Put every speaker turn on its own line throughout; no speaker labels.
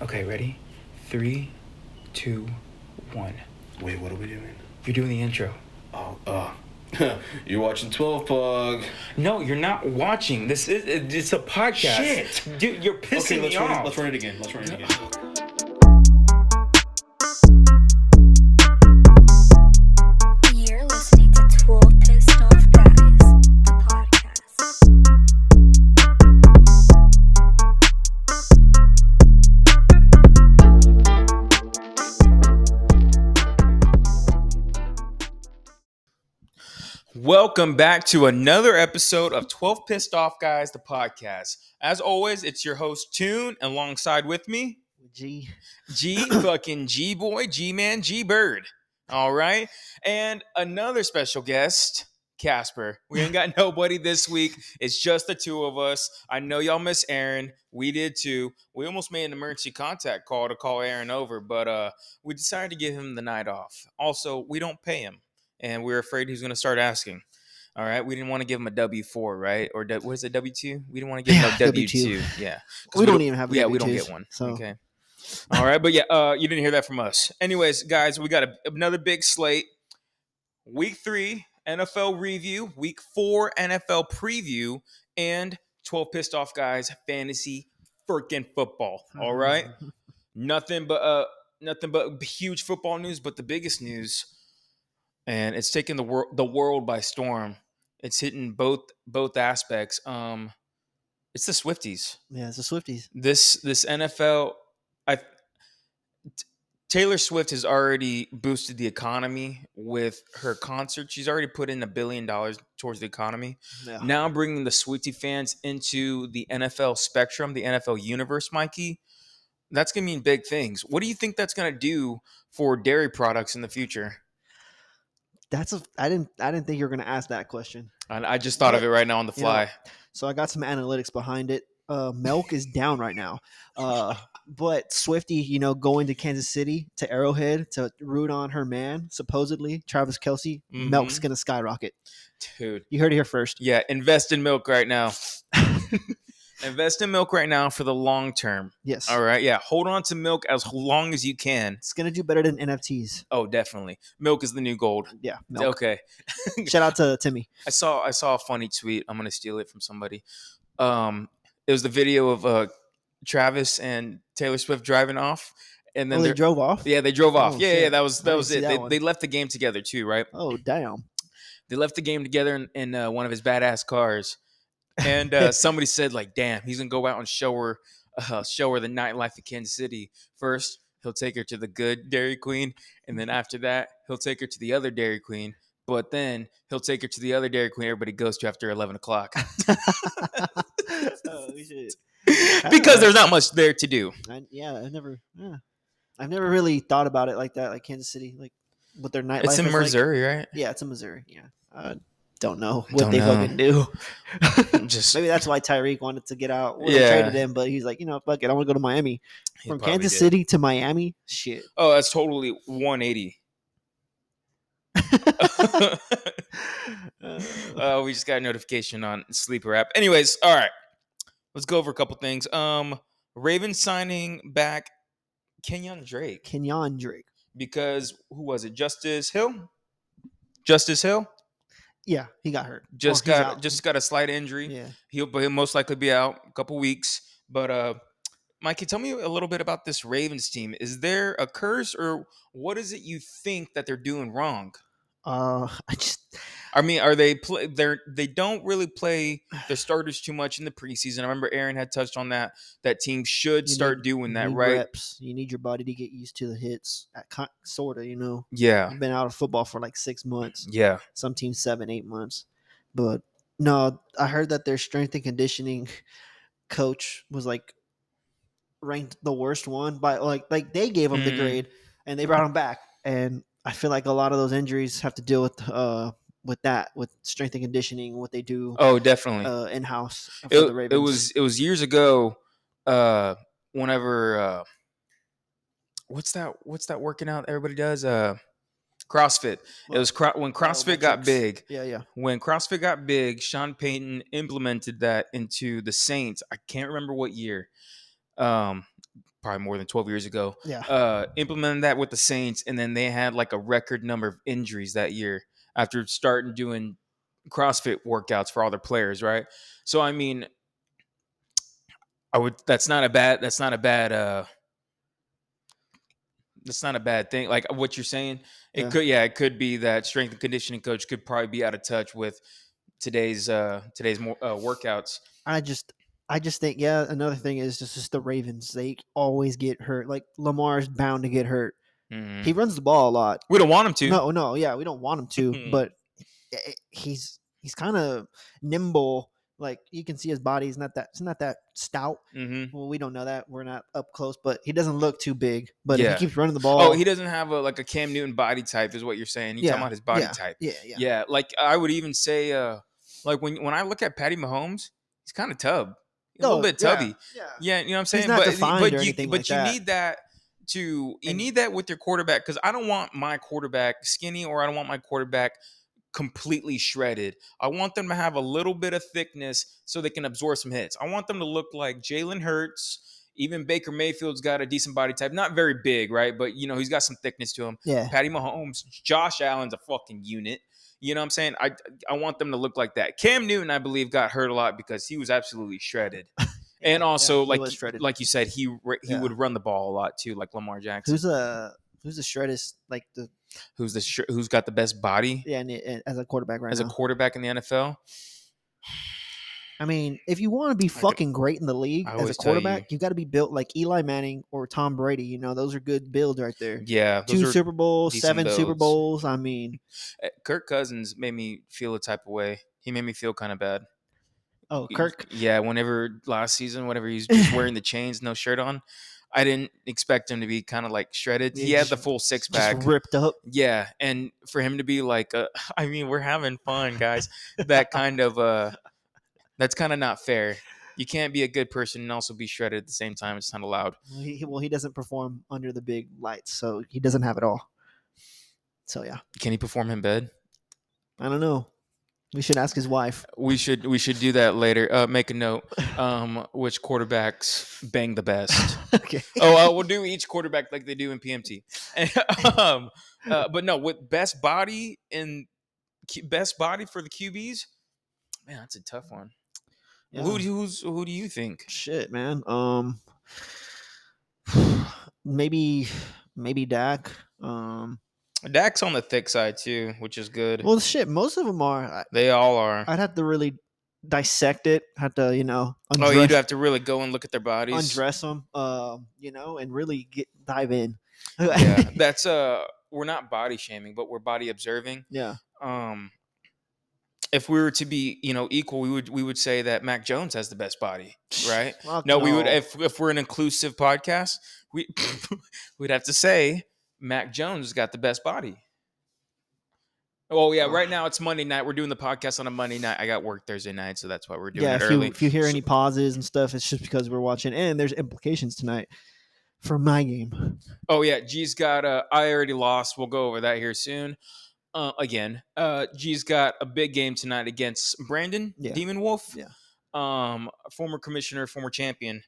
Okay, ready? Three, two, one.
Wait, what are we doing?
You're doing the intro.
Oh, uh, you're watching 12 Pug.
No, you're not watching. This is it- it's a podcast.
Shit.
Dude, you're pissing
Okay, let's
me
run, it,
off.
let's run it again. Let's run it again.
You're listening to 12 Pissed Off Guys, the podcast.
Welcome back to another episode of 12 Pissed Off Guys, the podcast. As always, it's your host Tune, and alongside with me,
G.
G fucking G boy, G man, G bird. All right, and another special guest, Casper. We ain't got nobody this week. It's just the two of us. I know y'all miss Aaron. We did too. We almost made an emergency contact call to call Aaron over, but uh, we decided to give him the night off. Also, we don't pay him, and we are afraid he's going to start asking. All right, we didn't want to give him a W four, right? Or w- what is it, W two? We didn't want to give him
Yeah,
a W
W-2.
two. Yeah, 'Cause
We, don't even have.
yeah, we don't
W2s,
get one.
So
Okay. All right, but yeah, uh, you didn't hear that from us. Anyways, guys, we got a, another big slate. Week three NFL review, week four NFL preview, and twelve pissed off guys fantasy freaking football. All right, nothing but uh, nothing but huge football news, but the biggest news, and it's taking the world the world by storm. It's hitting both both aspects. Um, it's the Swifties
Yeah, it's the Swifties.
this this NFL I t- Taylor Swift has already boosted the economy with her concert. She's already put in a billion dollars towards the economy.
Yeah.
Now bringing the Swiftie fans into the NFL spectrum, the NFL universe, Mikey. That's going to mean big things. What do you think that's going to do for dairy products in the future?
That's a. I didn't. I didn't think you were gonna ask that question.
And I just thought of it right now on the
You know,
fly.
So I got some analytics behind it. Uh, milk is down right now. Uh, but Swifty, you know, going to Kansas City to Arrowhead to root on her man, supposedly Travis Kelsey. Milk's
Mm-hmm.
gonna skyrocket.
Dude,
You heard it here first.
yeah, invest in milk right now. invest in milk right now for the long term.
Yes.
All right, yeah. Hold on to milk as long as you can.
It's gonna do better than NFTs.
Oh, definitely. Milk is the new gold.
Yeah. Milk.
Okay.
Shout out to Timmy.
I saw I saw a funny tweet. I'm gonna steal it from somebody. Um, it was the video of uh Travis and Taylor Swift driving off, and then
oh, they
they're-
drove off.
yeah, they drove off.
Oh,
yeah, yeah,
shit.
that was
I
that
didn't
was
see
it.
that
they,
one.
they left the game together too, right?
Oh damn.
They left the game together in, in uh, one of his badass cars, and uh, somebody said like, "Damn, he's gonna go out and show her, uh, show her the nightlife of Kansas City. First, he'll take her to the good Dairy Queen, and then after that, he'll take her to the other Dairy Queen. But then he'll take her to the other Dairy Queen everybody goes to after eleven o'clock
oh shit.
because there's not much there to do.
I, yeah, I never. Yeah, I've never really thought about it like that. Like Kansas City, like what their nightlife.
It's in
is like.
Missouri, right?
Yeah, it's in Missouri. Yeah, I don't know
I
what
don't
they
know.
fucking do.
Just
Maybe that's why Tyreek wanted to get out. when they
Yeah.
traded him, but he's like, you know, fuck it, I want to go to Miami.
he
From
probably
Kansas
did.
City to Miami, shit.
Oh, that's totally one eighty.
Uh,
Uh, we just got a notification on sleeper app. Anyways, all right, let's go over a couple things. Um, Ravens signing back Kenyon Drake
Kenyon Drake.
because who was it? Justice Hill. Justice Hill
Yeah, he got hurt. Or
just
he's
got
out.
just got a slight injury.
yeah.
He'll but he'll most likely be out a couple weeks. But uh, Mikey, tell me a little bit about this Ravens team. Is there a curse or what is it you think that they're doing wrong?
Uh, I just
I mean, are they play? They're they don't really play their starters too much in the preseason. I remember Aaron had touched on that. That team should
You
start
need-
doing
you
that,
need
right?
Reps. You need your body to get used to the hits. Sort of, you know.
Yeah,
I've been out of football for like six months.
yeah.
some teams seven, eight months. But no, I heard that their strength and conditioning coach was like ranked the worst one by like like they gave him the
Mm.
grade and they brought him back. And I feel like a lot of those injuries have to deal with uh with that with strength and conditioning, what they do
Oh, definitely.
uh, in house for the
it,
Ravens.
it was it was years ago. Uh, whenever uh, what's that? What's that working out? Everybody does uh, CrossFit. It
Well,
was cro- when CrossFit got
metrics.
big.
yeah yeah
when CrossFit got big, Sean Payton implemented that into the Saints. I can't remember what year. Um, probably more than 12 years ago,
Yeah.
uh, implemented that with the Saints, and then they had like a record number of injuries that year after starting doing CrossFit workouts for all their players, right? So I mean, I would. That's not a bad. That's not a bad. uh That's not a bad thing. Like uh, what you're saying, it
Yeah.
could. Yeah, it could be that strength and conditioning coach could probably be out of touch with today's uh today's more, uh, workouts.
I just I just think yeah, another thing is just, just the Ravens. They always get hurt. Like Lamar's bound to get hurt.
Mhm.
He runs the ball a lot.
we don't want him to.
No, no, yeah, we don't want him to, but i- he's he's kind of nimble. Like you can see his body is not that it's not that stout.
hmm
Well, we don't know that. We're not up close, but he doesn't look too big. But
Yeah.
if he keeps running the ball,
Oh, he doesn't have a like a Cam Newton body type, is what you're saying. You're talking
Yeah,
about his body type.
yeah,
Yeah.
yeah,
like I would even say, uh, like when when I look at Patty Mahomes, he's kind of tub, a
Oh,
little bit
yeah,
tubby.
yeah.
Yeah, you know what I'm saying.
not
but
defined
but
or
you
anything
but
like
you
that.
need that to you
And-
need that with your quarterback because I don't want my quarterback skinny or I don't want my quarterback completely shredded. I want them to have a little bit of thickness so they can absorb some hits. I want them to look like Jalen Hurts. Even Baker Mayfield's got a decent body type, not very big, right? But you know he's got some thickness to him.
yeah.
Patty Mahomes, Josh Allen's a fucking unit. You know what I'm saying? I I want them to look like that. Cam Newton, I believe, got hurt a lot because he was absolutely shredded.
Yeah,
And also,
he
like
was
you-
shredded.
like you said, he ra- he
Yeah.
would run the ball a lot too, like Lamar Jackson,
who's a who's the shreddest like the
who's the sh- who's got the best body
yeah and, and, as a quarterback right
as a
now.
quarterback in the NFL.
I mean, if you want to be
could-
fucking great in the league
I
as a
always tell you.
quarterback, you, have got to be built like Eli Manning or Tom Brady. You know, those are good builds right there.
Yeah, those
Two
are-
Super Bowls,
decent
seven Super
builds.
Bowls. I mean,
eh, Kirk Cousins made me feel a type of way. He made me feel kind of bad.
oh Kirk,
Yeah, whenever last season, whenever he's just wearing the chains, no shirt on, I didn't expect him to be kind of like shredded.
Yeah,
he had
just-
the full six pack.
just ripped up.
Yeah, and for him to be like, uh, I mean, we're having fun, guys. that kind of uh, that's kind of not fair. You can't be a good person and also be shredded at the same time. It's not allowed.
Well, He, he- well, he doesn't perform under the big lights, so he doesn't have it all. So yeah,
Can he perform in bed?
I don't know. We should ask his wife.
We should we should do that later. Uh, make a note. Um, which quarterbacks bang the best?
okay.
oh, uh, we'll do each quarterback like they do in PMT. um, uh, but no, with best body and Q- best body for the QBs, man, that's a tough one.
Yeah.
Who do you- who's, who do you think?
Shit, man. Um, maybe maybe Dak. Um,
Dak's on the thick side too, which is good.
well, shit. Most of them are. I,
they all are.
I'd have to really dissect it. Have to you know
oh,
undress,
you'd have to really go and look at their bodies.
undress them. Um, you know, and really get dive in.
yeah, that's uh, we're not body shaming, but we're body observing.
yeah.
Um, if we were to be, you know, equal, we would we would say that Mac Jones has the best body, right?
Fuck
No, we would if if we're an inclusive podcast, we we'd have to say Mac Jones has got the best body. Oh yeah, right now it's Monday night. We're doing the podcast on a Monday night. I got work Thursday night, so that's why we're doing
yeah,
it
if
early.
you if you hear
So-
any pauses and stuff, it's just because we're watching, and there's implications tonight for my game.
Oh yeah, G's got. Uh, I already lost. We'll go over that here soon. Uh, again, uh, G's got a big game tonight against Brandon
Yeah.
Demon Wolf.
Yeah.
Um, former commissioner, former champion.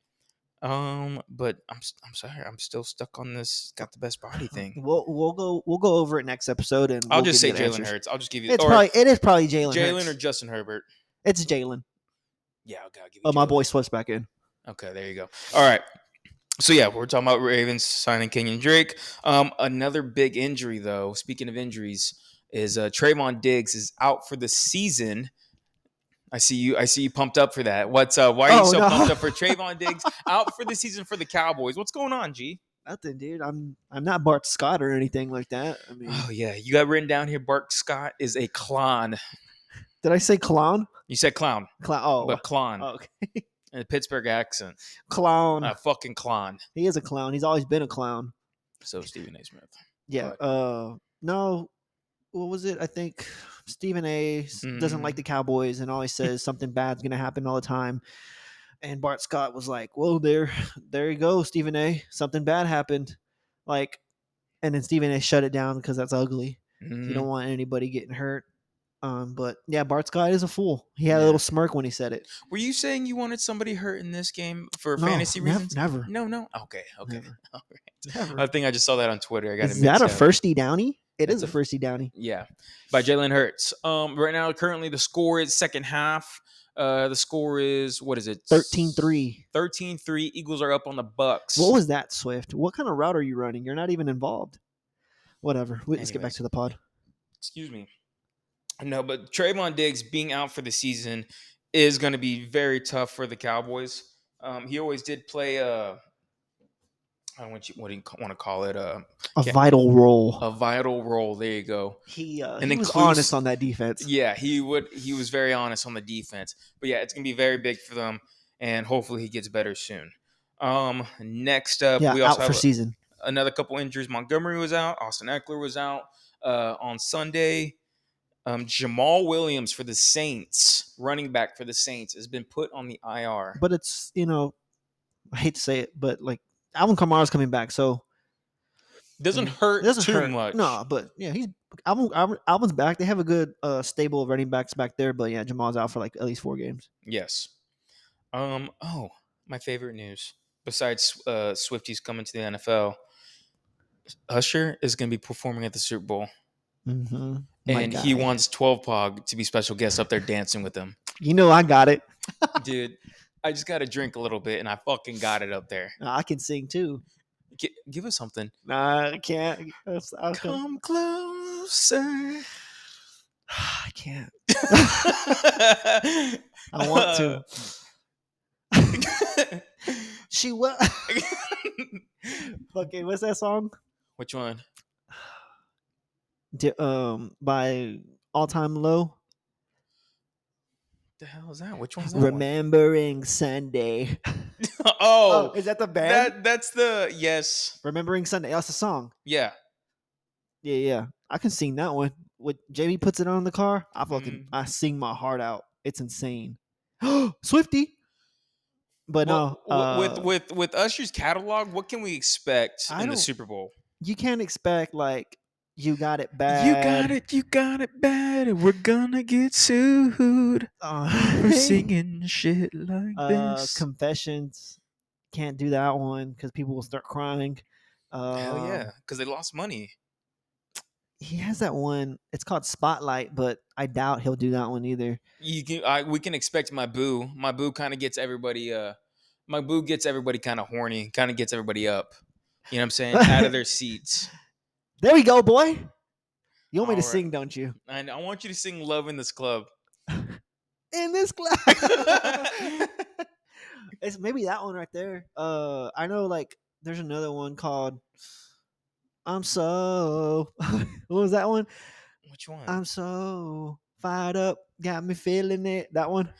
Um, but I'm s- I'm sorry, I'm still stuck on this. Got the best body thing.
We'll we'll go we'll go over it next episode, and
I'll
we'll
just say
give you the
Jalen
answers.
Hurts. I'll just give you
It's
or
probably it is probably Jalen.
Jalen
Hurts.
or Justin Herbert.
it's Jalen.
Yeah, okay, I'll give you
Oh, my
Jalen.
boy Swift's back in.
Okay, there you go. All right. So yeah, we're talking about Ravens signing Kenyon Drake. Um, another big injury though. Speaking of injuries, is uh, Trayvon Diggs is out for the season. I see you. I see you pumped up for that. What's uh? Why are you
Oh,
so
no.
pumped up for Trayvon Diggs out for the season for the Cowboys? What's going on, G?
Nothing, dude. I'm I'm not Bart Scott or anything like that. I mean,
Oh yeah, you got written down here. Bark Scott is a clown.
did I say clown?
You said clown,
Clown. Oh,
but clown
oh, okay.
in a Pittsburgh accent.
clown.
A fucking clown.
He is a clown. He's always been a clown.
So Stephen A. Smith.
Yeah. Uh, no. What was it? I think Stephen A. s- doesn't
Mm.
like the Cowboys and always says something bad's gonna happen all the time. And Bart Scott was like, "Well, there, there you go, Stephen A. Something bad happened." Like, and then Stephen A. shut it down because that's ugly. You
Mhm.
don't want anybody getting hurt. Um, but yeah, Bart Scott is a fool. He had a
Yeah.
little smirk when he said it.
Were you saying you wanted somebody hurt in this game for
No,
fantasy
nev-
reasons?
Never.
No, no. Okay, okay.
Never.
All right.
never.
I think I just saw that on Twitter. I got
Is that a firsty downy? It
That's
is
a-
a firsty downy.
Yeah, by Jalen Hurts. Um, right now, currently the score is second half. Uh, the score is what is it?
13-3.
13-3. Eagles are up on the Bucks.
What was that, Swift? What kind of route are you running? You're not even involved. Whatever. We, let's get back
Anyways.
to the pod.
Excuse me. No, but Trayvon Diggs being out for the season is going to be very tough for the Cowboys. Um, he always did play. Uh, I don't want you. What do you want to call it? Uh,
A
Yeah.
vital role.
a vital role. There you go.
he uh,
and
he was
includes-
honest on that defense.
Yeah, he would. He was very honest on the defense, but yeah, it's gonna be very big for them, and hopefully he gets better soon. Um, next up,
yeah,
we
out
also
for
have
season.
another couple injuries. Montgomery was out. Austin Eckler was out uh, on Sunday. Um, Jamal Williams for the Saints, running back for the Saints, has been put on the IR.
But it's you know, I hate to say it, but like Alvin Kamara's coming back, so
doesn't
Mm.
hurt
it doesn't
too
hurt.
much.
No, but yeah, he's Alvin, Alvin Alvin's back. They have a good uh, stable of running backs back there, but yeah, Jamal's out for like at least four games.
Yes. Um. Oh, my favorite news besides uh, Swifties coming to the NFL, Usher is going to be performing at the Super Bowl,
Mm-hmm.
and he wants Twelve Pog to be special guest up there dancing with him.
you know, I got it.
Dude, I just got to drink a little bit, and I fucking got it up there.
I can sing too.
Gi- give us something.
Nah, I can't. That's- I can't.
Come closer.
I can't.
I
I want to. She what? Fucking what's that song?
Which one?
Di- um, by All Time Low.
The hell is that? Which one's that? one?
Remembering Sunday.
Oh,
is that the band?
that that's the yes,
Remembering Sunday. That's the song.
yeah.
Yeah, yeah. I can sing that one. When Jamie puts it on in the car, I fucking
Mhm.
I sing my heart out. It's insane. Swifty. But
Well,
no, uh,
w- with with with Usher's catalog, what can we expect
I
in the
don't-
Super Bowl?
you can't expect like you got it bad.
it, you got it bad. and We're gonna get sued
Uh,
shit like
uh, confessions. Can't do that one because people will start crying. Uh,
Hell yeah, because they lost money.
he has that one. It's called Spotlight, but I doubt he'll do that one either.
You can, I, we can expect my boo. My boo kind of gets everybody. Uh, my boo gets everybody kind of horny. Kind of gets everybody up. You know what I'm saying? Out of their seats.
There we go, boy. You want me to
Alright.
sing, don't you?
And I want you to sing "Love in This Club."
In this class. it's maybe that one right there. Uh, I know like there's another one called I'm so what was that one?
Which one?
I'm so fired up, got me feeling it. That one.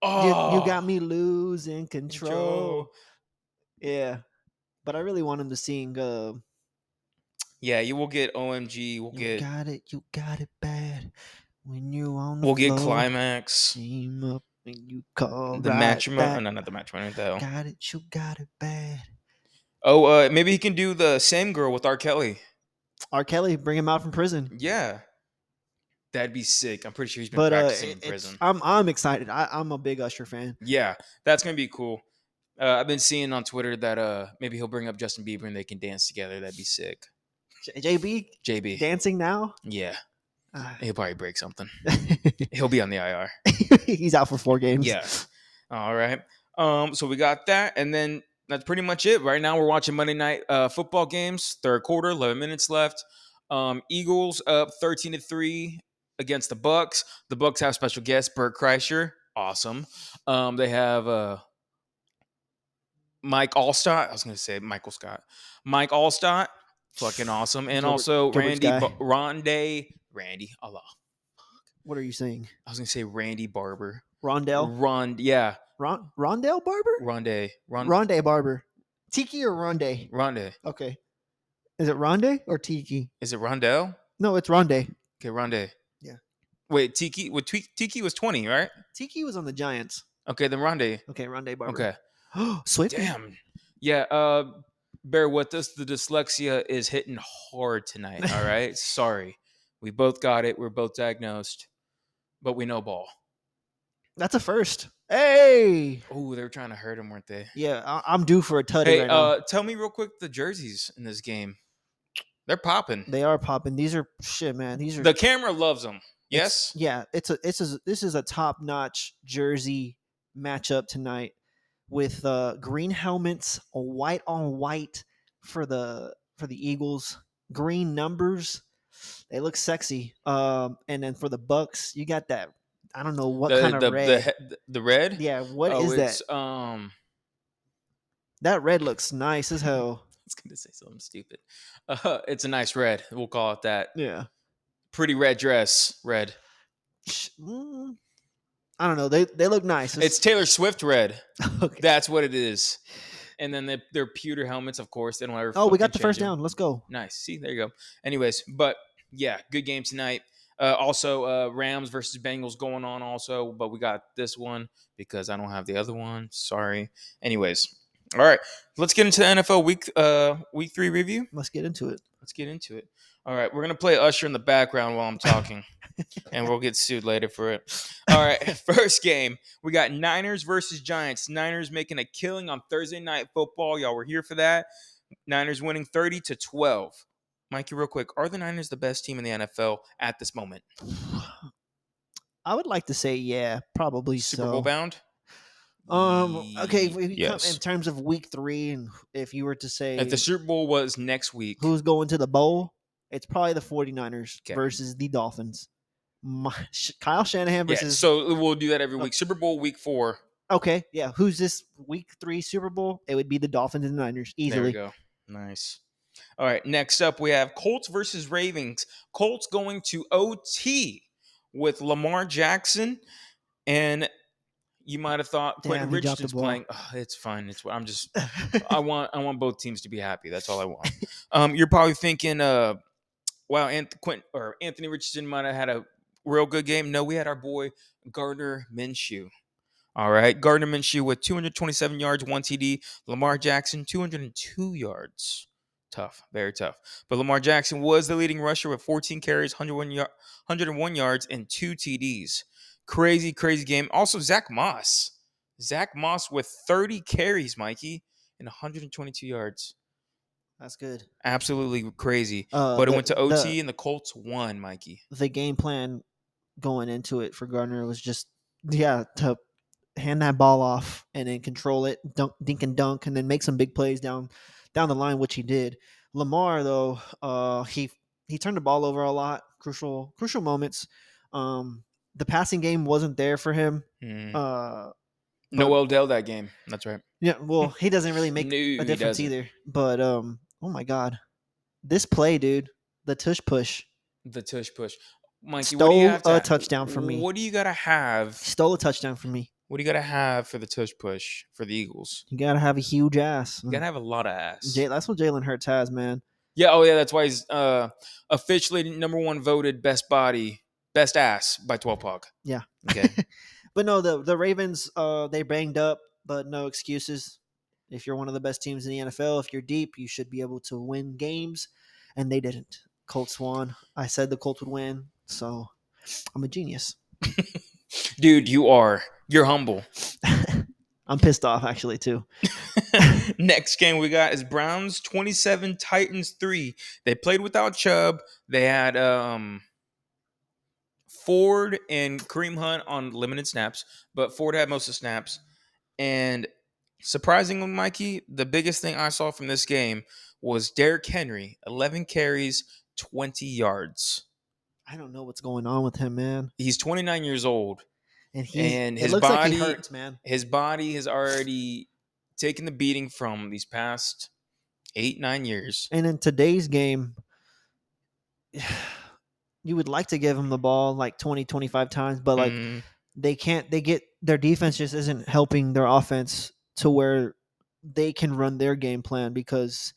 Oh.
You, you got me losing control. Yeah. But I really want him to sing uh,
Yeah, you will get OMG. We'll
You
get
got it, you got it bad. When you on the
we'll get
floor,
climax.
team up and you call
The
right
matrimony,
back.
no, not the matrimony. what the hell?
Oh, Got it, you got it bad.
Oh, uh, maybe he can do the same girl with R. Kelly.
R. Kelly, bring him out from prison.
Yeah, that'd be sick. I'm pretty sure he's been
But uh,
practicing
it-
in
it's-
prison.
I'm I'm excited. I, I'm a big Usher fan.
yeah, that's gonna be cool. Uh, I've been seeing on Twitter that uh, maybe he'll bring up Justin Bieber and they can dance together. That'd be sick.
J- JB
JB,
dancing now.
yeah,
Ah.
he'll probably break something. He'll be on the IR.
He's out for four games.
Yeah. All right. Um, so we got that, and then that's pretty much it. Right now, we're watching Monday night uh, football games. Third quarter, eleven minutes left. Um, Eagles up thirteen to three against the Bucks. The Bucks have special guest Bert Kreischer. Awesome. Um, they have uh, Mike Allstott. I was going to say Michael Scott. Mike Allstott. Fucking awesome. And
Gilbert-
also
Gilbert's
Randy
guy.
Ba- Ronde. Randy Allah.
What are you saying,
I was going to say Randy Barber. Mm.
Rondell?
Rond. Yeah.
Ron Rondell Barber?
Ronde. Ron-
Ronde Barber. Tiki or Ronde?
Ronde.
Okay. Is it Ronde or Tiki?
Is it Rondell?
No, it's Ronde.
Okay, Ronde.
Yeah.
Wait, Tiki. Well, Twi- Tiki was twenty, right?
Tiki was on the Giants.
Okay, then Ronde.
Okay, Ronde Barber.
Okay.
Okay. Swift.
Damn. Yeah. Uh, bear with us. The dyslexia is hitting hard tonight. All right. Sorry. We both got it. We're both diagnosed, but we know ball.
That's a first. Hey,
Oh, they were trying to hurt him, weren't they?
yeah, I- I'm due for a tutty
Hey,
right now.
uh, tell me real quick the jerseys in this game. They're popping.
They are popping. These are shit, man. These are
The camera loves them. Yes.
yeah. It's a it's a this is a top notch jersey matchup tonight with uh, green helmets, a white on white for the for the Eagles. Green numbers, they look sexy. Um, and then for the Bucks, you got that. I don't know what
the,
kind
the,
of red.
The, he- the red.
yeah, what
oh,
is that?
it's, Um,
That red looks nice as hell.
I was going to say something stupid. Uh, it's a nice red. We'll call it that.
Yeah.
Pretty red dress. Red.
Sh- mm, I don't know. They they look nice.
It's Taylor Swift red.
okay.
That's what it is. And then they, their pewter helmets, of course. They don't ever.
oh,
fucking
we got the
change
first
'em.
down. Let's go.
Nice. See, there you go. Anyways, but yeah, good game tonight. Uh, also, uh, Rams versus Bengals going on also, but we got this one because I don't have the other one. Sorry. Anyways, all right, let's get into the NFL week uh, week three review.
Let's get into it.
Let's get into it. All right, we're gonna play Usher in the background while I'm talking, and we'll get sued later for it. All right, first game we got Niners versus Giants. Niners making a killing on Thursday night football. Y'all were here for that. Niners winning 30 to 12. Mikey, real quick, are the Niners the best team in the NFL at this moment?
I would like to say, yeah, probably
Super
so.
Bowl bound?
Um. Okay. If we come
yes.
in terms of week three, and if you were to say
If the Super Bowl was next week,
who's going to the bowl, it's probably the 49ers
Okay.
versus the Dolphins. My, Sh- Kyle Shanahan
yeah,
versus.
so we'll do that every
Oh.
week. Super Bowl week four.
okay. Yeah. Who's this week three Super Bowl? It would be the Dolphins and the Niners
There we
easily.
go. Nice. All right. Next up, we have Colts versus Ravens. Colts going to OT with Lamar Jackson, and you might have thought Quentin
Damn, he dropped the
Richardson's
ball.
playing. Ugh, it's fine. It's I'm just. I want. I want both teams to be happy. That's all I want. Um, you're probably thinking, uh, wow, Anth- Quint or Anthony Richardson might have had a real good game. No, we had our boy Gardner Minshew. All right, Gardner Minshew with 227 yards, one TD. Lamar Jackson 202 yards. Tough, very tough. But Lamar Jackson was the leading rusher with 14 carries, 101, yar- 101 yards, and two TDs. Crazy, crazy game. Also, Zach Moss. Zach Moss with 30 carries, Mikey, and 122 yards.
That's good.
Absolutely crazy.
Uh,
But it
the-
went to
the-
OT, and the Colts won, Mikey.
the game plan going into it for Gardner was just yeah to hand that ball off and then control it, dunk, dink and dunk, and then make some big plays down down the line, which he did. Lamar though, uh, he he turned the ball over a lot, crucial crucial moments. Um, the passing game wasn't there for him.
Mm.
Uh,
no Odell that game. That's right.
yeah, well, he doesn't really make
No, he
a difference
doesn't.
either. But um, oh my god, this play, dude, the tush push
The tush push. Mikey, what do you
stole
have to
a
ha-
touchdown from me.
What do you gotta have
Stole a touchdown from me.
What do you gotta have for the tush push for the Eagles?
You gotta have a huge ass.
You gotta have a lot of ass.
Jay, that's what Mm. Jalen Hurts has, man.
yeah, oh yeah, that's why he's uh, officially number one voted best body, best ass by Twelve Pog.
Yeah.
Okay.
But no, the the Ravens, uh, they banged up, but no excuses. If you're one of the best teams in the NFL, if you're deep, you should be able to win games, and they didn't. Colts won. I said the Colts would win, so I'm a genius.
Dude, you are. You're humble.
I'm pissed off actually too.
Next game we got is Browns 27, Titans 3. They played without Chubb. They had um Ford and Kareem Hunt on limited snaps, but Ford had most of the snaps. And surprisingly, Mikey, the biggest thing I saw from this game was Derrick Henry, 11 carries, 20 yards.
I don't know what's going on with him, man.
He's 29 years old.
And he
And
it
his
looks like he
body-
hurts, man.
His body has already taken the beating from these past eight, nine years.
And in today's game, you would like to give him the ball like 20, 25 times, but like
Mhm.
they can't they get their defense just isn't helping their offense to where they can run their game plan because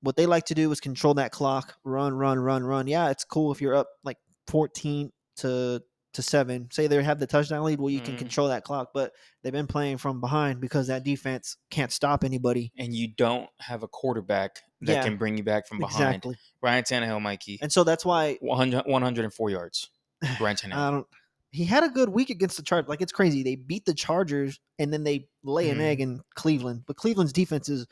what they like to do is control that clock run run run run yeah it's cool if you're up like 14 to to 7 say they have the touchdown lead well you can
Mm.
control that clock but they've been playing from behind because that defense can't stop anybody
and you don't have a quarterback that
Yeah.
can bring you back from behind.
exactly.
Brian Tannehill, Mikey,
And so that's why
100, 104 yards. Brian Tannehill.
I don't. He had a good week against the Chargers. Like it's crazy. They beat the Chargers and then they lay an
Mhm.
egg in Cleveland. But Cleveland's defense is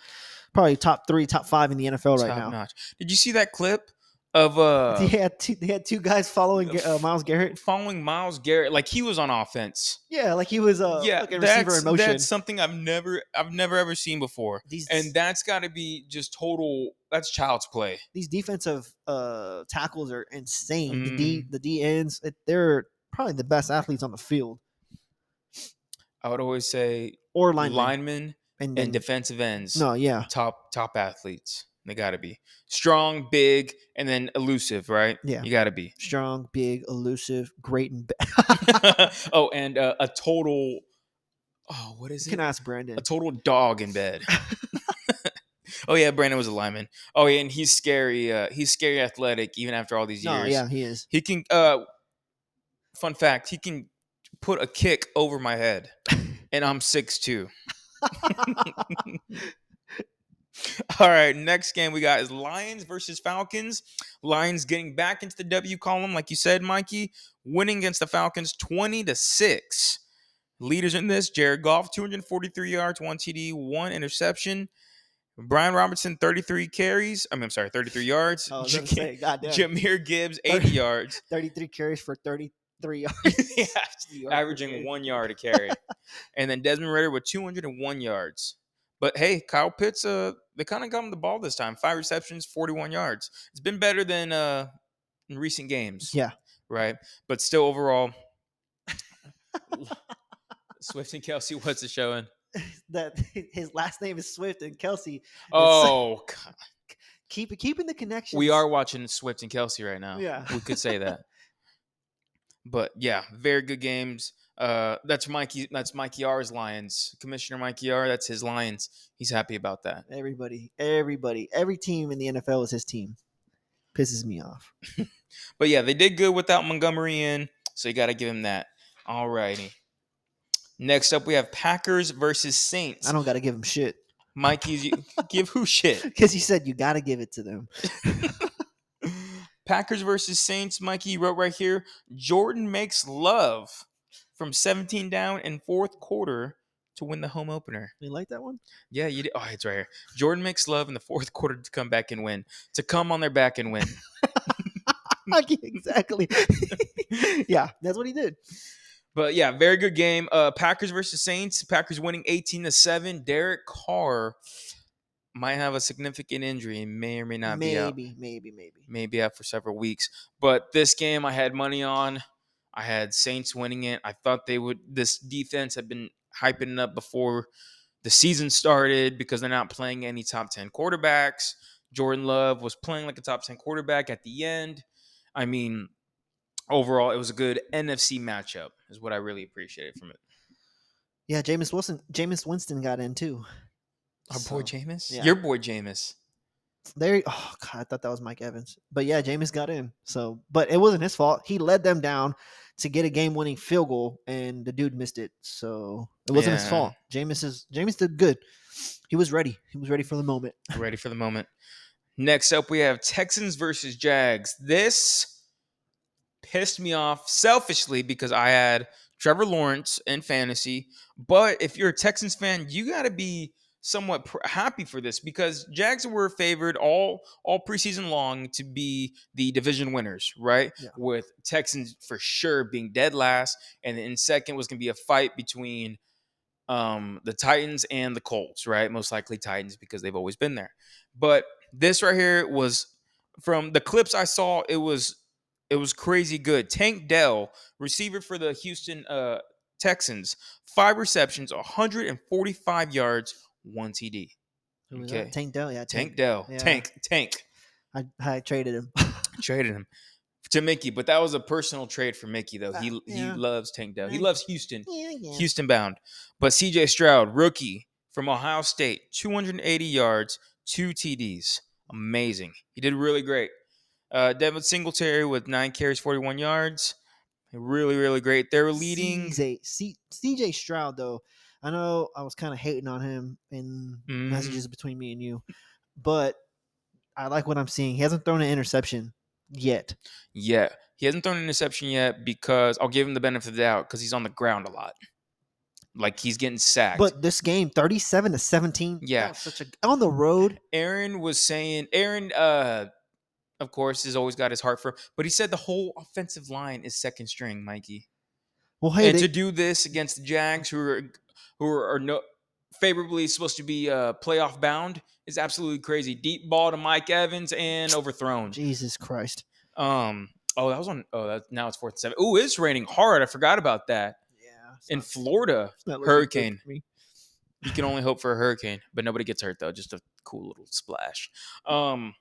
probably top three, top five in the NFL right
Top
now.
notch. Did you see that clip of uh
they had two, they had two guys following Ga- uh, Miles Garrett.
following Miles Garrett? Like he was on offense.
Yeah, Uh, like he was a
yeah,
fucking receiver
that's,
in motion.
that's something I've never I've never ever seen before.
These
And that's got to be just total. That's child's play.
these defensive uh, tackles are insane. The
Mm.
D the D ends it, they're probably the best athletes on the field
I would always say
or
linemen,
linemen. and,
and
then-
defensive ends.
no, yeah,
top top athletes. They got to be strong, big, and then elusive, right?
Yeah.
you got to be.
strong, big, elusive, great, and bad.
oh, and uh, a total. Oh, what is
you
it?
can ask Brandon.
a total dog in bed. oh yeah, Brandon was a lineman. Oh yeah, and he's scary. Uh, he's scary athletic even after all these years.
No, yeah, he is.
He can. Uh, fun fact: he can put a kick over my head, and I'm six two. All right, next game we got is Lions versus Falcons. Lions getting back into the W column, like you said, Mikey, winning against the Falcons twenty to six. Leaders in this: Jared Goff, two hundred forty-three yards, one TD, one interception. Brian Robertson, thirty-three carries. I mean, I'm sorry, thirty-three yards.
Oh, I was
Ja-
gonna say, goddamn,
Jameer Gibbs, 80 yards.
thirty-three carries for thirty-three yards,
yeah,
You are
averaging
okay.
one yard a carry. and then Desmond Ritter with 201 yards. But hey, Kyle Pitts, uh, they kind of got him the ball this time. Five receptions, 41 yards. It's been better than uh, in recent games.
Yeah.
Right. But still, overall, Swift and Kelsey, what's it showing?
That his last name is Swift and Kelsey.
Oh, God.
Keep keeping the connection.
we are watching Swift and Kelsey right now.
Yeah.
we could say that. But yeah, very good games. Uh, that's Mikey. That's Mikey R's Lions. Commissioner Mikey R. That's his Lions. He's happy about that.
Everybody, everybody, every team in the NFL is his team. Pisses me off.
But yeah, they did good without Montgomery in, so you got to give him that. Alrighty. Next up, we have Packers versus Saints.
I don't got to give him shit
Mikey's give who shit?
because he said you got to give it to them.
Packers versus Saints. Mikey you wrote right here. Jordan makes love from 17 down in fourth quarter to win the home opener.
You like that one?
Yeah, you did. Oh, it's right here. Jordan makes love in the fourth quarter to come back and win. To come on their back and win.
exactly. yeah, that's what he did.
but yeah, very good game. Uh, Packers versus Saints. Packers winning eighteen to seven. Derek Carr might have a significant injury and may or may not be out.
maybe, maybe, maybe.
Maybe out for several weeks. But this game, I had money on. I had Saints winning it. I thought they would. This defense had been hyping it up before the season started because they're not playing any top 10 quarterbacks. Jordan Love was playing like a top 10 quarterback at the end. I mean, overall, it was a good NFC matchup, is what I really appreciated from it.
Yeah, Jameis Wilson, Jameis Winston got in too.
Our
So,
boy Jameis?
yeah.
Your boy Jameis.
There, oh god, I thought that was Mike Evans, but yeah, Jameis got in. So, but it wasn't his fault. He led them down to get a game-winning field goal, and the dude missed it. So it wasn't his
Yeah.
fault. Jameis is Jameis did good. He was ready. He was ready for the moment.
Ready for the moment. Next up, we have Texans versus Jags. This pissed me off selfishly because I had Trevor Lawrence in fantasy. But if you're a Texans fan, you got to be somewhat pr- happy for this because Jags were favored all all preseason long to be the division winners, right?
Yeah.
With Texans for sure being dead last, and in second was going to be a fight between um the Titans and the Colts, right? Most likely Titans because they've always been there. But this right here was from the clips I saw, it was it was crazy good. Tank Dell, receiver for the Houston uh Texans, five receptions, 145 yards, one TD.
Who was that?
Okay.
Tank Dell. Yeah,
Tank Dell,
yeah.
Tank, Tank,
I, I traded him.
traded him to Mickey, but that was a personal trade for Mickey though.
Uh,
He he
yeah.
loves Tank Dell. He
Eh.
loves Houston.
yeah, yeah.
Houston bound. But CJ Stroud, rookie from Ohio State, 280 yards, two TDs. Amazing. He did really great. Uh, Devin Singletary with nine carries, 41 yards. Really, really great. They're leading.
CJ, C, CJ Stroud though. I know I was kind of hating on him in
Mhm.
messages between me and you, but I like what I'm seeing. He hasn't thrown an interception yet.
Yeah. He hasn't thrown an interception yet because I'll give him the benefit of the doubt because he's on the ground a lot. Like he's getting sacked.
But this game, 37 to 17. that
Yeah.
was such a on the road.
Aaron was saying Aaron uh of course has always got his heart for but he said the whole offensive line is second string, Mikey.
Well, hey,
and
they-
to do this against the Jags who are who are, no favorably supposed to be uh playoff bound is absolutely crazy. Deep ball to Mike Evans and overthrown.
Jesus Christ.
Um oh that was on oh that, now it's fourth and seven. Ooh, it's raining hard. I forgot about that.
Yeah. it's
In
not-
Florida.
it's not looking good
Hurricane.
for me.
You can only hope for a hurricane, but nobody gets hurt though. Just a cool little splash. Um,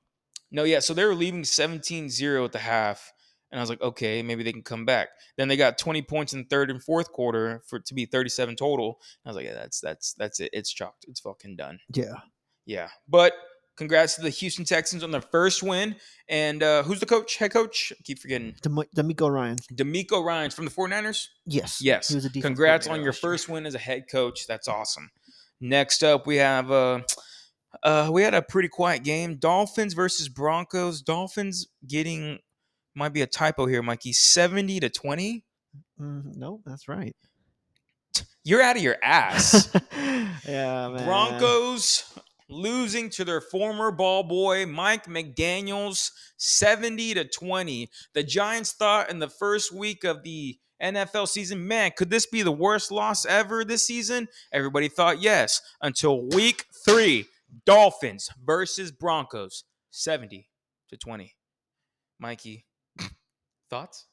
no, yeah. So they were leaving 17-0 at the half, and I was like, okay, maybe they can come back. Then they got twenty points in third and fourth quarter for it to be thirty-seven total. I was like, yeah, that's that's that's it. It's chalked. It's fucking done.
Yeah.
Yeah. But congrats to the Houston Texans on their first win. And uh, who's the coach? Head coach? I keep forgetting.
Demi- D'Amico Ryan.
D'Amico Ryan's from the 49ers.
Yes.
Yes.
He was a defensive
Congrats
coordinator
on your
last year.
first win as a head coach. That's awesome. Next up, we have uh, uh, we had a pretty quiet game. Dolphins versus Broncos. Dolphins getting might be a typo here, Mikey. Seventy to twenty.
Mm, no, that's right.
You're out of your ass.
yeah, man.
Broncos losing to their former ball boy Mike McDaniels 70 to 20. The Giants thought in the first week of the NFL season, man, could this be the worst loss ever this season? Everybody thought yes until week 3. Dolphins versus Broncos 70 to 20. Mikey, thoughts?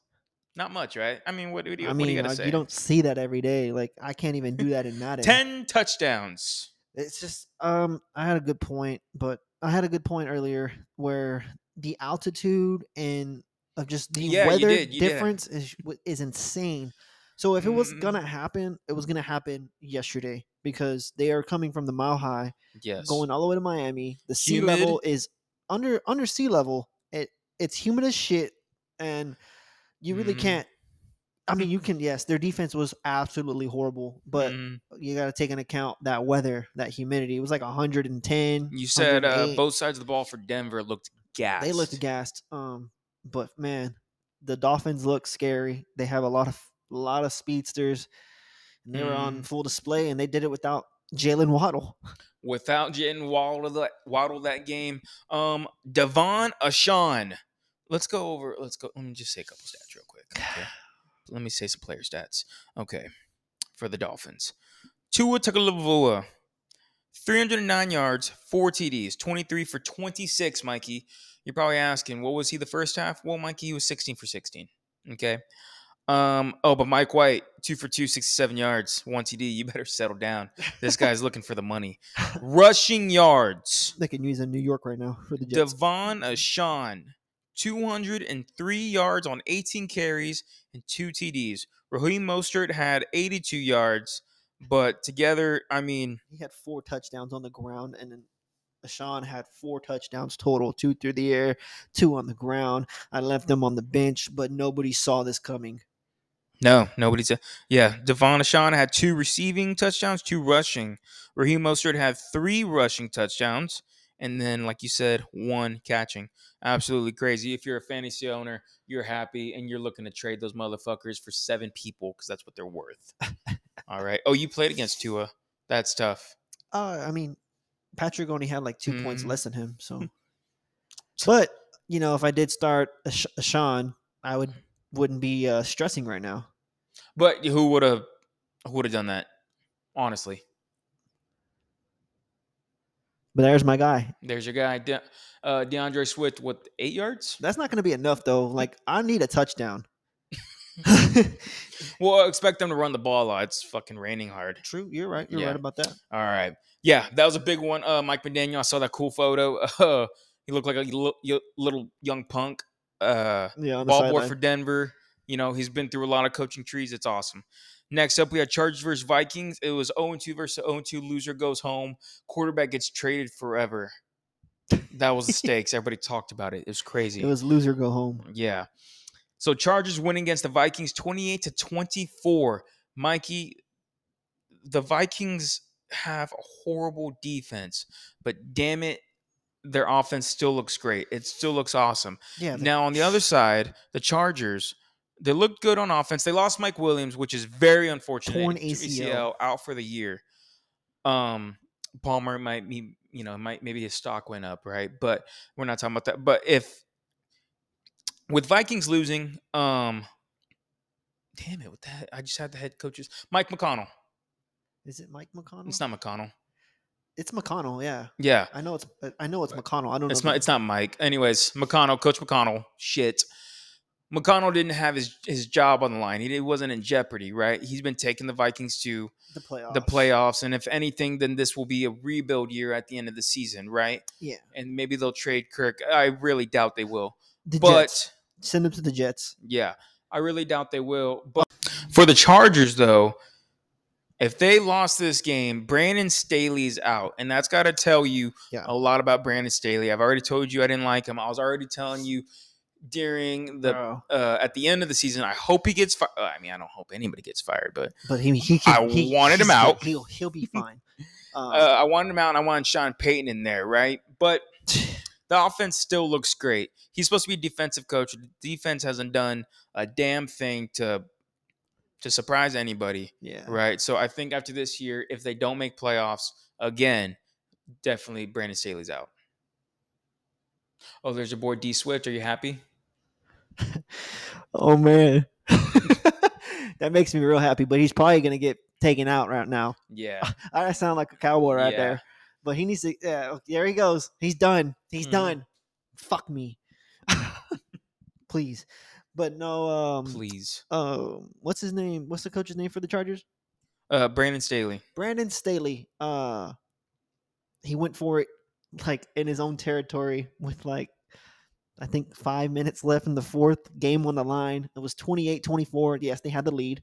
Not much, right? I mean, what, what do you,
I
what do
mean,
you got
like,
to say?
you don't see that every day. Like I can't even do that in Madden.
10 touchdowns.
It's just um I had a good point, but I had a good point earlier where the altitude and of just the
Yeah, you
weather
did, you did.
difference is w- is insane. So if it was
Mhm.
gonna happen, it was gonna happen yesterday because they are coming from the mile high,
Yes.
going all the way to Miami. The sea
Humid.
level is under under sea level. It it's humid as shit, and you really
Mhm.
can't. I mean, you can yes, their defense was absolutely horrible, but
Mhm.
you got to take into account that weather, that humidity. It was like 110.
You said uh,
108.
both sides of the ball for Denver looked gassed.
They looked gassed. Um, but man, the Dolphins look scary. They have a lot of lot of speedsters, and they were
Mm.
on full display, and they did it without Jalen Waddle.
without Jaden Waddle that, Waddle that game. Um, Devon Ashawn. Let's go over. Let's go. Let me just say a couple stats real quick. Okay. let me say some player stats. Okay, for the Dolphins, Tua Tagovailoa, 309 yards, four TDs, 23 for 26. Mikey, you're probably asking, what was he the first half? Well, Mikey, he was 16 for 16. Okay. Um. Oh, but Mike White, two for two, 67 yards, one TD. You better settle down. This guy's looking for the money. Rushing yards.
They can use in New York right now for the Jets.
Devon Ashan, 203 yards on 18 carries and two TDs. Raheem Mostert had 82 yards, but together, I mean,
he had four touchdowns on the ground, and then Sean had four touchdowns total: two through the air, two on the ground. I left them on the bench, but nobody saw this coming.
no, nobody's. A, yeah, Devon Ashan had two receiving touchdowns, two rushing. Raheem Mostert had three rushing touchdowns, and then, like you said, one catching. Absolutely crazy. If you're a fantasy owner, you're happy and you're looking to trade those motherfuckers for seven people because that's what they're worth. All right. Oh, you played against Tua. That's tough.
Uh, I mean, Patrick only had like 2 points
Mhm.
less than him. So, but you know, if I did start Ash- Sean, I would
Mm.
wouldn't be uh, stressing right now.
But who would have who would have done that? Honestly,
But there's my guy.
there's your guy, De- uh, DeAndre Swift, with eight yards?
That's not going to be enough though. Like I need a touchdown.
Well, I expect them to run the ball a lot. It's fucking raining hard.
True, you're right. You're
Yeah.
right about that.
All right. Yeah, that was a big one. Uh, Mike McDaniel, I saw that cool photo. Uh, he looked like a li- y- little young punk. Uh,
Yeah, on the
ball boy
sideline.
for Denver. You know, he's been through a lot of coaching trees. It's awesome. Next up, we had Chargers versus Vikings. It was 0 2 versus 0 2. Loser goes home. Quarterback gets traded forever. That was the stakes. Everybody talked about it. It was crazy.
it was loser go home.
Yeah. So Chargers winning against the Vikings 28 to 24. Mikey, the Vikings have a horrible defense, but damn it, their offense still looks great. It still looks awesome.
Yeah. the-
Now on the other side, the Chargers, they looked good on offense. They lost Mike Williams, which is very unfortunate.
Torn
He tore
ACL.
out for the year. Um, Palmer might be, you know, might maybe his stock went up, right? But we're not talking about that. But if with Vikings losing, um, damn it, what the heck? I just had the head coaches, Mike McConnell.
is it Mike McConnell?
It's not McConnell.
It's McConnell. Yeah.
Yeah,
I know it's. I know it's McConnell. I don't
It's
know.
not. It's not Mike. Anyways, McConnell, Coach McConnell, shit. McConnell didn't have his his job on the line. He did- wasn't in jeopardy, right? He's been taking the Vikings to
the playoffs.
the playoffs, and if anything, then this will be a rebuild year at the end of the season, right?
Yeah.
And maybe they'll trade Kirk. I really doubt they will,
The
but
Jets. Send him to the Jets.
yeah, I really doubt they will. But for the Chargers, though, if they lost this game, Brandon Staley's out, and that's got to tell you
Yeah.
a lot about Brandon Staley. I've already told you I didn't like him. I was already telling you during the
Bro.
uh, at the end of the season. I hope he gets fired. I mean, I don't hope anybody gets fired, but
But he, he, he
I
he-
wanted him
he's-
out.
He'll he'll be fine. Um,
uh, I wanted him out. and I wanted Sean Payton in there, right? But the offense still looks great. He's supposed to be defensive coach. The defense hasn't done a damn thing to to surprise anybody,
yeah.
right? So I think after this year, if they don't make playoffs again, definitely Brandon Staley's out. Oh, there's your boy D Switch. Are you happy?
Oh man, that makes me real happy. But he's probably gonna get taken out right now.
Yeah,
I sound like a cowboy right
Yeah.
there. But he needs to. Yeah, okay, there he goes. He's done. He's
Mhm.
done. Fuck me, please. But no. Um.
please.
Uh, what's his name? What's the coach's name for the Chargers?
Uh, Brandon Staley.
Brandon Staley. Uh, he went for it like in his own territory with like I think five minutes left in the fourth game on the line. It was 28-24. Yes, they had the lead,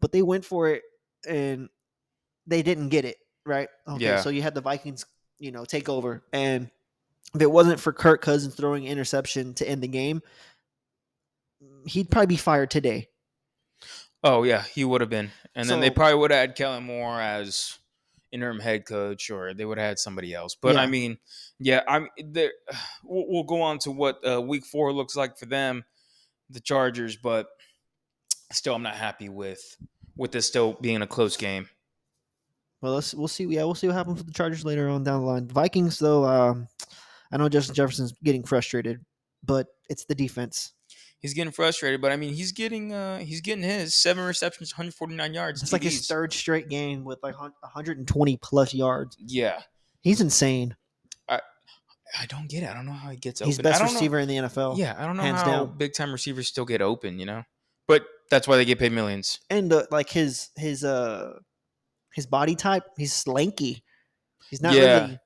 but they went for it and they didn't get it right. Okay,
Yeah.
so you had the Vikings, you know, take over, and if it wasn't for Kirk Cousins throwing interception to end the game, he'd probably be fired today.
Oh yeah, he would have been. And then they
So-
probably would have had Kellen Moore as interim head coach, or they would have had somebody else. But I
Yeah.
mean, yeah, I'm there. We'll, we'll go on to what uh, Week Four looks like for them, the Chargers. But still, I'm not happy with with this still being a close game.
Well, let's we'll see. Yeah, we'll see what happens with the Chargers later on down the line. Vikings, though, um, I know Justin Jefferson's getting frustrated, but it's the defense.
He's getting frustrated, but I mean, he's getting uh he's getting his seven receptions, 149 yards.
It's like his
TDs.
third straight game with like hun- 120 plus yards.
Yeah,
He's insane.
I don't get it. I don't know how he gets
He's
open. I
best
don't know-
receiver in the NFL.
Yeah, I don't know
hands
how
down.
big time receivers still get open. You know, but that's why they get paid millions.
and uh, like his his uh his body type, he's slanky. He's not
Yeah.
really,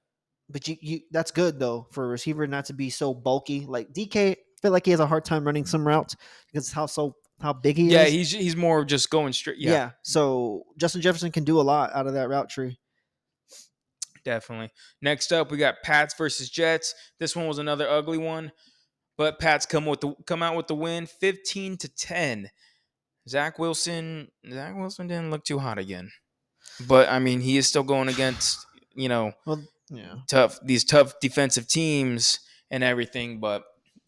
but you you that's good though for a receiver not to be so bulky. Like DK, I feel like he has a hard time running some routes because how so how big he
yeah,
is.
he's he's more of just going straight.
Yeah.
Yeah,
So Justin Jefferson can do a lot out of that route tree.
definitely. Next up, we got Pats versus Jets. This one was another ugly one, but Pats come with the come out with the win, fifteen to ten. Zach Wilson, Zach Wilson didn't look too hot again, but I mean he is still going against you know
Well, yeah.
tough these tough defensive teams and everything. But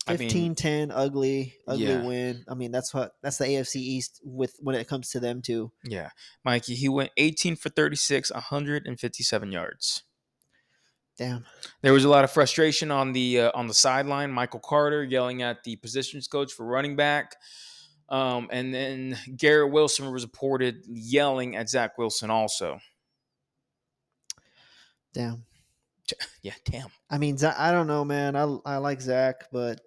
I mean,
15-10, ugly, ugly
Yeah.
win. I mean, that's what that's the AFC East with when it comes to them too.
yeah, Mikey, he went eighteen for thirty six, one hundred and fifty seven yards.
Damn.
There was a lot of frustration on the uh, on the sideline. Michael Carter yelling at the positions coach for running back, um, and then Garrett Wilson was reported yelling at Zach Wilson. Also,
Damn.
yeah, damn.
I mean, Za- I don't know, man. I I like Zach, but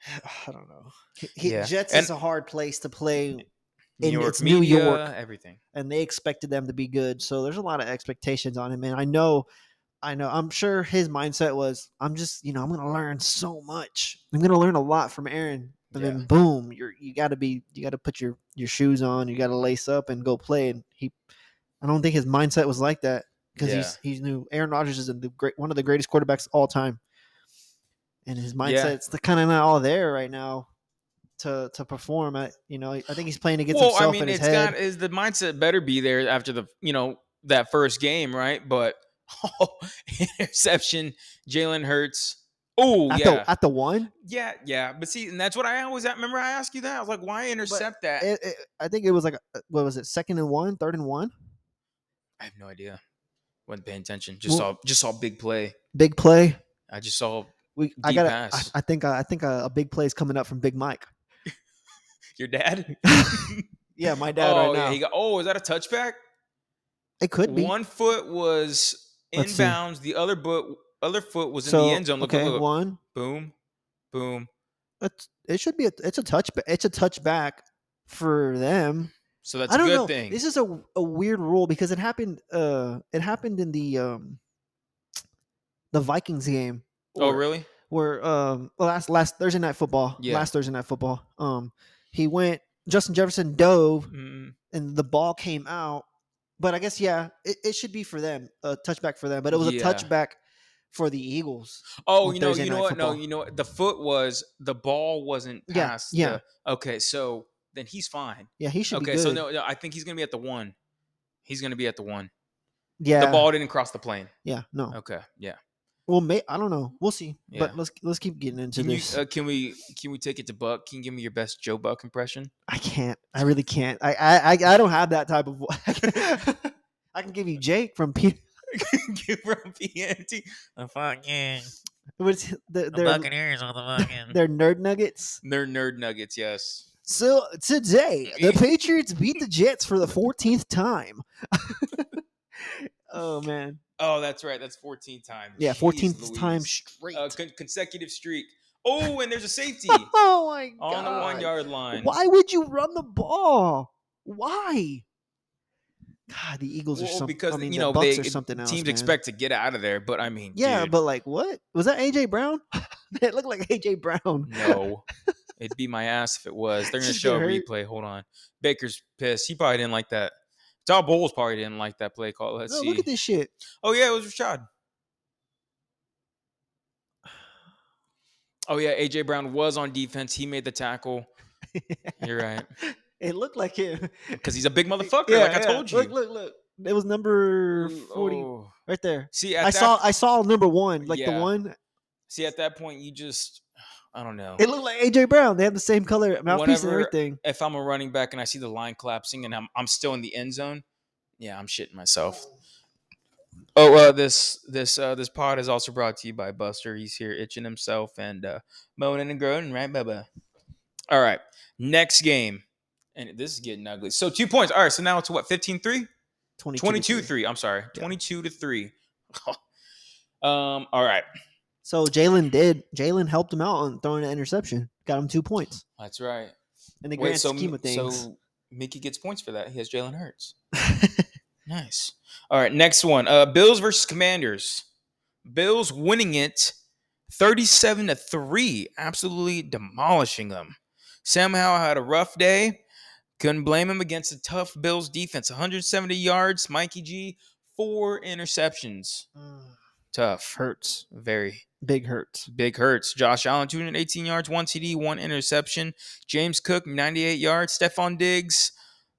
I don't know. He, he-
Yeah.
Jets
And-
is a hard place to play,
New
And
York
it's New
media,
York.
everything.
and they expected them to be good. So there's a lot of expectations on him, and I know. I know. I'm sure his mindset was, I'm just, you know, I'm going to learn so much. I'm going to learn a lot from Aaron. And
Yeah.
then boom, you're you got to be you got to put your your shoes on. You got to lace up and go play. And he, I don't think his mindset was like that because
Yeah.
he's he's new. Aaron Rodgers is the great one of the greatest quarterbacks of all time, and his mindset's the kind of not all there right now to to perform. I you know I think he's playing against
Well,
himself
I mean,
in his
it's
head.
got is the mindset better be there after the you know that first game, right? But Oh, interception. Jalen Hurts. Oh,
At,
yeah.
the, at the one,
yeah, yeah. But see, and that's what I always remember I asked you that. I was like, why intercept that?
It- it- I think it was like a- what was it? Second and one, third and one.
I have no idea. Wasn't paying attention. Just
Well-
saw just saw big play.
Big play.
I just saw
We I
Deep
got. I,
pass.
I think uh, I, I think a, a big play is coming up from Big Mike.
your dad.
Yeah, my dad
oh,
right now.
yeah. He got, oh, is that a touchback?
it could be
One foot was
Let's see.
inbounds. The other foot, other foot was in
so,
the end zone. Look,
okay,
look, look.
one.
Boom, boom.
It's, it should be. A, it's a touch. It's a touchback for them.
So that's
I
a
don't
good
know.
thing.
This is a, w- a weird rule because it happened. Uh, it happened in the um, the Vikings game.
oh,
where-
really?
Where um, well, last last Thursday night football.
Yeah.
Last Thursday night football. Um, he went. Justin Jefferson dove
Mm,
and the ball came out. But I guess yeah, it, it should be for them a touchback for them. But it was
Yeah.
a touchback for the Eagles.
Oh,
on
you know,
Thursday
you know
Night
what? No,
Football.
you know what? The foot was the ball wasn't
Yeah,
past.
yeah.
the- okay, so then he's fine.
Yeah, he should be
okay,
good.
so no, no, I think he's gonna be at the one. He's gonna be at the one.
yeah,
The ball didn't cross the plane.
Yeah, no.
Okay, yeah.
Well, may I don't know. We'll see.
Yeah.
But let's let's keep getting into
Can you?
this.
Uh, can we? Can we take it to Buck? Can you give me your best Joe Buck impression?
I can't. I really can't. I I I- I don't have that type of. vo- I can give you Jake from Peter.
Give from PNT.
The fucking
What's the,
the
their
Buccaneers with the fucking
their nerd nuggets?
They're nerd nuggets. Yes.
So today, the Patriots beat the Jets for the fourteenth time. oh man,
Oh, that's right. That's 14 times.
yeah,
Jeez
fourteenth time
Louise.
straight.
Uh, con- consecutive streak. Oh, and there's a safety
oh my god!
on the one yard line.
Why would you run the ball? Why? God, the Eagles
Well,
are something.
because,
I mean,
you
the
know,
Bucks
they-
are something else.
Teams
man.
expect to get out of there, but I mean,
Yeah,
dude,
but like, what was that? AJ Brown? it looked like AJ Brown.
no, it'd be my ass if it was. They're gonna
Just
show a
get hurt.
replay. Hold on, Baker's pissed. He probably didn't like that. Todd Bowles probably didn't like that play call. Let's
No,
see.
look at this shit.
Oh yeah, it was Rashad. Oh yeah, AJ Brown was on defense. He made the tackle. You're right.
It looked like it.
because he's a big motherfucker, like I told you.
Look, look, look. It was number
Mm,
forty
oh.
right there.
See,
I
at that,
saw. I saw number one, like
Yeah.
the one.
See, at that point, you just, I don't know.
It looked like AJ Brown. They have the same color mouthpiece and
Whenever-
everything.
if I'm a running back and I see the line collapsing and I'm I'm still in the end zone, yeah, I'm shitting myself. Oh, uh, this this uh, this pod is also brought to you by Buster. He's here itching himself and uh, moaning and groaning, right, Bubba? All right, next game, and this is getting ugly. So two points. All right, so now it's what 15-3?
22
22
three.
3. I'm sorry, 22 to three. um, all right.
So Jalen did. Jalen helped him out on throwing an interception. Got him two points
That's right.
in the grand
so,
scheme
Mi-
of things.
so Mickey gets points for that. He has Jalen Hurts. nice. All right, next one. Uh, Bills versus Commanders. Bills winning it 37 to 3, absolutely demolishing them. Sam Howell had a rough day. Couldn't blame him against a tough Bills defense. 170 yards, Mikey G, four interceptions.
Mm,
Tough.
hurts.
Very.
Big hurts.
Big hurts. Josh Allen, 218 yards, one TD, one interception. James Cook, 98 yards. Stephon Diggs,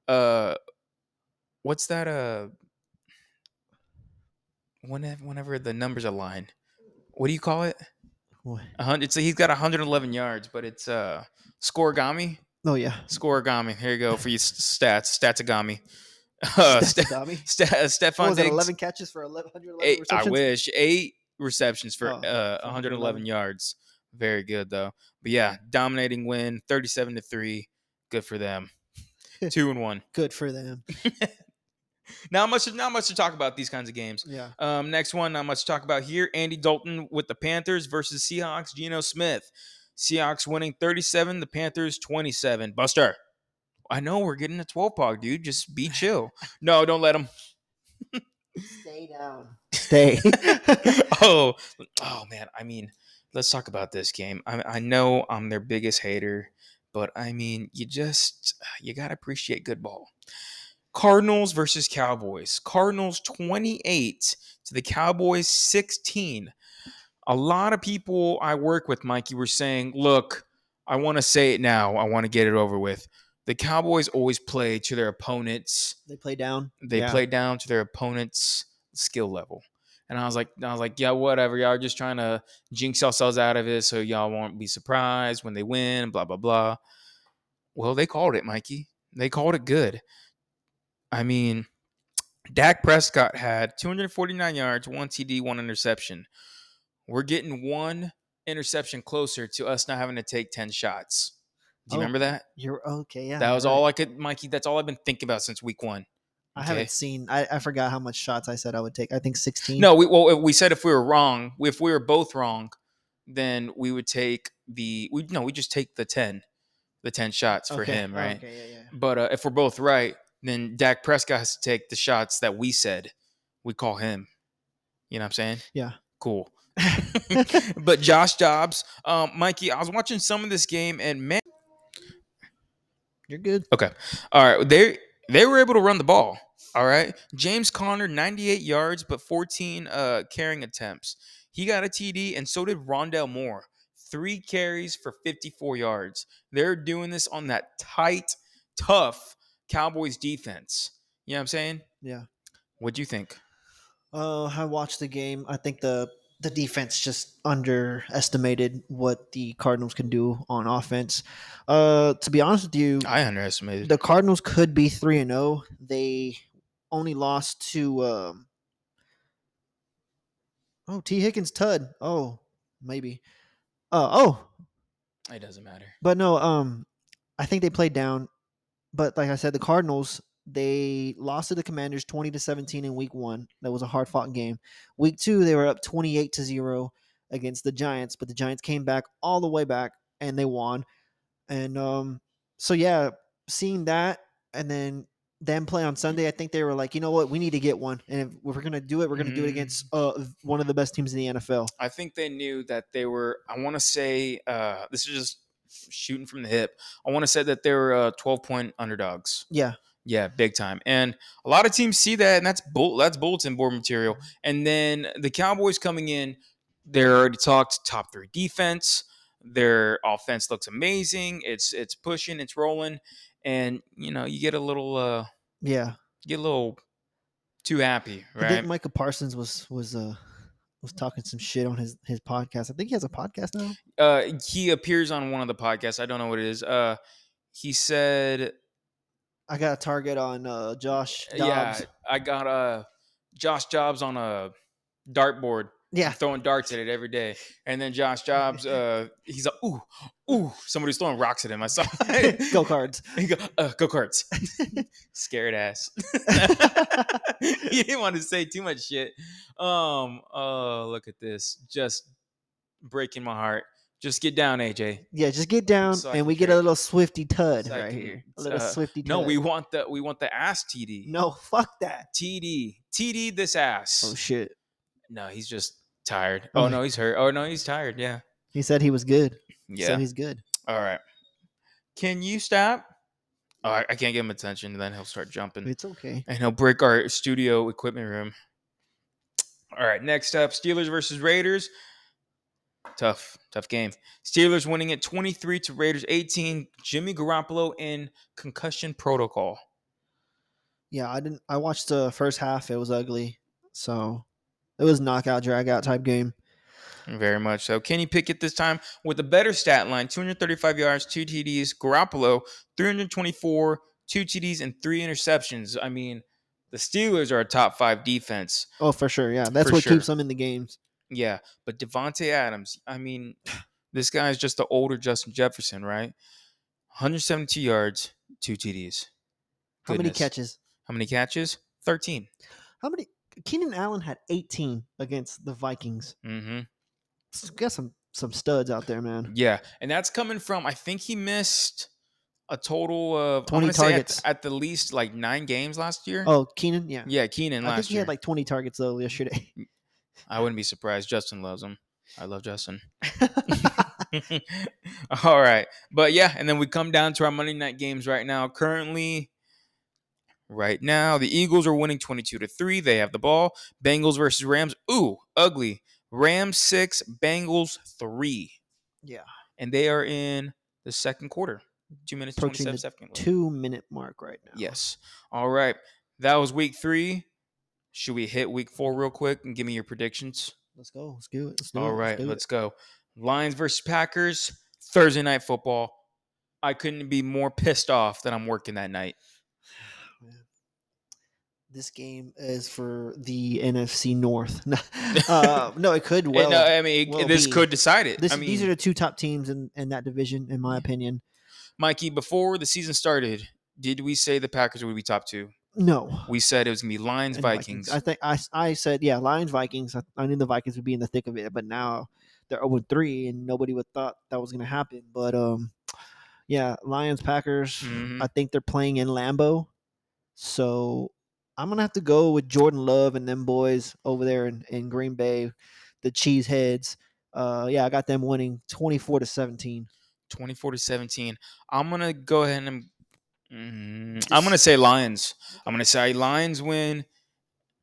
uh, what's that? Uh, whenever, whenever the numbers align, what do you call it?
Boy.
A hundred. So he's got 111 yards, but it's uh, scoregami.
Oh yeah.
Scoregami. Here you go for you s- stats. Statsagami. Uh, Ste-
Tommy.
Ste-
What
Stephon
was it,
Diggs.
11 catches for 11, 111
Eight, I
receptions?
wish eight receptions for
Oh,
uh,
111.
111 yards. Very good though. But yeah, dominating win, 37 to three. Good for them. Two and one.
Good for them.
Not much. Not much to talk about these kinds of games.
Yeah.
Um, next one, not much to talk about here. Andy Dalton with the Panthers versus Seahawks. Geno Smith. Seahawks winning 37. The Panthers 27. Buster. I know we're getting a 12 pog, dude. Just be chill. No, don't let him.
Stay down. Stay.
oh, oh man. I mean, let's talk about this game. I, I know I'm their biggest hater, but I mean, you just you gotta appreciate good ball. Cardinals versus Cowboys. Cardinals 28 to the Cowboys 16. A lot of people I work with, Mikey, were saying, look, I want to say it now. I want to get it over with. The Cowboys always play to their opponents'
they play down.
They
Yeah.
play down to their opponent's skill level. And I was like, I was like, yeah, whatever. Y'all are just trying to jinx yourselves out of it so y'all won't be surprised when they win, blah, blah, blah. Well, they called it, Mikey. They called it good. I mean, Dak Prescott had 249 yards, one TD, one interception. We're getting one interception closer to us not having to take 10 shots. Do you
Oh,
remember that?
You're okay. Yeah,
that was
right.
all I could, Mikey. That's all I've been thinking about since week one.
I
okay.
haven't seen. I, I forgot how much shots I said I would take. I think sixteen.
No, we well we said if we were wrong, if we were both wrong, then we would take the we no we just take the ten, the ten shots for
Okay.
him,
Oh,
right?
okay, yeah, yeah.
But uh, if we're both right, then Dak Prescott has to take the shots that we said. We call him. You know what I'm saying?
Yeah.
Cool. but Josh Jobs, um, Mikey, I was watching some of this game and man,
You're good.
all right, they they were able to run the ball. All right, James Conner, 98 yards, but 14 uh, carrying attempts. He got a TD, and so did Rondell Moore. Three carries for 54 yards. They're doing this on that tight, tough Cowboys defense. You know what I'm saying?
Yeah.
What'd you think?
Uh, I watched the game. I think the the defense just underestimated what the Cardinals can do on offense. Uh, to be honest with you,
I underestimated.
the Cardinals could be three and zero. They only lost to um, oh T Higgins Tud. Oh, maybe. Uh, oh,
it doesn't matter.
But no, um, I think they played down. But like I said, the Cardinals they lost to the Commanders twenty to seventeen in Week One. That was a hard fought game. Week Two they were up twenty eight to zero against the Giants, but the Giants came back all the way back and they won. And um, so yeah, seeing that and then them play on Sunday, I think they were like, you know what, we need to get one, and if we're gonna do it, we're gonna do it
Mhm.
against uh one of the best teams in the NFL.
I think they knew that they were. I want to say uh, this is just shooting from the hip. I want to say that they were uh, 12 point underdogs.
Yeah.
Yeah, big time. And a lot of teams see that, and that's bull, that's bulletin board material. And then the Cowboys coming in, they're already talked top three defense. Their offense looks amazing. It's it's pushing, it's rolling, and you know you get a little uh,
Yeah,
you get a little too happy,
I
right?
think Micah Parsons was was uh was talking some shit on his his podcast. I think he has a podcast now.
uh he appears on one of the podcasts i don't know what it is uh he said
I got a target on uh Josh
yeah
Dobbs.
i got uh josh jobs on a dartboard
Yeah.
throwing darts at it every day and then josh jobs uh he's like ooh ooh somebody's throwing rocks at him i saw it.
Go cards.
he go, uh, go karts scared ass he didn't want to say too much shit um oh look at this just breaking my heart just get down aj
Yeah, just get down
So I
and
can
we get
hear.
a little swifty tud
So I
right
can
here.
hear.
A little
Uh,
swifty tud.
No, we want the we want the ass TD.
No, fuck that.
TD TD this
Oh
ass.
shit.
no, he's just tired. Oh no, he's hurt. Oh no, he's tired. Yeah,
He said he was good. Yeah.
yeah.
So he's good.
All right. Can you stop? Oh, I, I can't give him attention. Then he'll start jumping
It's okay.
and he'll break our studio equipment room. All right. Next up, Steelers versus Raiders. Tough, tough game. Steelers winning it 23 to Raiders 18. Jimmy Garoppolo in concussion protocol.
Yeah, I didn't I watched the first half. It was ugly. So it was knockout drag out type game.
Very much so. Kenny Pickett this time with a better stat line 235 yards, two TDs. Garoppolo, 324, two TDs, and three interceptions. I mean, the Steelers are a top five defense.
Oh, for sure. Yeah. That's
For
what
sure.
keeps them in the games.
Yeah. But Devontae Adams, I mean, this guy is just the older Justin Jefferson, right? 172 yards, two TDs.
How many
Goodness.
catches?
How many catches? 13.
How many? Keenan Allen had 18 against the Vikings.
Mm-hmm.
S- Got some some studs out there, man.
Yeah, and that's coming from I think he missed a total of I
20
wanna say at-
targets.
at, the least like nine games last year.
Oh, Keenan, yeah.
yeah, Keenan
I
last
think he
year.
had like 20 targets though yesterday.
I wouldn't be surprised. Justin loves him. I love Justin. All right, but yeah, and then we come down to our Monday night games right now. Currently, right now, the Eagles are winning twenty-two to three. They have the ball. Bengals versus Rams. Ooh, ugly. Rams six, Bengals three.
Yeah.
and they are in the second quarter. Two minutes
Approaching
twenty-seven
the
seconds.
Two minute mark right now.
Yes. All right. That was week three. Should we hit week four real quick and give me your predictions?
Let's go. Let's do it. Let's do it.
All right,
do it.
let's go. Lions versus Packers, Thursday night football. I couldn't be more pissed off that I'm working that night.
This game is for the NFC North. uh, no, it could well.
and, uh, I mean, it-
well
this
be.
could decide it.
this,
I mean,
these are the two top teams in, in that division, in my opinion.
Mikey, before the season started, did we say the Packers would be top two?
No,
We said it was gonna be Lions,
and
Vikings.
I think I, I said yeah, Lions Vikings. I, I knew the Vikings would be in the thick of it, but now they're zero three, and nobody would thought that was going to happen. But um, yeah, Lions Packers.
Mhm.
I think they're playing in Lambeau, so I'm gonna have to go with Jordan Love and them boys over there in, in Green Bay, the Cheeseheads. Uh, yeah, I got them winning 24 to 17.
24 to 17. I'm gonna go ahead and Mm, I'm gonna say Lions. I'm gonna say Lions win,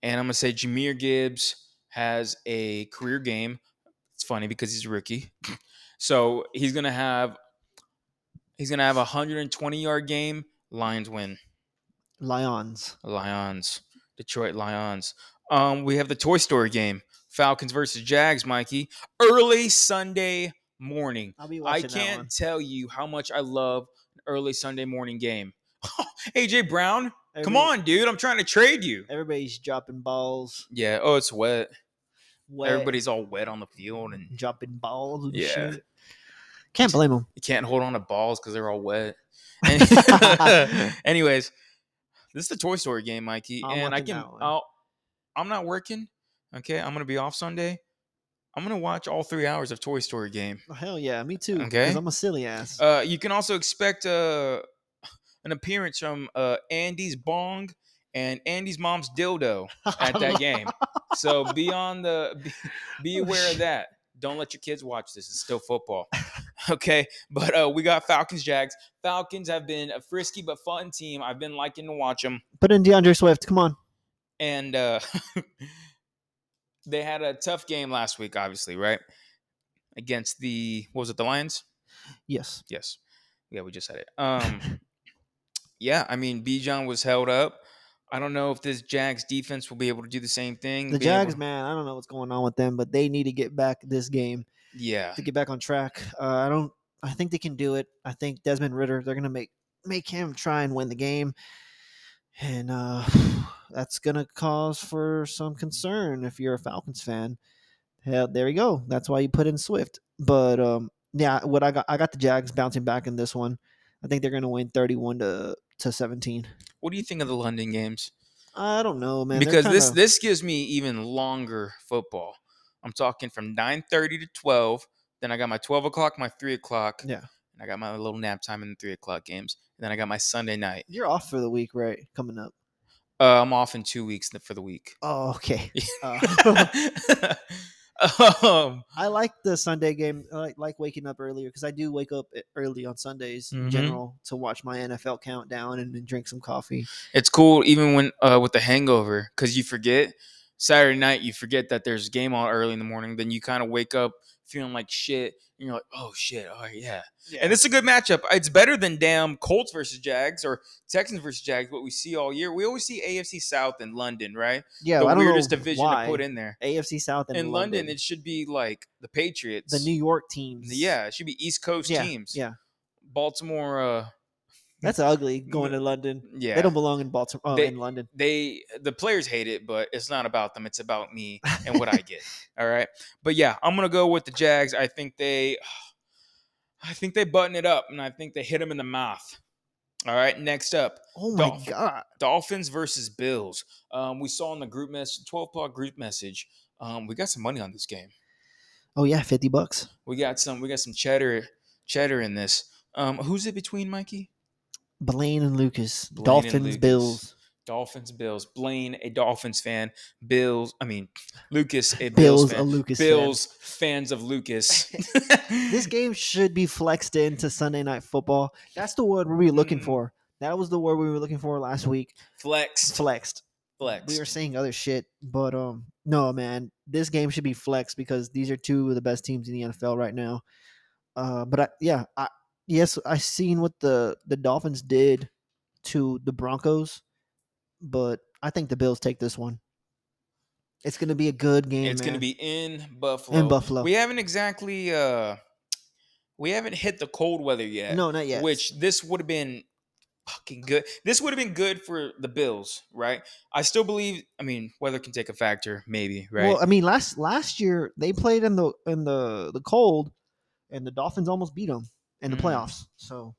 and I'm gonna say Jameer Gibbs has a career game. It's funny because he's a rookie, so he's gonna have he's gonna have a 120 yard game. Lions win.
Lions.
Lions. Detroit Lions. Um, we have the Toy Story game. Falcons versus Jags, Mikey. Early Sunday morning.
I'll be
I
watching that one.
can't tell you how much I love an early Sunday morning game. AJ Brown, come
Everybody-
on, dude. I'm trying to trade you.
Everybody's dropping balls.
Yeah. Oh, it's wet.
Wet,
Everybody's all wet on the field and
dropping balls. And
Yeah.
shit. Can't blame them.
you can't hold on to balls because they're all wet. And- Anyways, this is the Toy Story game, Mikey.
I'm
and I
watching
can,
that one.
I'll, I'm not working. Okay. I'm going to be off Sunday. I'm going to watch all three hours of Toy Story game.
Hell yeah, me too.
Okay.
Because I'm a silly ass.
Uh, you can also expect uh, an appearance from uh, Andy's bong and Andy's mom's dildo Oh, at that game. So be on the be, be aware of that. Don't let your kids watch this. It's still football. Okay, but uh, we got Falcons Jags. Falcons have been a frisky but fun team. I've been liking to watch them,
Put in DeAndre Swift. Come on.
and uh, they had a tough game last week, obviously, right? Against the what was it, the Lions?
Yes.
Yes. Yeah, we just said it. Um, yeah, I mean, Bijan was held up. I don't know if this Jags defense will be able to do the same thing.
The
being Mm, able-
Jags, man, I don't know what's going on with them, but they need to get back this game
Yeah,
to get back on track. Uh, I don't. I think they can do it. I think Desmond Ritter. They're gonna make make him try and win the game, and uh, that's gonna cause for some concern if you're a Falcons fan. Hell, there we go. That's why you put in Swift. But um, yeah, what I got, I got the Jags bouncing back in this one. I think they're gonna win thirty-one to to seventeen.
What do you think of the London games?
I don't know, man. They're
because this
kinda-
this gives me even longer football. I'm talking from 9:30 to 12. Then I got my 12 o'clock, my three o'clock.
Yeah.
And I got my little nap time in the three o'clock games. And then I got my Sunday night.
you're off for the week, right? Coming up.
Uh, I'm off in two weeks th- for the week.
Oh, okay. Uh,
um,
I like the Sunday game. I like, like waking up earlier because I do wake up e- early on Sundays
Mhm.
in general to watch my NFL countdown and, then drink some coffee.
it's cool even when uh, with the hangover because you forget Saturday night you forget that there's a game on early in the morning then you kind of wake up feeling like shit and you're like oh shit oh yeah. and it's a good matchup it's better than damn Colts versus Jags or Texans versus Jags what we see all year we always see AFC South and London right
Yeah,
the
I don't
weirdest
know
division
why.
to put in there
AFC South
in
and
London,
London.
it should be like the Patriots
the New York teams.
yeah it should be East Coast
Yeah,
teams
yeah.
Baltimore uh
that's ugly going to London.
yeah
They don't belong in Baltimore. Oh,
They-
in London,
they the players hate it, but it's not about them. It's about me and what I get. All right. But yeah, I'm gonna go with the Jags. I think they I think they button it up and I think they hit them in the mouth. All right, next up,
oh my
Dolph-
god,
Dolphins versus Bills. Um, we saw in the group message, 12 o'clock group message. Um, we got some money on this game.
oh yeah, fifty bucks.
We got some, we got some cheddar, cheddar in this. Um, who's it between, Mikey?
Blaine and Lucas,
Blaine and
Dolphins,
Lucas.
Bills,
Dolphins, Bills. Blaine, a Dolphins fan. Bills, I mean, Lucas, a Bills,
Bills,
fan.
a Lucas. fan.
Bills fans of Lucas.
this game should be flexed into Sunday night football. That's the word we were looking
Mm.
for. That was the word we were looking for last week.
flex,
Flexed.
flex.
We were saying other shit, but um, no, man, this game should be flexed because these are two of the best teams in the NFL right now. Uh, but I, yeah, I yes, I seen what the the Dolphins did to the Broncos, but I think the Bills take this one. It's gonna be a good game.
it's going to
man.
be in Buffalo.
Buffalo.
We haven't exactly uh we haven't hit the cold weather yet.
no, not yet.
Which this would have been fucking good. This would have been good for the Bills, right? I still believe I mean, weather can take a factor maybe, right?
Well, uh I mean, last last year they played in the in the the cold, and the Dolphins almost beat them in the
Mm.
playoffs. So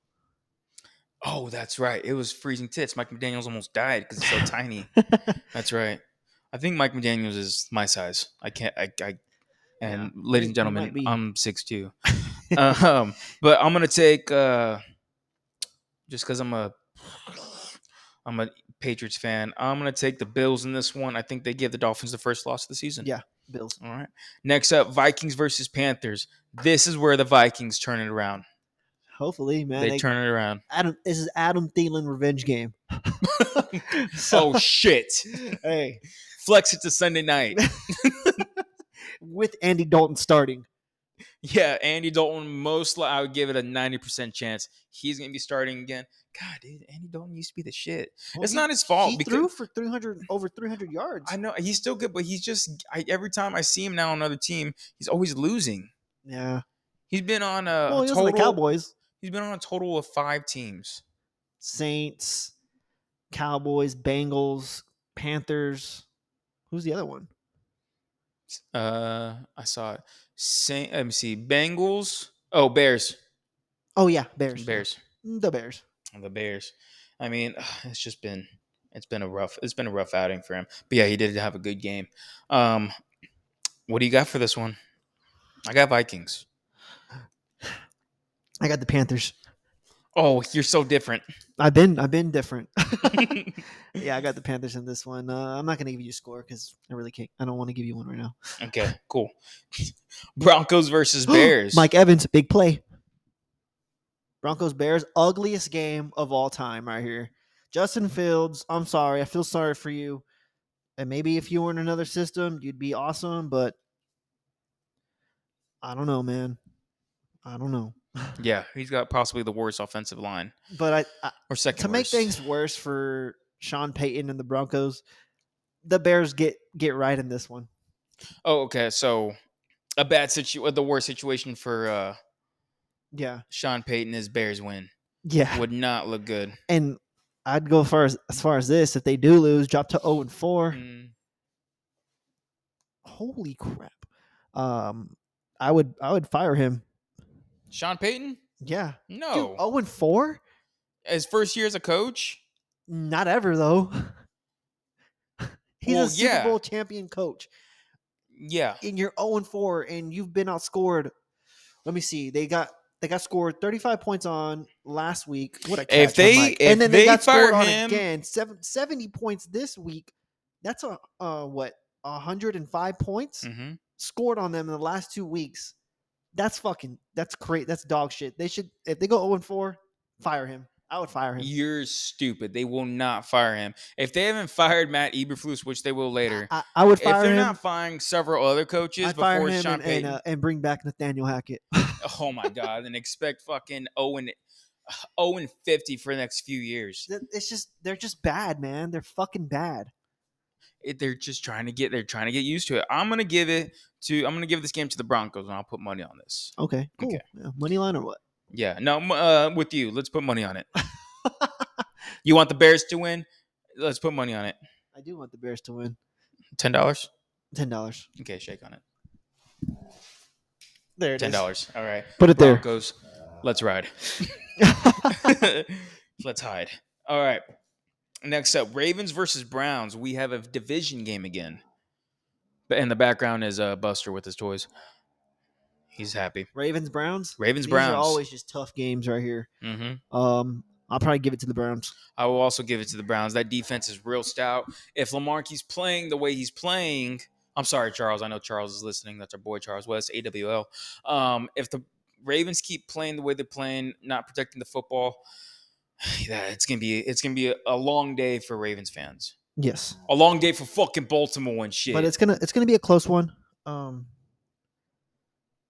oh, that's right. It was freezing tits. Mike McDaniels almost died cuz it's so tiny. That's right. I think Mike McDaniels is my size. I can't. I. I and
Yeah.
ladies
You- you
and gentlemen,
might be.
I'm six two. um, but I'm gonna take uh, just because I'm a I'm a Patriots fan. I'm gonna take the Bills in this one. I think they give the Dolphins the first loss of the season.
Yeah. Bills.
All right. Next up, Vikings versus Panthers. This is where the Vikings turn it around.
Hopefully, man.
they,
they-
turn it around.
Adam. This is Adam Thielen revenge game. so
oh shit!
hey,
Flex it to Sunday night. Oh.
with Andy Dalton starting,
Yeah, Andy Dalton, most li- I would give it a 90% chance he's going to be starting again. God, dude, Andy Dalton used to be the shit.
Well,
it's
he-
not his fault
He
because
threw for three hundred over three hundred yards.
I know he's still good, but he's just I, every time I see him now on another team, he's always losing.
yeah.
He's been on a, a
Well, he was on the
Uh, total
Cowboys,
he's been on a total of 5 teams.
Saints, Cowboys, Bengals, Panthers. Who's the other one?
Uh I saw it. Saint, let me see. Bengals. Oh, Bears.
Oh yeah, Bears. Mm,
Bears.
The Bears.
The Bears. I mean, it's just been it's been a rough it's been a rough outing for him. But yeah, he did have a good game. Um, what do you got for this one? I got Vikings.
I got the Panthers.
Oh, you're so different.
I've been I've been different. yeah, I got the Panthers in this one. Uh, I'm not gonna give you a score because I really can't. I don't want to give you one right now.
okay, cool. Broncos versus Bears.
Mike Evans, big play. Broncos Bears, ugliest game of all time right here. Justin Fields, I'm sorry. I feel sorry for you. And maybe if you were in another system, you'd be awesome, but I don't know, man. I don't know.
Yeah, he's got possibly the worst offensive line
But I, I
or second.
to make
worst.
things worse for Sean Payton and the Broncos, the Bears get get right in this one.
Oh, okay. So a bad situation, the worst situation for uh,
Yeah.
Sean Payton is Bears win.
Yeah.
Would not look good.
And I'd go far as, as far as this. If they do lose, drop to 0 and 4.
Mm,
Holy crap. Um I would I would fire him.
Sean Payton?
Yeah.
No.
Dude, 0 and 4?
his first year as a coach.
Not ever though. He's
Well,
a Super
yeah.
Bowl champion coach.
Yeah,
And you're 0 and 4 and you've been outscored. Let me see. They got they got scored 35 points on last week. What a catch
If
on
they-
Mike.
if
and then
they
they got
fire
scored on
him-
again. Seven, 70 points this week. That's a uh what? 105 points?
mm-hmm.
scored on them in the last two weeks. That's fucking. That's great. That's dog shit. They should if they go zero and four, fire him. I would fire him.
you're stupid. They will not fire him if they haven't fired Matt Eberflus, which they will later.
I, I would
If they're
fire him.
not firing several other coaches
I'd fire
before
him
Sean
and, uh, and,
Payton,
uh, and bring back Nathaniel Hackett.
oh my god, and expect fucking Owen. Owen fifty for the next few years.
Th- It's just they're just bad, man. They're fucking bad.
It, they're just trying to get. They're trying to get used to it. I'm gonna give it to. I'm gonna give this game to the Broncos, and I'll put money on this.
Okay, cool.
Okay.
Yeah, money line or what?
Yeah, no, m- uh, with you. Let's put money on it. you want the Bears to win? Let's put money on it.
I do want the Bears to win.
Ten dollars.
Ten dollars.
Okay, shake on it.
There it is.
Ten dollars. All right.
Put it there.
Broncos. Let's ride. let's hide. All right. Next up, Ravens versus Browns. We have a division game again. But in the background is uh, Buster with his toys. He's happy.
Ravens Browns.
Ravens
These
Browns.
are always just tough games right here.
hmm
Um, I'll probably give it to the Browns.
I will also give it to the Browns. That defense is real stout. If Lamar keeps playing the way he's playing, I'm sorry, Charles. I know Charles is listening. That's our boy Charles West, AWL. Um, if the Ravens keep playing the way they're playing, not protecting the football, yeah, it's gonna be it's gonna be a, a long day for Ravens fans.
Yes,
A long day for fucking Baltimore and shit.
but it's gonna it's gonna be a close one. Um,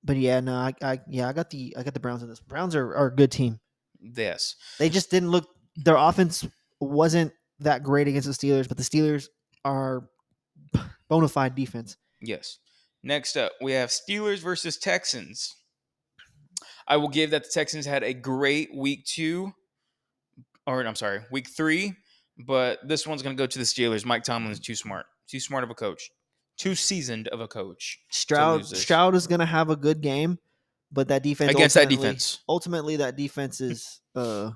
but yeah, no, I, I yeah, I got the I got the Browns in this. Browns are, are a good team.
this.
They just didn't look their offense wasn't that great against the Steelers, but the Steelers are bona fide defense.
Yes. Next up, we have Steelers versus Texans. I will give that the Texans had a great week two, or I'm sorry, week three, but this one's going to go to the Steelers. Mike Tomlin's too smart, too smart of a coach, too seasoned of a coach
Stroud
lose this.
Stroud is going to have a good game, but that defense
against that
ultimately-
defense.
Ultimately, that defense is uh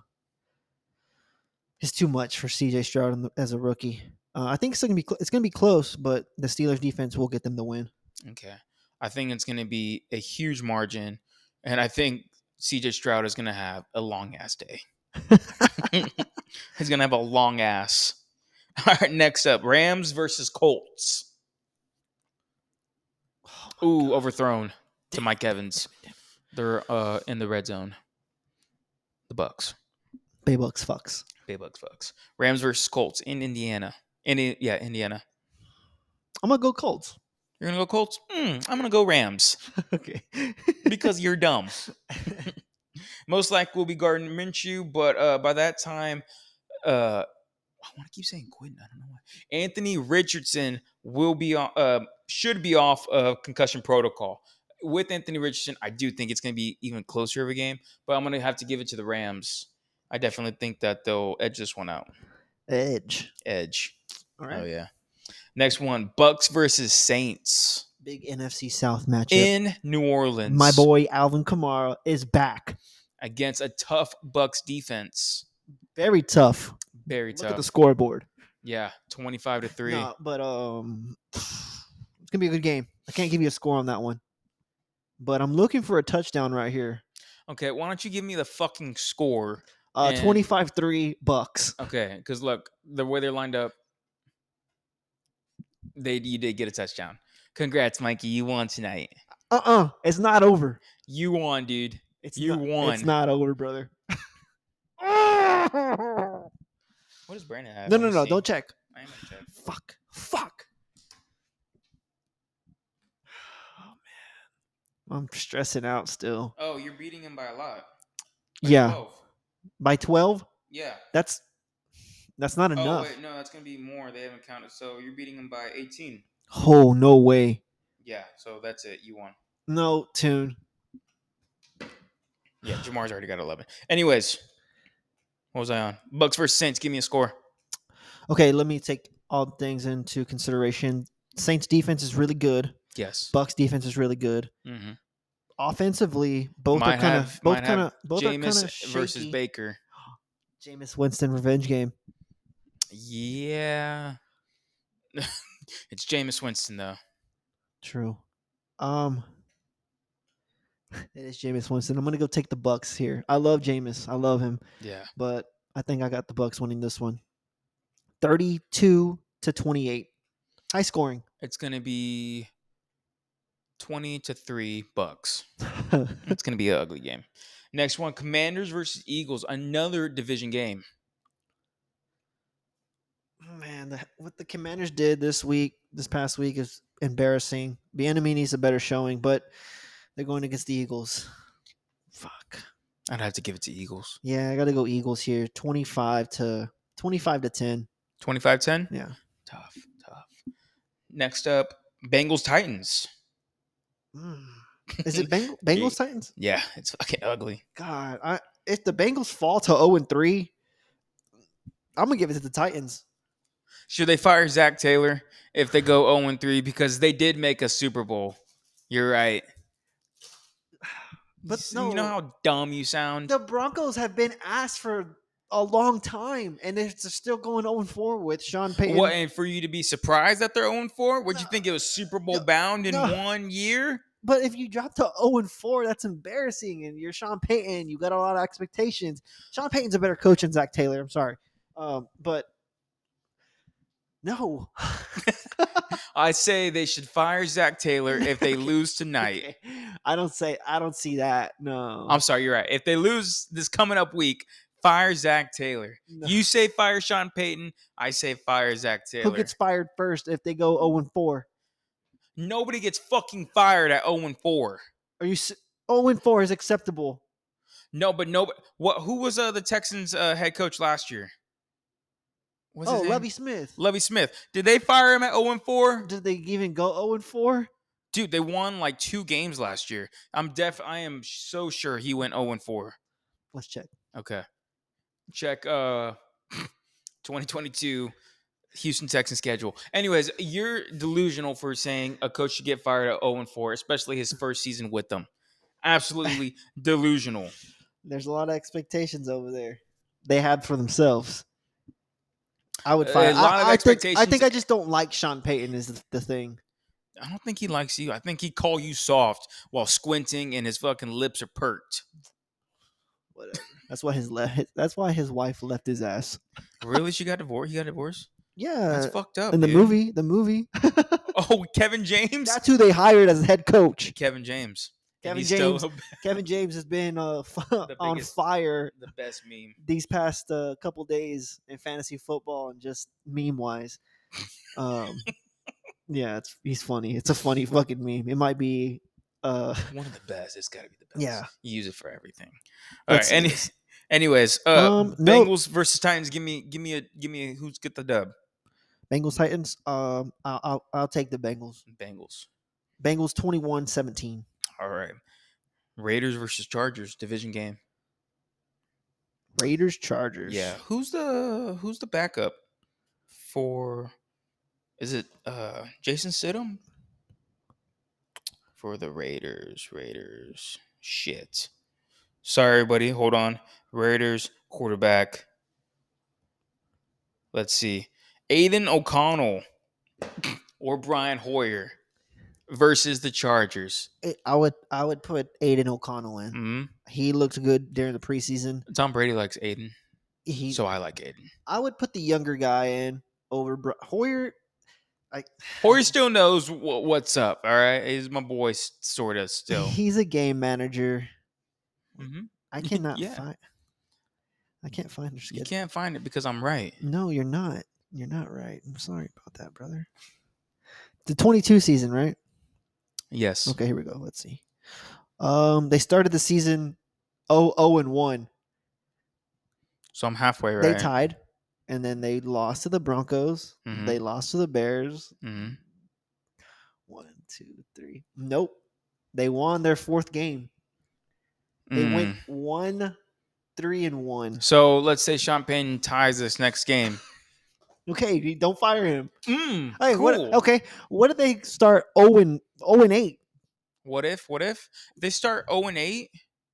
is too much for CJ Stroud in the- as a rookie. Uh, I think it's going to be cl- it's going to be close, but the Steelers defense will get them the win.
Okay. I think it's going to be a huge margin, and I think CJ Stroud is going to have a long ass day. He's going to have a long ass. All right, next up Rams versus Colts. Ooh, overthrown to Mike Evans. They're uh, in the red zone. The Bucks.
Bay Bucks fucks.
Bay Bucks Bucks. Rams versus Colts in Indiana. In, yeah, Indiana.
I'm going to go Colts.
You're going to go Colts? Mm, I'm going to go Rams
okay.
because you're dumb. Most likely will be Gardner Minshew, but uh, by that time, uh, I want to keep saying Quinn. I don't know why. Anthony Richardson will be on, uh, should be off of concussion protocol. With Anthony Richardson, I do think it's going to be even closer of a game, but I'm going to have to give it to the Rams. I definitely think that they'll edge this one out.
Edge.
Edge.
All
Oh
right.
yeah. Next one: Bucks versus Saints
Big NFC South matchup.
in New Orleans.
My boy Alvin Kamara is back.
against a tough Bucks defense.
Very tough.
Very
Look at
tough.
the scoreboard.
Yeah, twenty-five to three.
Nah, but um, it's gonna be a good game. I can't give you a score on that one, but I'm looking for a touchdown right here.
Okay, why don't you give me the fucking score?
Uh,
And-
25-3 bucks.
Okay, because look, the way they're lined up, they you did get a touchdown. Congrats, Mikey. You won tonight.
Uh-uh, it's not over.
You won, dude.
It's
You
not, It's
won.
not over, brother.
What does Brandon have?
no,
Let
no,
me
no.
see.
Don't check.
I am gonna check.
Fuck. Fuck. Oh man, I'm stressing out still.
Oh, you're beating him by a lot. By
Yeah,
12.
by 12.
Yeah.
That's that's not
Oh
enough.
wait, no, that's gonna be more. They haven't counted. So you're beating him by 18.
Oh no way.
Yeah. So that's it. You won.
No tune.
Yeah, Jamar's already got 11. Anyways, what was I on? Bucks versus Saints. Give me a score.
Okay, let me take all things into consideration. Saints defense is really good.
Yes.
Bucks defense is really good.
mm-hmm.
Offensively, both
Might
are kind
have-
of both
might
kind
have
of both are kind of
Jameis
shaky.
versus Baker.
Jameis Winston revenge game.
Yeah. it's Jameis Winston though.
True. Um, it is Jameis Winston. I'm gonna go take the Bucks here. I love Jameis. I love him,
Yeah.
but I think I got the Bucks winning this one. Thirty-two to twenty-eight. High scoring.
It's gonna be twenty to three Bucks. It's gonna be an ugly game. Next one, Commanders versus Eagles, another division game.
Man, the, what the Commanders did this week, this past week, is embarrassing. The enemy needs a better showing, but they're going against the Eagles. Fuck.
I'd have to give it to Eagles.
Yeah, I got to go Eagles here. Twenty-five to twenty-five to ten.
25-10?
Yeah.
Tough, tough. Next up, Bengals Titans.
Mm. Is it Beng- Bengals Titans?
Yeah, it's fucking ugly.
God, I, if the Bengals fall to zero and three, I'm gonna give it to the Titans.
Should they fire Zach Taylor if they go 0 3 because they did make a Super Bowl? You're right.
But
S-
no,
you know how dumb you sound.
the Broncos have been asked for a long time, and they're still going zero and four with Sean Payton.
What and for you to be surprised that they're 0 4? Would you
No.
think it was Super Bowl
No.
bound in
No.
one year?
But if you drop to zero and four, that's embarrassing. And you're Sean Payton. You got a lot of expectations. Sean Payton's a better coach than Zach Taylor. I'm sorry, um, but no.
I say they should fire Zach Taylor if they lose tonight.
Okay. I don't say I don't see that. No,
I'm sorry, you're right. If they lose this coming up week, fire Zach Taylor.
No.
You say fire Sean Payton. I say fire Zach Taylor.
who gets fired first if they go zero and four?
Nobody gets fucking fired at 0 4.
Are you s- zero and four is acceptable?
No, but no. What? Who was uh, the Texans' uh, head coach last year? What's his
oh,
name?
Lovey Smith.
Levy Smith. Did they fire him at 0 4?
Did they even go 0 and 4?
Dude, they won like two games last year. I'm def. I am so sure he went 0 4.
Let's check.
Okay. Check uh 2022 Houston Texans schedule. Anyways, you're delusional for saying a coach should get fired at 0 4, especially his first season with them. Absolutely delusional.
There's a lot of expectations over there. They had for themselves. I would
A
find
lot of
I, I Think, I
expectations-
think I just don't like Sean Payton is the, the thing.
I don't think he likes you. I think he call you soft while squinting and his fucking lips are perked.
Whatever. That's why his le- that's why his wife left his ass.
Really? She got divorced? He got divorced? That's
Yeah,
fucked up.
Uh, in the
dude.
movie, the movie.
Oh, Kevin James?
That's who they hired as head coach.
Kevin James. And
Kevin
he's still
James. Kevin James has been uh, on
biggest-
fire
the best meme.
these past uh, couple days in fantasy football and just meme wise. Um, yeah, it's, he's funny. It's a funny fucking meme. It might be. Uh,
one of the best. It's got to be the best.
Yeah.
you use it for everything. All
Let's
right.
see
Any, anyways, uh,
Um, no.
Bengals versus Titans. Give me, give me a, give me a, who's get the dub?
Bengals Titans. Um, I'll, I'll I'll take the Bengals.
Bengals.
Bengals 21-17.
All right. Raiders versus Chargers division game.
Raiders Chargers.
Yeah. Who's the who's the backup for? Is it uh Jason Stidham for the Raiders? Raiders. Shit. Sorry, everybody. Hold on. Raiders quarterback. Let's see. Aiden O'Connell or Brian Hoyer versus the Chargers.
I- Eh, I would I would put Aiden O'Connell in.
Mhm.
He looked good during the preseason.
Tom Brady likes Aiden,
He
so I like Aiden.
I would put the younger guy in over Br- Hoyer. I,
Hoyer still knows wha- what's up. All right, he's my boy, s- sort of still.
He's a game manager.
Mhm.
I cannot
Yeah.
find. I can't find their
You
schedule.
can't find it because I'm right.
No, you're not. You're not right. I'm sorry about that, brother. The 22 season, right?
Yes.
Okay, here we go. Let's see. Um, they started the season 0 0 and 1.
So I'm halfway right.
They tied and then they lost to the Broncos.
Mhm.
They lost to the Bears.
Mhm.
One, two, three. Nope. They won their fourth game. They went
Mm.
1 3 and 1.
So let's say Champagne ties this next game.
Okay, you- don't fire him.
Mm,
Hey, what,
cool.
okay, what did they start 0 and 0 and 8?
What if? What if they start 0 and 8?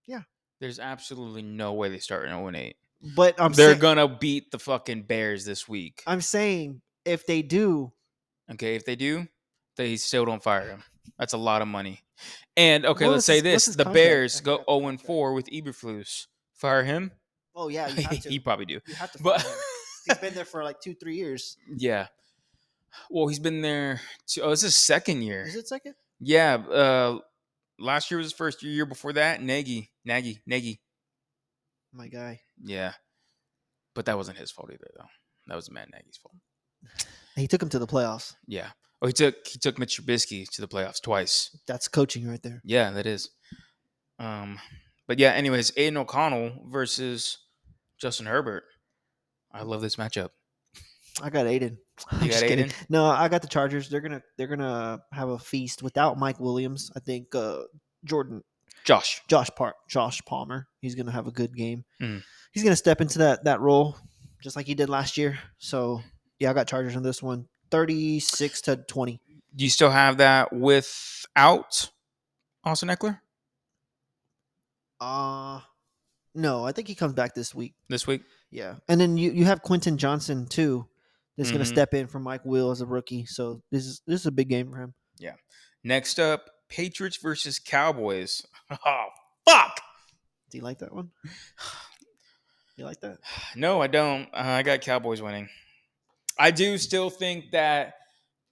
Yeah.
There's absolutely no way they start 0 and 8.
But I'm
They're
saying-
gonna beat the fucking Bears this week.
I'm saying if they do,
Okay, if they do, they still don't fire him. That's a lot of money. And okay,
What
let's
was
say
his- what's
this:
his
the
contract?
Bears
I
go
forgot the
0 and
contract.
4 with Eberflus. Fire him?
oh yeah, you have to.
he probably do.
you have to.
But
fire him. He's been there for like two, three years.
yeah, well, he's been there. Two, oh, it's his second year.
Is it second?
Yeah, uh, last year was his first year. Year before that, Nagy, Nagy, Nagy.
My guy,
Yeah, but that wasn't his fault either, though. That was Matt Nagy's fault.
he took him to the playoffs.
Yeah. Oh, he took he took Mitch Trubisky to the playoffs twice.
That's coaching right there.
Yeah, that is. Um, but yeah, anyways, Aiden O'Connell versus Justin Herbert. I love this matchup.
I got Aiden. I'm
You
just
got
kidding.
Aiden?
No, I got the Chargers. They're gonna they're gonna have a feast without Mike Williams. I think uh, Jordan
Josh.
Josh Park Josh Palmer. He's gonna have a good game.
Mm.
He's gonna step into that that role just like he did last year. So yeah, I got Chargers on this one. Thirty six to twenty.
Do you still have that without Austin Eckler
Uh no, I think he comes back this week.
this week?
Yeah, and then you you have Quentin Johnson too. That's going
Mhm.
to step in for Mike Will as a rookie. So this is this is a big game for him.
Next up, Patriots versus Cowboys. Oh, fuck.
Do you like that one? You like that?
No, I don't. Uh, I got Cowboys winning. I do still think that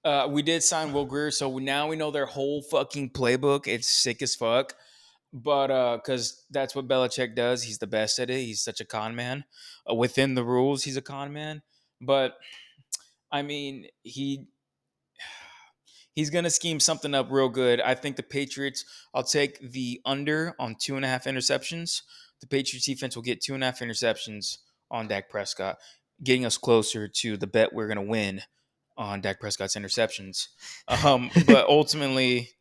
uh, we did sign Will Greer, so now we know their whole fucking playbook. It's sick as fuck. But because that's what Belichick does, he's the best at it. He's such a con man. Uh, within the rules, he's a con man. But I mean, he he's gonna scheme something up real good. I think the Patriots. I'll take the under on two and a half interceptions. The Patriots defense will get two and a half interceptions on Dak Prescott. getting us closer to the bet we're going to win on Dak Prescott's interceptions. Um, but ultimately,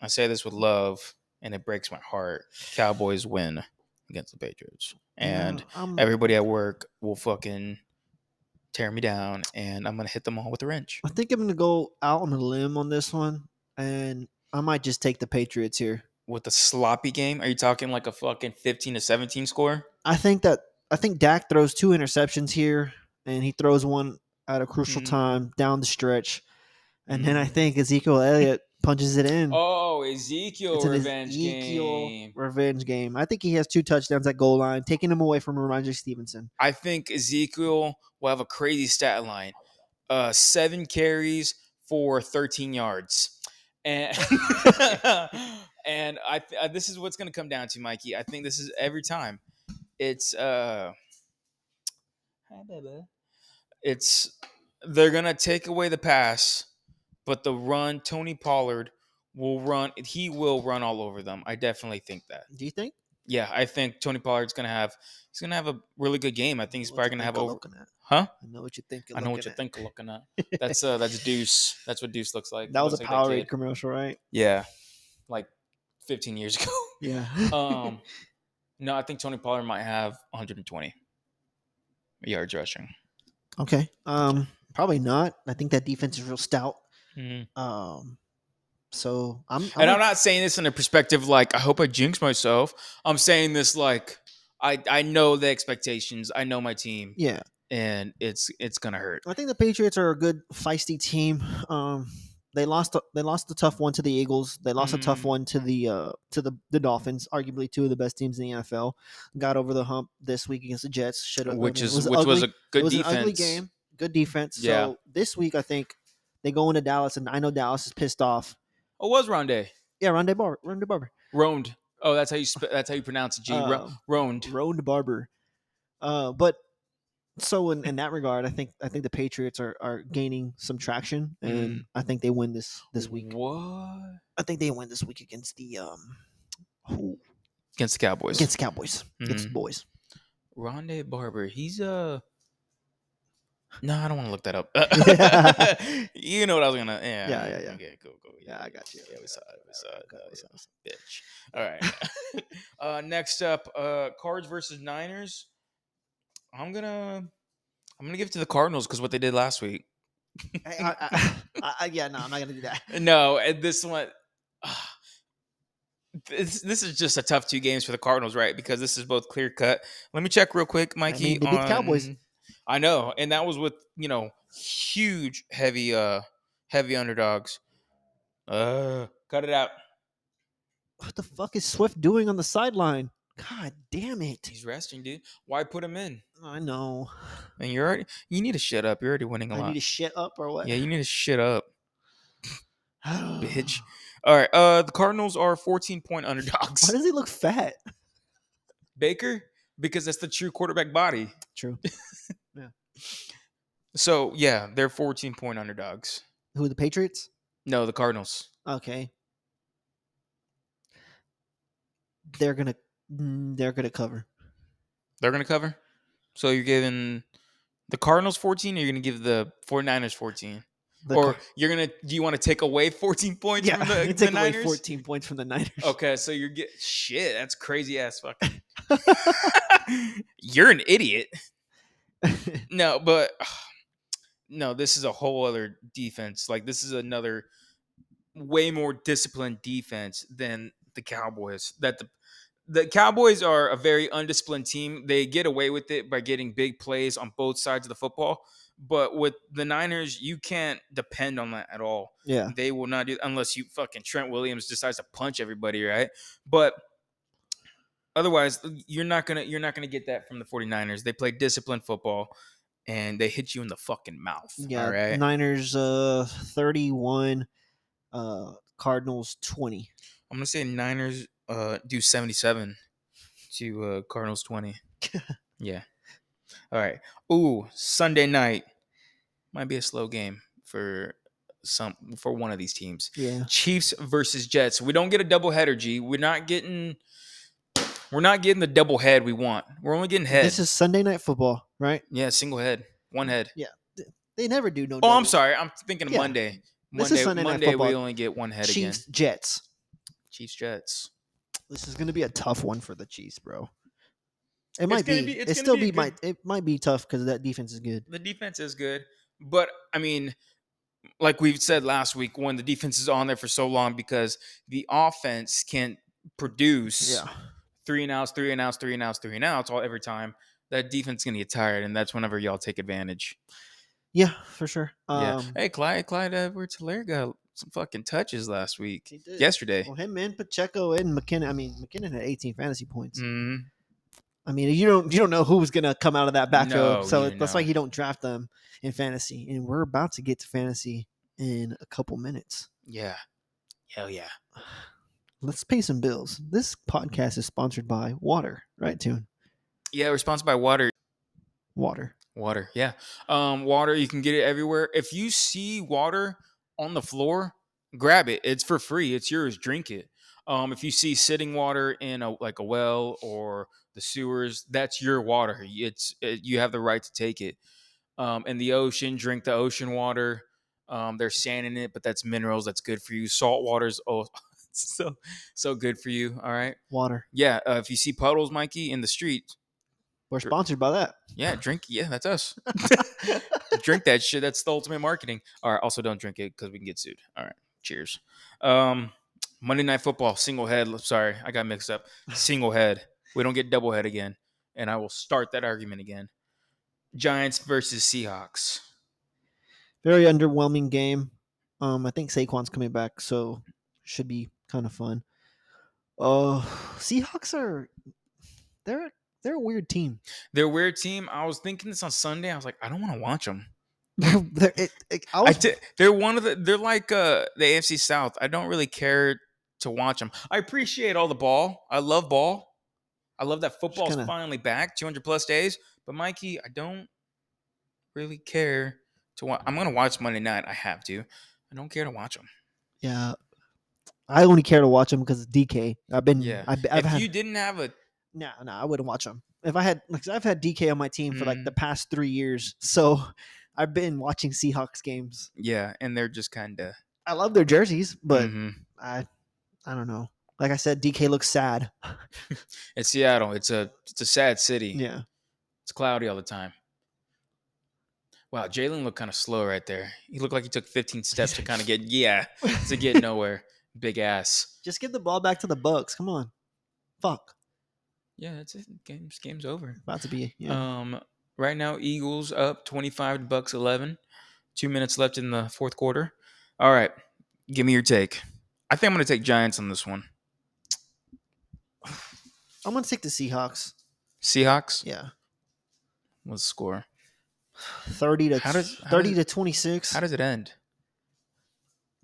I say this with love, and it breaks my heart. Cowboys win against the Patriots,
You know,
and
I'm-
everybody at work will fucking tear me down, and I'm going to hit them all with a wrench.
I think I'm gonna go out on a limb on this one, and I might just take the Patriots here.
With a sloppy game, are you talking like a fucking 15 to 17 score?
I think that I think Dak throws two interceptions here, and he throws one at a crucial
Mhm.
time down the stretch, and then I think Ezekiel Elliott punches it in.
Mm-hmm. Oh, Ezekiel
Mm. It's an
revenge
Ezekiel
game.
revenge game. I think he has two touchdowns at goal line, taking him away from Ramondre Stevenson.
I think Ezekiel will have a crazy stat line. Uh, seven carries for 13 yards. And, and I th- uh, this is what's going to come down to, Mikey. I think this is every time. It's uh, hi, baby. It's they're going to take away the pass, but the run. Tony Pollard will run. He will run all over them. I definitely think that
Do you think
yeah, I think Tony Pollard's gonna have he's gonna have a really good game. I think he's
What
probably
you
gonna have
think I'm
over.
looking at?
Huh?
I know what you think.
I know what you think. of Looking at that's uh that's Deuce. That's what Deuce looks like. He
that was a
looks like
Powerade
kid.
commercial, right?
Yeah, like 15 years ago.
Yeah.
Um, no, I think Tony Pollard might have 120 yards rushing.
okay. Um, probably not. I think that defense is real stout. Um, so I'm,
And I'm
gonna-
not saying this in a perspective like I hope I jinx myself. I'm saying this like I I know the expectations. I know my team,
Yeah,
and it's it's gonna hurt.
I think the Patriots are a good feisty team. Um, they lost. They lost a tough one to the Eagles. They lost a tough
Mm.
one to the uh, to the, the Dolphins, arguably two of the best teams in the NFL. Got over the hump this week against the Jets. Should have,
Which is
was
which was
ugly.
a good
it was
defense.
an ugly game. Good defense.
Yeah.
So this week, I think they go into Dallas, and I know Dallas is pissed off.
Oh, it was Rondé.
Yeah, Rondé Barber. Rondé Barber.
Roaned. Oh, that's how you sp- that's how you pronounce it. G. Ro-
Uh,
Roaned.
Roaned Barber. Uh, but so in, in that regard, I think I think the Patriots are, are gaining some traction, and
Mm.
I think they win this this week.
What?
I think they win this week against the um who-
Against the Cowboys.
against the Cowboys. Against the
Mhm.
boys.
Rondé Barber. He's Uh... No, I don't want to look that up. you know what I was gonna. Yeah,
Yeah, yeah, yeah.
Okay, cool, cool.
Yeah, I got you.
Yeah, we saw it. We saw it.
Okay,
uh,
we saw it.
yeah, Bitch. All right. uh, next up, uh, Cards versus Niners. I'm gonna, I'm gonna give it to the Cardinals because what they did last week.
Hey, I, I, I, I- yeah, no, I'm not gonna do that.
No, and this one, this this is just a tough two games for the Cardinals, right? Because this is both clear cut. Let me check real quick, Mikey.
they beat the Cowboys.
on- I know, and that was with you know huge, heavy, uh, heavy underdogs. Uh, cut it out.
What the fuck is Swift doing on the sideline? God damn it!
He's resting, dude. Why put him in?
I know.
And you're already you need to shut up. You're already winning a
I
lot.
need to shit up or what?
yeah, you need to shit up. bitch. All right. Uh, the Cardinals are 14 point underdogs.
Why does he look fat?
Baker, because that's the true quarterback body.
True.
So yeah, they're 14 point underdogs.
Who the Patriots?
No, the Cardinals.
Okay. They're gonna mm, they're gonna cover.
They're gonna cover. So you're giving the Cardinals 14, or you're gonna give the 49ers 14,
The
or
Car-
you're gonna do you want to take away 14 points
yeah,
from the, the
take away
Niners?
14 points from the Niners.
Okay, so you're get shit. That's crazy ass fucking. you're an idiot. No, but no, this is a whole other defense. Like this is another way more disciplined defense than the Cowboys. That the the Cowboys are a very undisciplined team. They get away with it by getting big plays on both sides of the football. But with the Niners, you can't depend on that at all.
yeah.
They will not do unless you fucking Trent Williams decides to punch everybody, right? But otherwise, you're not gonna you're not gonna get that from the 49ers. They play disciplined football and they hit you in the fucking mouth.
Yeah.
All right.
Niners uh 31 uh Cardinals 20.
I'm gonna say Niners uh do 77 to uh Cardinals 20. yeah. All right. Ooh, Sunday night. Might be a slow game for some for one of these teams.
Yeah.
Chiefs versus Jets. We don't get a doubleheader, G. We're not getting We're not getting the double head we want. We're only getting head.
This is Sunday night football, right?
yeah, single head, one head.
They never do no.
Oh, I'm
double.
sorry. I'm thinking of
Yeah.
Monday.
This is
Monday,
Sunday Night
Monday we
Football.
only get one head
Chiefs
again.
Jets.
Chiefs Jets.
This is gonna be a tough one for the Chiefs, bro. It
It's
might
gonna
be.
be- it's gonna
It still
be a
be,
good-
might. It might be tough because that defense is good.
The defense is good, but I mean, like we've said last week, when the defense is on there for so long because the offense can't produce
Yeah.
three and outs, three and outs, three and outs, three and outs all every time. That defense is gonna get tired, and that's whenever y'all take advantage.
Yeah, for sure. Um,
yeah. Hey, Clyde, Clyde Edwards Hilaire got some fucking touches last week.
he did.
Yesterday.
Well, him and Pacheco and McKinnon. I mean, McKinnon had 18 fantasy points.
Mm,
I mean, you don't you don't know who's gonna come out of that
No,
backfield, so
you
it- that's why
know.
you don't draft them in fantasy. And we're about to get to fantasy in a couple minutes.
yeah. Hell yeah.
Let's pay some bills. This podcast is sponsored by Water, right, Tune?
Yeah, we're sponsored by water.
Water.
Water, yeah. Um, water, you can get it everywhere. If you see water on the floor, grab it. It's for free. It's yours. Drink it. Um, if you see sitting water in a like a well or the sewers, that's your water. Y- It's it, you have the right to take it. Um, in the ocean, drink the ocean water. Um, there's sand in it, but that's minerals. That's good for you. Salt water's oh, so so good for you. All right,
Water.
yeah. Uh, if you see puddles, Mikey, in the street,
We're
Dr-
sponsored by that.
yeah, drink. Yeah, that's us. drink that shit. That's the ultimate marketing. All right. Also, don't drink it because we can get sued. All right. Cheers. Um, Monday Night Football single head. l- Sorry, I got mixed up. Single head. We don't get double head again, and I will start that argument again. Giants versus Seahawks.
Very underwhelming game. Um, I think Saquon's coming back, so should be kind of fun. Oh, Seahawks are they're they're a weird team.
They're a weird team. I was thinking this on Sunday. I was like, I don't want to watch them.
They're- it- it- I
I
was-
di- they're one of the. They're like uh, the AFC South. I don't really care to watch them. I appreciate all the ball. I love ball. I love that football's
kinda-
finally back. Two hundred plus days. But Mikey, I don't really care to watch. I'm gonna watch Monday night. I have to. I don't care to watch them.
yeah, I only care to watch them because it's DK. I've been
Yeah.
yeah. I've, I've
If
had
you didn't have a
no no I wouldn't watch them if I had because I've had DK on my team for
Mm.
like the past three years, so I've been watching Seahawks games.
yeah, and they're just kind of.
I love their jerseys, but
Mhm.
I I don't know. Like I said, DK looks sad.
it's Seattle. It's a it's a sad city.
yeah.
It's cloudy all the time. Wow, Jalen looked kind of slow right there. He looked like he took 15 steps to kind of get yeah. to get nowhere. Big ass.
Just give the ball back to the Bucks. Come on. Fuck.
Yeah, that's it. Game's game's over.
About to be. Yeah.
Um, right now Eagles up twenty five bucks eleven. Two minutes left in the fourth quarter. All right, give me your take. I think I'm gonna take Giants on this one.
I'm gonna take the Seahawks.
Seahawks.
Yeah.
What's the score?
Thirty to
How does- how
thirty
does-
to twenty six.
How does it end?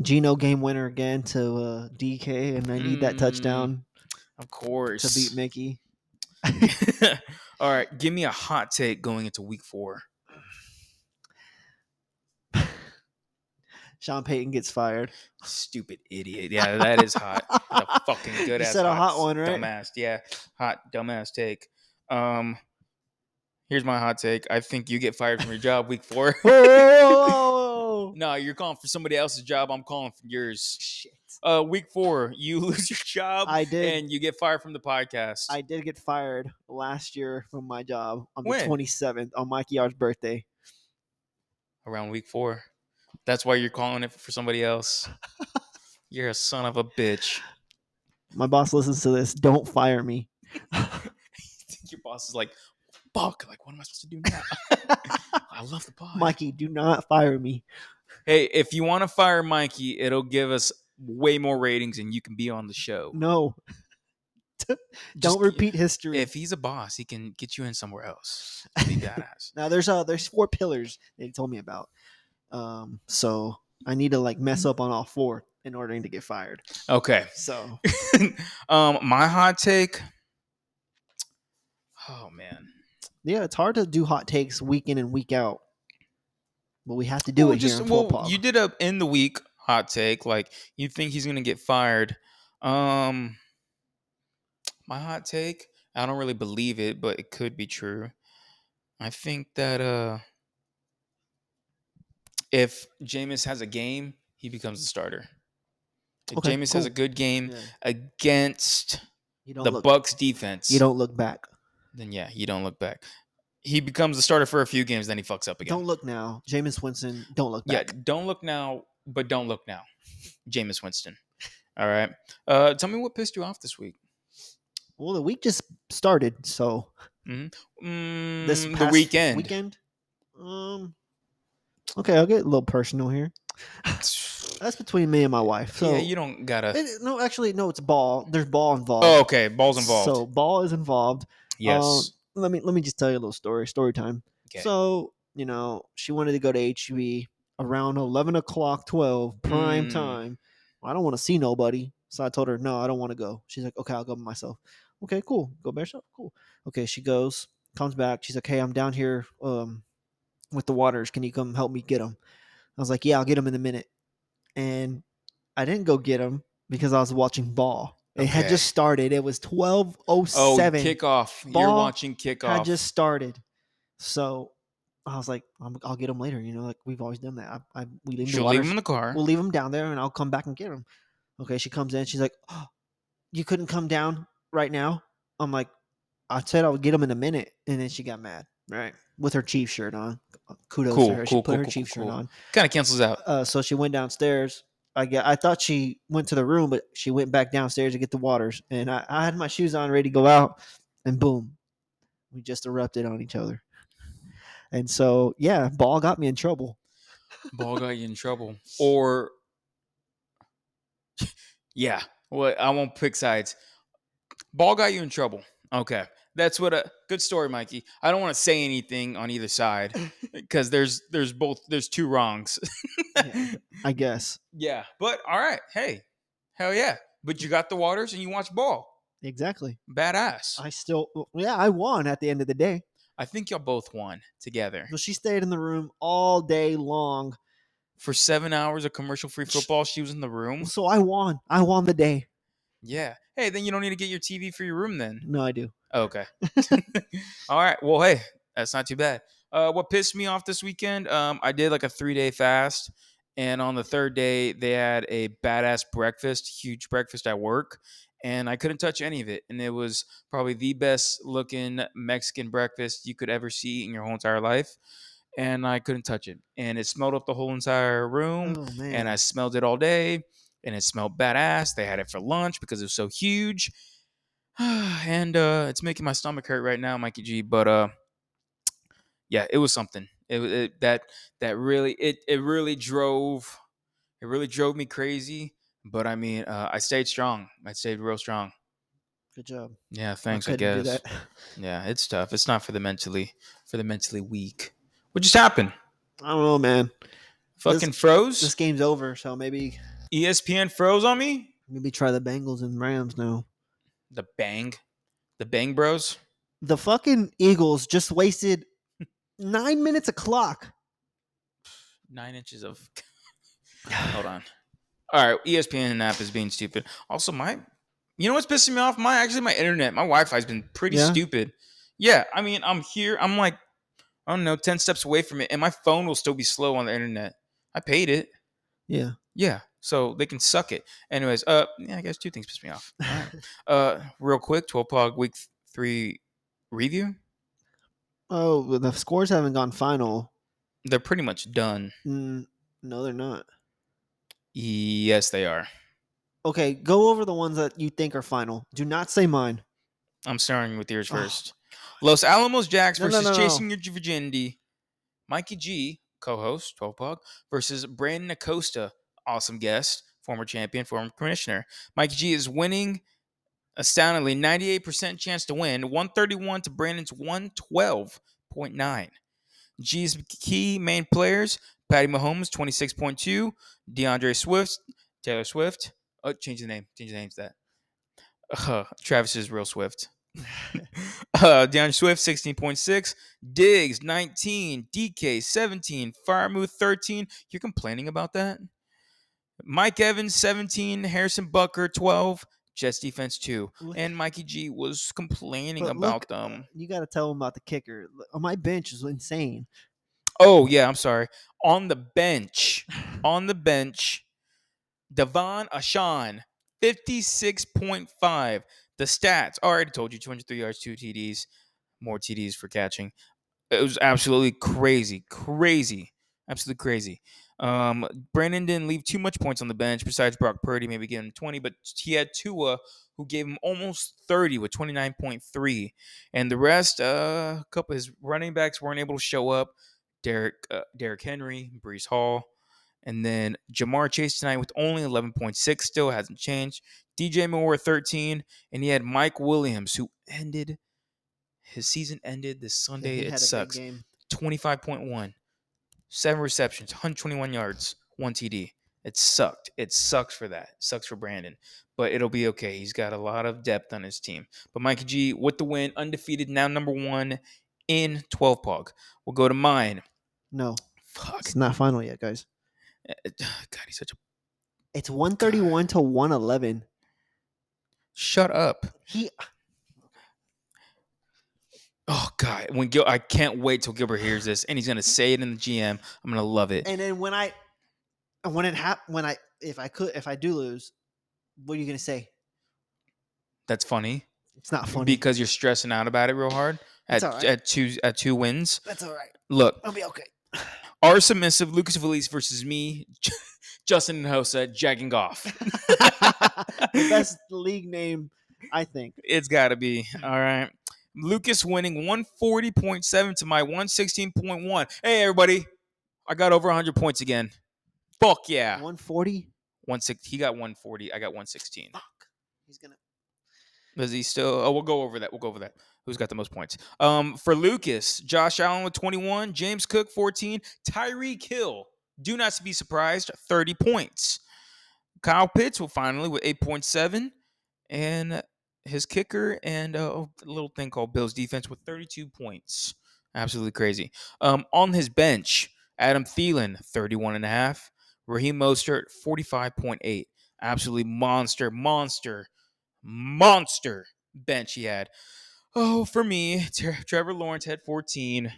Gino game winner again to uh, DK, and I need
Mm.
that touchdown
Of course.
to beat Mickey.
All right, give me a hot take going into week four.
Sean Payton gets fired.
Stupid idiot. Yeah, that is hot. a fucking good
You
ass
said a hot one, right?
Dumbass, yeah. Hot dumbass take. Um here's my hot take. I think you get fired from your job week four.
Whoa!
no, you're calling for somebody else's job. I'm calling for yours.
Shit.
Uh week four, you lose your job
I did.
and you get fired from the podcast.
I did get fired last year from my job on the
When?
twenty seventh on Mike Yard's birthday.
around week four. That's why you're calling it for somebody else. you're a son of a bitch.
My boss listens to this. Don't fire me.
Your boss is like, fuck, like what am I supposed to do now? I love the pod.
Mikey, do not fire me.
Hey, if you want to fire Mikey, it'll give us way more ratings and you can be on the show.
No.
Just-
Don't repeat history.
If he's a boss, he can get you in somewhere else. to Be badass.
now there's uh there's four pillars they told me about. Um so I need to like
Mm.
mess up on all four in order to get fired.
okay.
So
um, my hot take. Oh man.
yeah, it's hard to do hot takes week in and week out. But we have to do
Well,
it here in
well,
full pop.
you did a in the week hot take. Like you think he's gonna get fired. Um, my hot take. I don't really believe it, but it could be true. I think that uh if Jameis has a game, he becomes the starter. If
Okay,
Jameis has a
cool.
good game
Yeah.
against
You don't
the
look.
Bucks defense,
You don't look back.
then yeah, you don't look back. He becomes the starter for a few games, then he fucks up again.
Don't look now, Jameis Winston. Don't look
Yeah,
back.
don't look now, but don't look now. Jameis Winston. All right. Uh, tell me what pissed you off this week.
Well, the week just started, so
Mm,
this
the
past
weekend.
Weekend. Um. Okay, I'll get a little personal here. That's between me and my wife. So
yeah, you don't gotta.
It- no, actually, no. It's ball. There's ball involved.
Oh, okay. Balls involved.
So ball is involved.
yes.
Let me let me just tell you a little story. Story time.
okay.
So you know she wanted to go to HB around eleven o'clock, twelve prime
Mm.
time. I don't want to see nobody, so I told her no, I don't want to go. She's like, okay, I'll go by myself. Okay, cool. Go by yourself. Cool. Okay, she goes, comes back. She's like, hey, I'm down here um, with the waters. Can you come help me get them? I was like, yeah, I'll get them in a minute. And I didn't go get them because I was watching ball. It had
Okay.
just started. It was twelve oh
oh,
seven
kickoff. You're
Ball
watching kickoff.
had just started. So I was like, I'm, I'll get them later. You know, like we've always done that. I, I we leave 'em the
She'll
water.
leave him in the car.
we'll leave them down there, and I'll come back and get them. Okay, she comes in. She's like, oh, "You couldn't come down right now." I'm like, "I said I would get them in a minute," and then she got mad. Right, with her chief shirt on. Kudos
Cool,
to her.
cool,
she put
cool,
her
cool,
chief
cool,
shirt
cool.
on.
kind of cancels out.
Uh, so she went downstairs. I get, I thought she went to the room, but she went back downstairs to get the waters. And I, I had my shoes on, ready to go out, and boom, we just erupted on each other. And so, yeah, ball got me in trouble.
Ball got you in trouble. Or, yeah. Well, I won't pick sides. Ball got you in trouble. Okay. That's what a good story, Mikey. I don't want to say anything on either side because there's there's both there's two wrongs.
Yeah. I guess
yeah, but all right, hey, hell yeah! But you got the waters and you watch ball,
exactly.
badass.
I still, well, yeah, I won at the end of the day.
I think y'all both won together
But she stayed in the room all day long,
for seven hours of commercial free football. She was in the room.
so I won. I won the day.
Yeah. Hey, then you don't need to get your TV for your room then.
No, I do.
Okay. All right. Well, hey, that's not too bad. Uh, what pissed me off this weekend? Um, I did like a three day fast, and on the third day, they had a badass breakfast, huge breakfast at work, and I couldn't touch any of it. And it was probably the best looking Mexican breakfast you could ever see in your whole entire life, and I couldn't touch it. And it smelled up the whole entire room
Oh man,
Mm. and I smelled it all day, and it smelled badass. They had it for lunch because it was so huge, and uh, it's making my stomach hurt right now, Mikey G. But uh, yeah, it was something. It, wa- it that that really it it really drove it really drove me crazy. But I mean, uh, I stayed strong. I stayed real strong.
good job.
Yeah, thanks. I,
couldn't do
guess.
that.
Yeah, it's tough. It's not for the mentally for the mentally weak. What just happened?
I don't know, man.
Fucking froze. E
This game's over, so maybe
ESPN froze on me.
maybe try the Bengals and Rams now.
The bang. The bang bros.
The fucking Eagles just wasted nine minutes of clock.
Nine inches of hold on. All right, E ESPN and app is being stupid. Also, my you know what's pissing me off? My actually my internet, my Wi-Fi's been pretty
Yeah?
stupid. Yeah, I mean, I'm here, I'm like, I don't know, 10 steps away from it, and my phone will still be slow on the internet. I paid it.
Yeah.
Yeah. So they can suck it. Anyways, uh yeah, I guess two things piss me off. All right. Uh real quick, 12 plug week three review.
Oh, but the scores haven't gone final.
They're pretty much done.
Mm, no, they're not.
Yes, they are.
Okay, go over the ones that you think are final. Do not say mine.
I'm starting with yours
Oh,
first. Los Alamos Jacks
No, no,
versus
no, no.
Chasing Your Virginity. Mikey G, co-host, 12 Pog, versus Brandon Acosta, awesome guest, former champion, former commissioner. Mikey G is winning astoundingly, 98% chance to win, 131 to Brandon's 112.9. G's key main players, Patty Mahomes, 26.2, DeAndre Swift, Taylor Swift. Oh, change the name. Change the name to that. Uh, Travis is real swift. uh, Deion Swift, 16.6. Diggs, 19. DK, 17. Firemouth, 13. You're complaining about that? Mike Evans, 17. Harrison Bucker, 12. Jets defense too.
Look-
And Mikey G was complaining
But
about
look,
them.
You got to tell them about the kicker. Look, oh, My bench is insane.
Oh yeah, I'm sorry. On the bench, on the bench, Devon Ashan, 56.5. The stats. I already told you 203 yards, two TDs, more TDs for catching. It was absolutely crazy, crazy, absolutely crazy. Um, Brandon didn't leave too much points on the bench besides Brock Purdy, maybe giving him 20, but he had Tua who gave him almost 30 with 29.3. And the rest, uh, a couple of his running backs weren't able to show up. Derek uh, Derrick Henry, Brees Hall, and then Jamar Chase tonight with only 11.6 still hasn't changed. DJ Moore 13, and he had Mike Williams who ended his season ended this
Yeah,
Sunday.
he had a
it
big
sucks.
game.
25.1, seven receptions, 121 yards, one TD. It sucked. It sucks for that. sucks for Brandon, but it'll be okay. He's got a lot of depth on his team. But Mikey G with the win, undefeated, now number one in 12 pog. We'll go to mine.
No,
Fuck.
it's not final yet, guys.
Uh, God, he's such a.
It's 131 to 111.
Shut up.
He
Oh God, when Gil, I can't wait till Gilbert hears this, and he's gonna say it in the GM. I'm gonna love it.
and then when I when it hap when I if I could if I do lose, what are you gonna say?
That's funny,
It's not funny.
because you're stressing out about it real hard at,
It's all right.
at two at two wins.
That's all right.
Look,
I'll be okay.
our submissive Lucas Felice versus me, Justin and Hosa jacking off.
The best league name, I think.
It's got to be. All right. Lucas winning 140.7 to my 116.1. Hey, everybody. I got over 100 points again. Fuck yeah.
140.
One six, he got 140. I got 116.
Fuck. He's gonna.
Does he still? Oh, we'll go over that. We'll go over that. Who's got the most points? Um, for Lucas, Josh Allen with 21, James Cook 14, Tyreek Hill. Do not be surprised, 30 points. Kyle Pitts will finally with 8.7, and his kicker and uh, a little thing called Bills defense with 32 points. Absolutely crazy. Um, on his bench, Adam Thielen 31 and a half, Raheem Mostert 45.8. Absolutely monster, monster monster bench he had. Oh, for me, Tre- Trevor Lawrence had 14.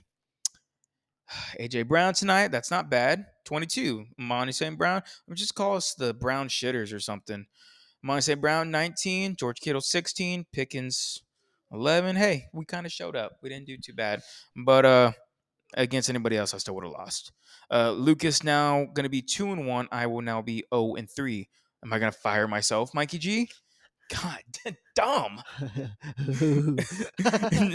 AJ Brown tonight, that's not bad. 22. Monty St. Brown, I'm just call us the Brown shitters or something. Monty St. Brown 19, George Kittle 16, Pickens 11. Hey, we kind of showed up. We didn't do too bad, but uh, against anybody else, I still would have lost. Uh, Lucas now going to be two and one. I will now be zero and three. Am I going to fire myself, Mikey G? God, dumb.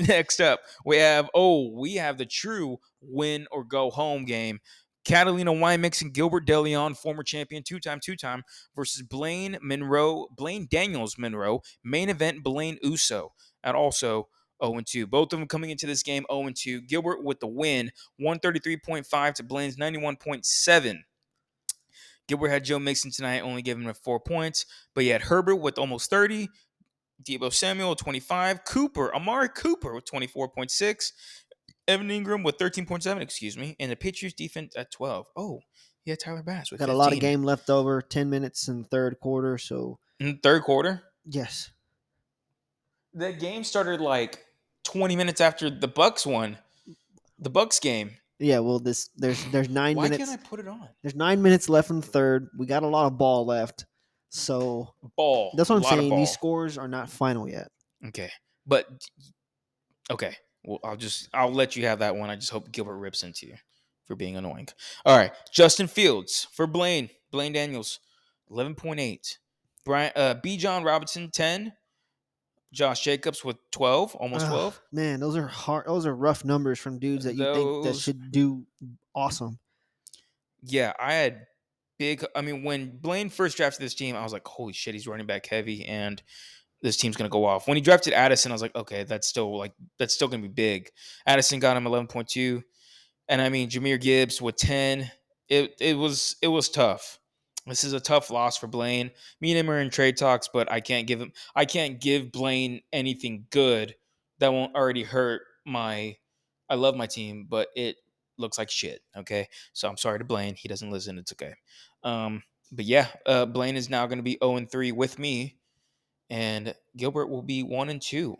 Next up, we have oh, we have the true win or go home game. Catalina Wymix and Gilbert DeLeon, former champion, two-time, two-time, versus Blaine Monroe, Blaine Daniels Monroe, main event Blaine Uso at also 0-2. Both of them coming into this game 0-2. Gilbert with the win, 133.5 to Blaine's 91.7. Gilbert had Joe Mixon tonight, only giving him four points, but he had Herbert with almost 30, Debo Samuel with 25, Cooper, Amari Cooper with 24.6, Evan Ingram with 13.7, excuse me, and the Patriots defense at 12. Oh, yeah, Tyler Bass with
Got a lot of
15.
game left over. 10 minutes in the third quarter. So
in the third quarter.
yes,
The game started like 20 minutes after the Bucks won. The Bucks game.
yeah. Well, this there's there's nine
Why
minutes.
can't I put it on?
There's nine minutes left in the third. We got a lot of ball left. So
Ball.
that's what I'm
Lot of
saying. These
ball.
scores are not final yet.
Okay, but okay. Well, I'll just I'll let you have that one. I just hope Gilbert rips into you for being annoying. All right, Justin Fields for Blaine Blaine Daniels, eleven point eight. Brian uh, B. John Robinson ten. Josh Jacobs with twelve, almost
Ugh,
twelve.
Man, those are hard. Those are rough numbers from dudes that you think that
Those-
should do awesome.
Yeah, I had big. I mean, when Blaine first drafted this team, I was like, "Holy shit, he's running back heavy," and this team's gonna go off. When he drafted Addison, I was like, "Okay, that's still like that's still gonna be big." Addison got him eleven point two, and I mean, Jameer Gibbs with ten. It it was it was tough. This is a tough loss for Blaine. Me and him are in trade talks, but I can't give him. I can't give Blaine anything good that won't already hurt my. I love my team, but it looks like shit. Okay. So I'm sorry to Blaine. He doesn't oh listen. It's okay. Um, but yeah, uh, Blaine is now going to be 0 and 3 with me. and Gilbert will be one and two.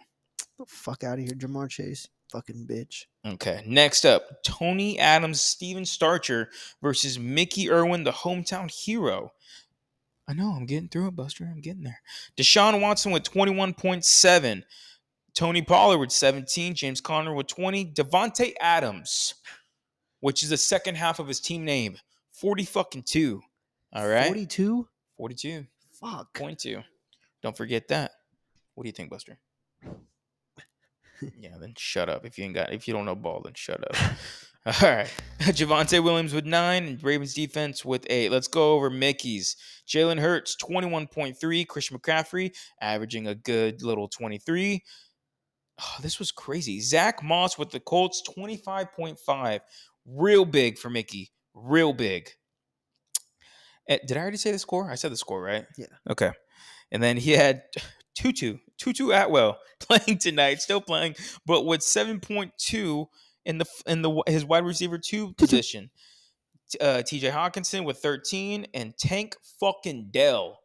the fuck out of here, Jamar Chase. Fucking bitch.
Okay. Next up, Tony Adams, Steven Starcher versus Mickey Irwin, the hometown hero. I know, I'm getting through it, Buster. I'm getting there. Deshaun Watson with 21.7. Tony Pollard with 17. James Conner with 20. Devontae Adams, which is the second half of his team name. 40 fucking two. All right.
42?
42.
Fuck.
Point two. Don't forget that. What do you think, Buster? yeah, then shut up. If you ain't got if you don't know ball, then shut up. All right. Javante Williams with nine and Ravens defense with eight. Let's go over Mickey's. Jalen Hurts, 21.3. Christian McCaffrey averaging a good little 23. Oh, this was crazy. Zach Moss with the Colts, 25.5. Real big for Mickey. Real big. Eh, Did I already say the score? I said the score, right?
Yeah.
Okay. And then he had Tutu, Tutu Atwell playing tonight, still playing, but with 7.2 in the in the his wide receiver two position. T- Uh, TJ Hawkinson with 13 and Tank fucking Dell.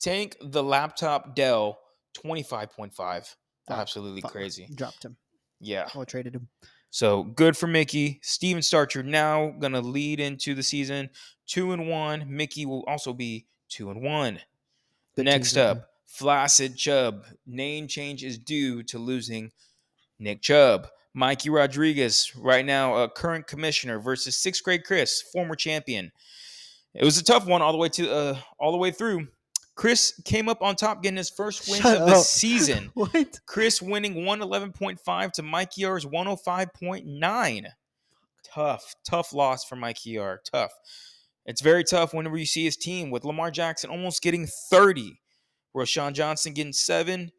Tank the laptop Dell 25.5.
Fuck,
Absolutely
fuck.
crazy.
Dropped him.
Yeah.
Oh, I traded him.
So good for Mickey. Steven Starcher now gonna lead into the season two and one. Mickey will also be two and one.
Good
Next
teams out
up, Flaccid Chubb. Name change is due to losing Nick Chubb. Mikey Rodriguez, right now a current commissioner, versus sixth grade Chris, former champion. It was a tough one all the way to uh, all the way through. Chris came up on top, getting his first wins
Shut
of the
up.
season.
what?
Chris winning 111.5 to Mike Yar's 105.9. Tough, tough loss for Mike Yar. Tough. It's very tough whenever you see his team with Lamar Jackson almost getting 30, Roshan Johnson getting seven,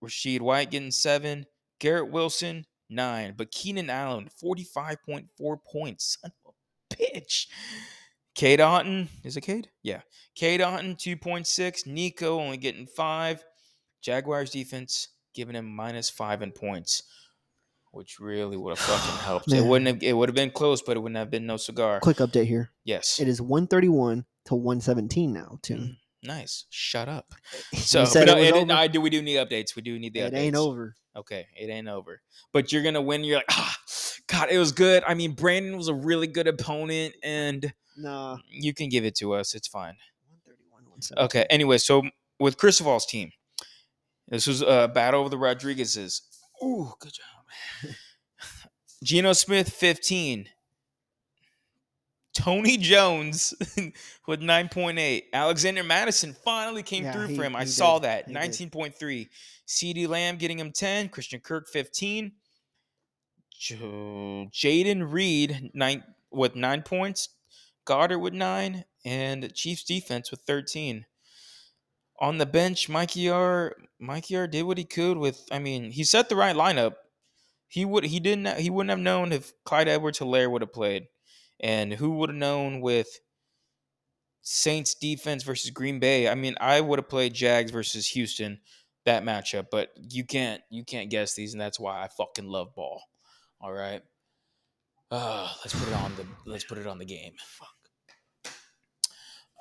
Rashid White getting seven, Garrett Wilson nine, but Keenan Allen 45.4 points. Son of a bitch. Cade Otten, is it Cade? Yeah. Cade Otten 2.6, Nico only getting five. Jaguars defense giving him minus five in points, which really would have fucking helped. It
Man.
wouldn't have, it would have been close, but it wouldn't have been no cigar.
Quick update here.
Yes.
It is 131 to 117 now, too.
Mm, Nice. Shut up.
You
So
said
but no,
it was
it-
over?
no, I do. We do need updates. We do need the
It
updates.
ain't over.
Okay, it ain't over. But you're gonna win. You're like, ah, God, it was good. I mean, Brandon was a really good opponent, and
Nah.
you can give it to us. It's fine.
131, 117.
Mm. Okay. Anyway, so with Cristoval's team, this was a battle over the Rodriguezes. Ooh, good job. Geno Smith, 15. Tony Jones with 9.8. Alexander Madison finally came
Yeah,
through
he-
for him. I
he
saw
did.
that.
He did.
19.3. CD Lamb getting him 10. Christian Kirk, 15. Jo- Jaden Reed, nine with nine points. Goddard with nine, and Chiefs defense with thirteen. On the bench, Mikey R. Mikey R. did what he could with. I mean, he set the right lineup. He would. He didn't. He wouldn't have known if Clyde Edwards Hilaire would have played, and who would have known with Saints defense versus Green Bay. I mean, I would have played Jags versus Houston that matchup, but you can't. You can't guess these, and that's why I fucking love ball. All right. Uh, let's put it on the let's put it on the game. Fuck.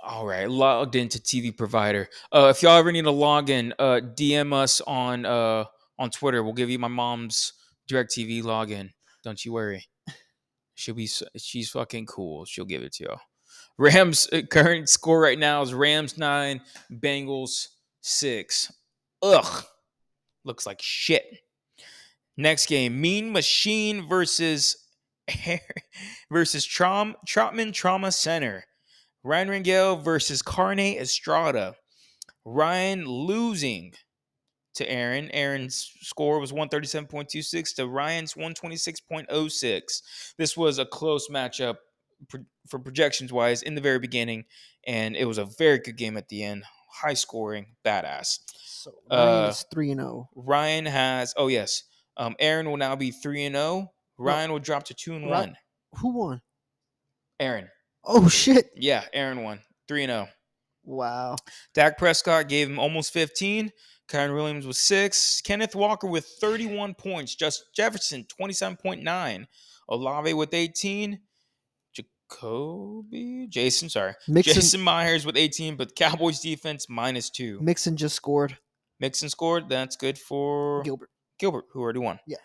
All right, logged into TV provider. Uh, if y'all ever need to log in, uh, DM us on uh, on Twitter. We'll give you my mom's DirecTV login. Don't you worry. She'll be s- she's fucking cool. She'll give it to y'all. Rams uh, current score right now is Rams nine, Bengals six. Ugh, looks like shit. Next game, Mean Machine versus versus Traum, Trotman Trauma Center. Ryan Rangel versus Carne Estrada. Ryan losing to Aaron. Aaron's score was 137.26 to Ryan's 126.06. This was a close matchup pro- for projections wise in the very beginning, and it was a very good game at the end. High scoring, badass.
So
Uh,
Ryan is 3 and oh. 0.
Ryan has oh yes. Um, Aaron will now be three and zero. Ryan will drop to two and
Ri-
one.
Who won?
Aaron,
Oh, shit.
yeah, Aaron won three and zero.
Wow.
Dak Prescott gave him almost fifteen. Kyron Williams was six. Kenneth Walker with thirty-one points. Just Jefferson twenty-seven point nine. Olave with eighteen. Jacoby, Jason, sorry,
Mixon,
Jason Myers with eighteen. But Cowboys defense minus two.
Mixon just scored.
Mixon scored. That's good for
Gilbert.
Gilbert, who already won.
Yeah.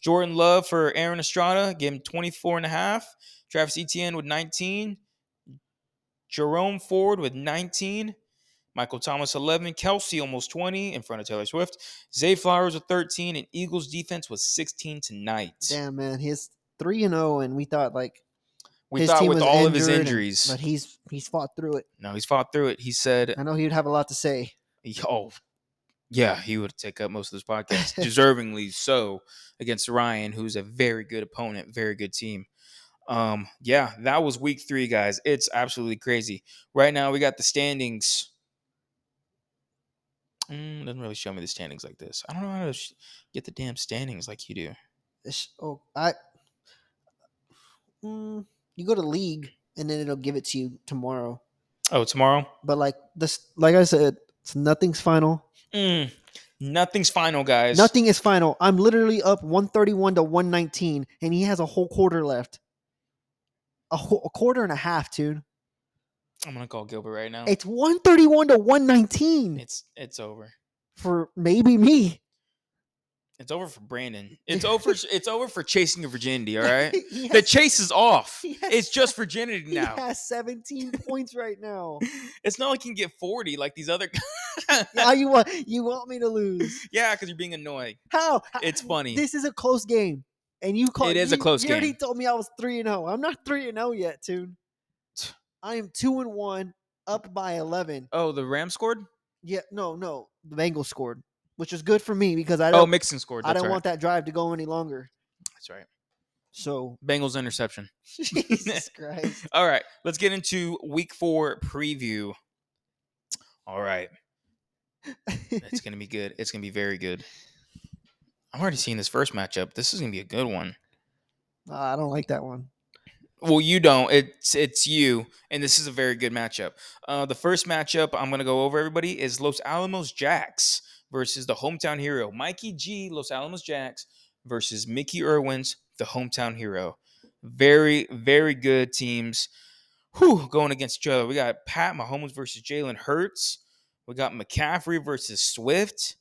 Jordan Love for Aaron Estrada, gave him 24 and a half. Travis Etienne with 19. Jerome Ford with 19. Michael Thomas 11. Kelsey almost 20 in front of Taylor Swift. Zay Flowers with 13. And Eagles defense was 16 tonight.
Damn man, he's three and zero, and we thought like,
we
his
thought
team
with
was
all of his
injured and-
injuries.
but he's he's fought through it.
no, he's fought through it. He said,
I know he'd have a lot to say.
he- oh, yeah, he would take up most of this podcast, deservingly so, against Ryan, who's a very good opponent, very good team. Um, yeah, that was week three, guys. It's absolutely crazy. Right now, we got the standings. Mm, doesn't really show me the standings like this. I don't know how to sh- get the damn standings like you do.
It's- Oh, I. Mm, you go to league, and then it'll give it to you tomorrow.
Oh, tomorrow?
But like this, like I said, it's, nothing's final.
Mm, nothing's final, guys.
Nothing is final. I'm literally up 131 to 119, and he has a whole quarter left. A, whole, a quarter and a half, dude.
I'm going to call Gilbert right now.
It's 131 to 119
It's it's over.
for maybe me.
It's over for Brandon. It's over. It's over for chasing your virginity. All right,
He
the
has-
chase is off.
Yes.
It's just virginity
he
now.
has 17 points right now.
It's not like you can get forty like these other.
Now you want you want me to lose?
yeah, because you're being annoying.
How?
It's funny.
This is a close game, and you call
It is a
you-
close
You already
game.
told me I was three and zero. I'm not three and zero yet, dude. I am two and one, up by 11.
Oh, the Rams scored.
Yeah, no, no. The Bengals scored, which is good for me because I
Oh,
don't
Mixon scored.
I
That's
don't
right.
want that drive to go any longer.
That's right.
So
Bengals interception.
Jesus Christ.
All right, let's get into Week Four preview. All right, it's gonna be good. It's gonna be very good. I'm already seeing this first matchup. This is gonna be a good one.
Ah, I don't like that one.
Well, you don't. It's it's you, and this is a very good matchup. Uh, the first matchup I'm going to go over everybody is Los Alamos Jacks versus the hometown hero Mikey G. Los Alamos Jacks versus Mickey Irwin's the hometown hero. Very very good teams. Whew, going against each other. We got Pat Mahomes versus Jalen Hurts. We got McCaffrey versus Swift.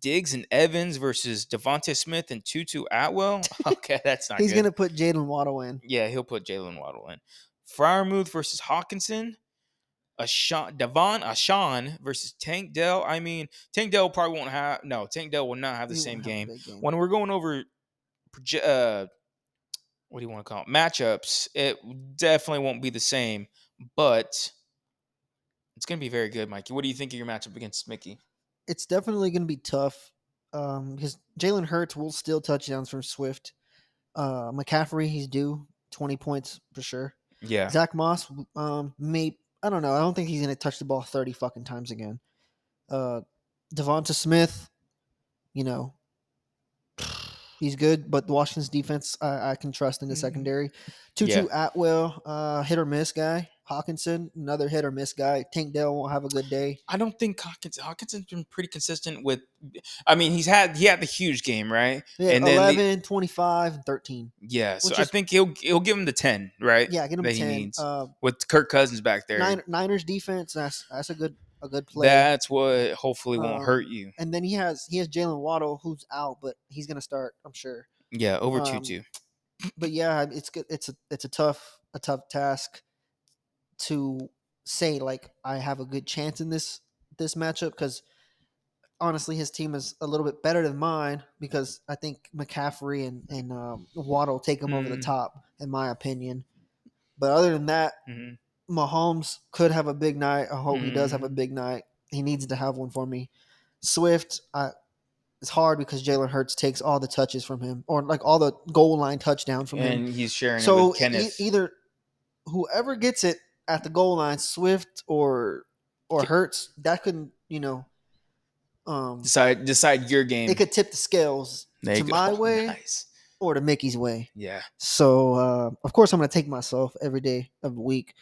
Diggs and Evans versus Devontae Smith and Tutu Atwell. Okay, that's not
He's
good.
gonna put Jalen Waddle in.
Yeah, he'll put Jalen Waddle in. Fryermuth versus Hawkinson. Ashawn, Devon Ashawn versus Tank Dell. I mean, Tank Dell probably won't have. No, Tank Dell will not have the
He won't
same
have a
game.
big game.
When we're going over, proje- uh, what do you want to call it? Matchups, it definitely won't be the same, but it's going to be very good, Mikey. What do you think of your matchup against Mickey?
It's definitely gonna be tough. Um, because Jalen Hurts will steal touchdowns from Swift. Uh, McCaffrey, he's due twenty points for sure.
Yeah.
Zach Moss, w- um, may I don't know. I don't think he's gonna touch the ball thirty fucking times again. Uh, Devonta Smith, you know, he's good, but Washington's defense I, I can trust in the
Mhm.
secondary. Tutu Atwell, uh, hit or miss guy. Hawkinson, another hit or miss guy. Tank Dell won't have a good day.
I don't think Hawkinson, Hawkinson's been pretty consistent with. I mean, he's had he had the huge game, right?
Yeah,
And then the-
11, 25, and 13.
Yeah, so
Which
I
is-
think he'll he'll give him the ten, right?
Yeah, get him
that he
10.
needs.
Uh,
With Kirk Cousins back there,
Niner, Niners defense, that's that's a good a good play.
that's what hopefully won't
Um,
hurt you.
and then he has he has Jalen Waddle who's out, but he's gonna start, I'm sure.
Yeah, over two
um,
two.
But yeah, it's good. It's a it's a tough a tough task to say like I have a good chance in this this matchup because honestly his team is a little bit better than mine because I think McCaffrey and and um, Waddle take him over the
Mm.
top in my opinion. But other than that,
Mhm.
Mahomes could have a big night. I hope he does have a
Mm-hmm.
big night. He needs to have one for me. Swift, I, it's hard because Jalen Hurts takes all the touches from him, or like all the goal line touchdown from him.
And he's sharing it
So
with
e-
Kenneth.
either whoever gets it at the goal line, Swift or or Hurts, that could you know, um,
decide decide your game.
it could tip the scales
There you
to
go.
my way.
Nice.
or to Mickey's way.
Yeah,
So uh, of course I'm gonna take myself every day of the week,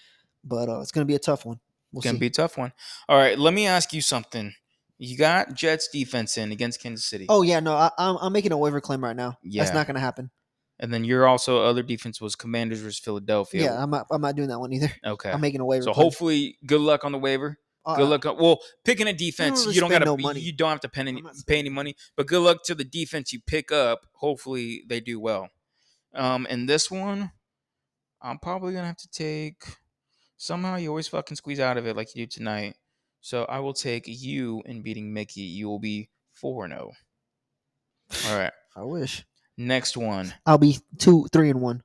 but uh, it's gonna be a tough one. We'll
it's gonna
see.
be a tough one. All right, let me ask you something. You got Jets defense in against Kansas City.
Oh yeah, no, I, I'm I'm making a waiver claim right now.
Yeah.
that's not gonna happen.
and then your also other defense was Commanders versus Philadelphia.
Yeah, I'm not I'm not doing that one either.
okay.
I'm making a waiver.
So
claim.
hopefully, good luck on the waiver.
Uh,
Good luck. Well, picking a defense,
really
you don't
spend
gotta.
no money.
You don't have to pay any,
I'm not
pay any money. But good luck to the defense you pick up. Hopefully they do well. Um, and this one, I'm probably gonna have to take. Somehow you always fucking squeeze out of it like you do tonight. So I will take you in beating Mickey. You will be four and zero. All right.
I wish
Next one.
I'll be two, three, and one.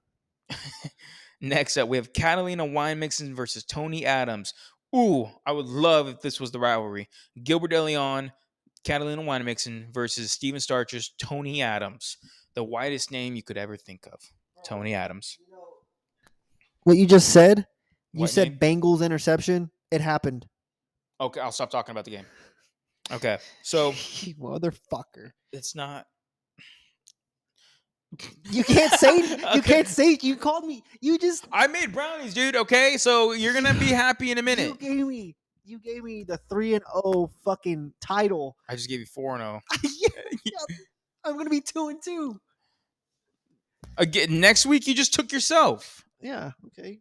Next up, we have Catalina Wine Mixon versus Tony Adams. Ooh, I would love if this was the rivalry. Gilbert De Leon, Catalina Wine Mixon versus Steven Starcher's Tony Adams. The whitest name you could ever think of. Tony Adams.
What you just said? You
What
said Bengals interception. It happened.
Okay, I'll stop talking about the game. Okay, so
You motherfucker.
it's not.
You can't say.
Okay.
You can't say. You called me. You just.
I made brownies, dude. Okay, so you're gonna be happy in a
You
minute.
gave me. You gave me the three and O fucking title.
I just gave you four and oh. zero.
I'm gonna be two and two.
Again, next week you just took yourself.
Yeah. Okay.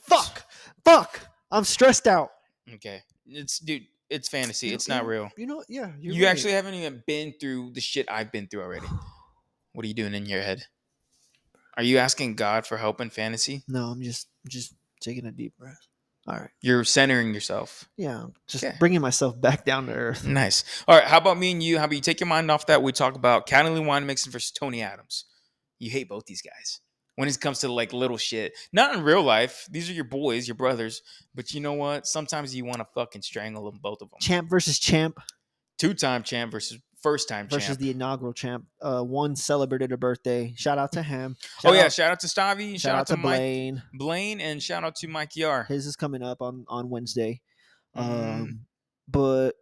Fuck. Fuck. I'm stressed out.
Okay, it's dude. It's fantasy.
You-
It's not
you-
real.
You know. Yeah.
You
you're right.
actually haven't even been through the shit I've been through already. What are you doing in your head? Are you asking God for help in fantasy?
No, I'm just just taking a deep breath. All right.
You're centering yourself.
Yeah. I'm Just
Okay.
bringing myself back down to earth.
Nice. All right. How about me and you? How about you take your mind off that? We talk about Catalina Wine Mixon versus Tony Adams. You hate both these guys when it comes to like little shit. Not in real life. These are your boys, your brothers. But you know what? Sometimes you want to fucking strangle them, both of them.
Champ versus champ
Two time champ versus first time
versus
champ.
the inaugural champ. Uh, one celebrated a birthday. Shout out to him.
oh,
Shout
yeah.
out-
Shout out to Stavi. Shout,
shout out to
Mike
Blaine.
Blaine. And shout out to Mike Yar.
His is coming up on on Wednesday. Um,
Mhm.
but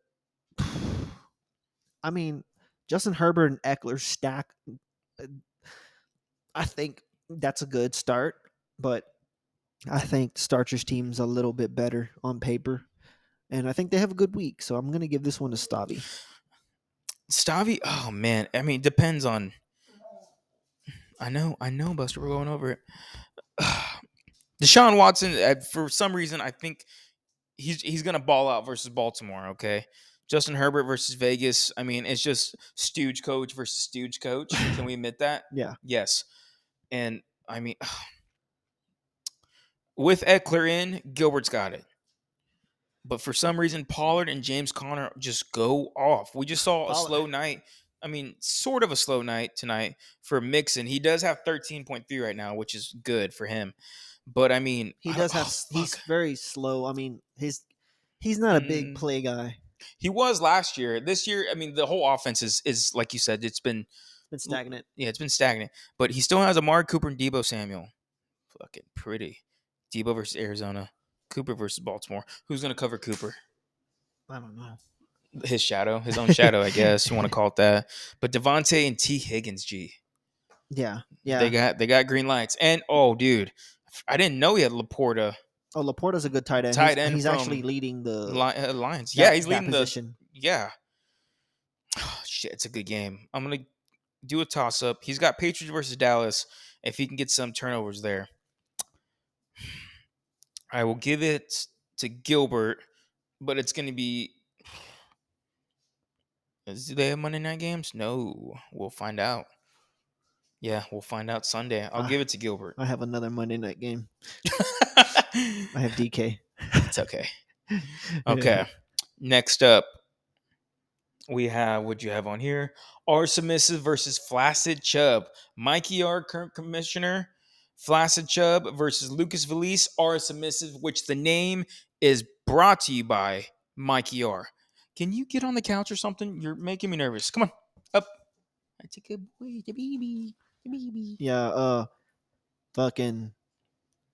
I mean, Justin Herbert and Eckler stack. uh, I think that's a good start, but I think Starcher's team's a little bit better on paper, and I think they have a good week. So I'm gonna give this one to Stavi.
Stavi, oh man, I mean, depends on. I know, I know, Buster, we're going over it. Deshaun Watson, uh, for some reason, I think he's he's gonna ball out versus Baltimore. Okay, Justin Herbert versus Vegas. I mean, it's just stooge coach versus stooge coach. Can we admit that?
Yeah.
Yes, and I mean, with Eckler in, Gilbert's got it. But for some reason, Pollard and James Conner just go off. We just saw a
Pollard-
slow night. I mean, sort of a slow night tonight for Mixon. He does have 13.3 right now, which is good for him. But I mean,
He
I don't-
does
oh,
have. s- he's
fuck.
very slow. I mean, his he's not a
Mm.
big play guy.
he was last year. This year, I mean, the whole offense is is like you said, it's been
It's been stagnant.
yeah, it's been stagnant. But he still has Amari Cooper and Debo Samuel. Fucking pretty. Debo versus Arizona. Cooper versus Baltimore. Who's gonna cover Cooper?
I don't know.
his shadow, his own shadow, I guess you want to call it that. But Devontae and T. Higgins, G,
Yeah, yeah.
they got they got green lights. And oh, dude, I didn't know he had Laporta
oh, Laporta's a good tight end.
Tight
he's,
end
he's
from
actually leading the.
Li- uh, Lions.
that-
yeah, he's
that
leading the
position.
yeah. shit, it's a good game. I'm gonna do a toss up. He's got Patriots versus Dallas. If he can get some turnovers there, I will give it to Gilbert, but it's gonna be. Is- Do they have Monday night games? No, we'll find out. Yeah, we'll find out Sunday. I'll
Ah.
give it to Gilbert.
I have another Monday night game. I have DK.
it's okay.
Yeah.
Okay. Next up, we have what you have on here: R submissive versus Flaccid Chubb. Mikey R, current commissioner. Flaccid Chubb versus Lucas Valise. R submissive, which the name is brought to you by Mikey R. Can you get on the couch or something? You're making me nervous. Come on, up. I take a boy, the baby, the baby.
Yeah, uh fucking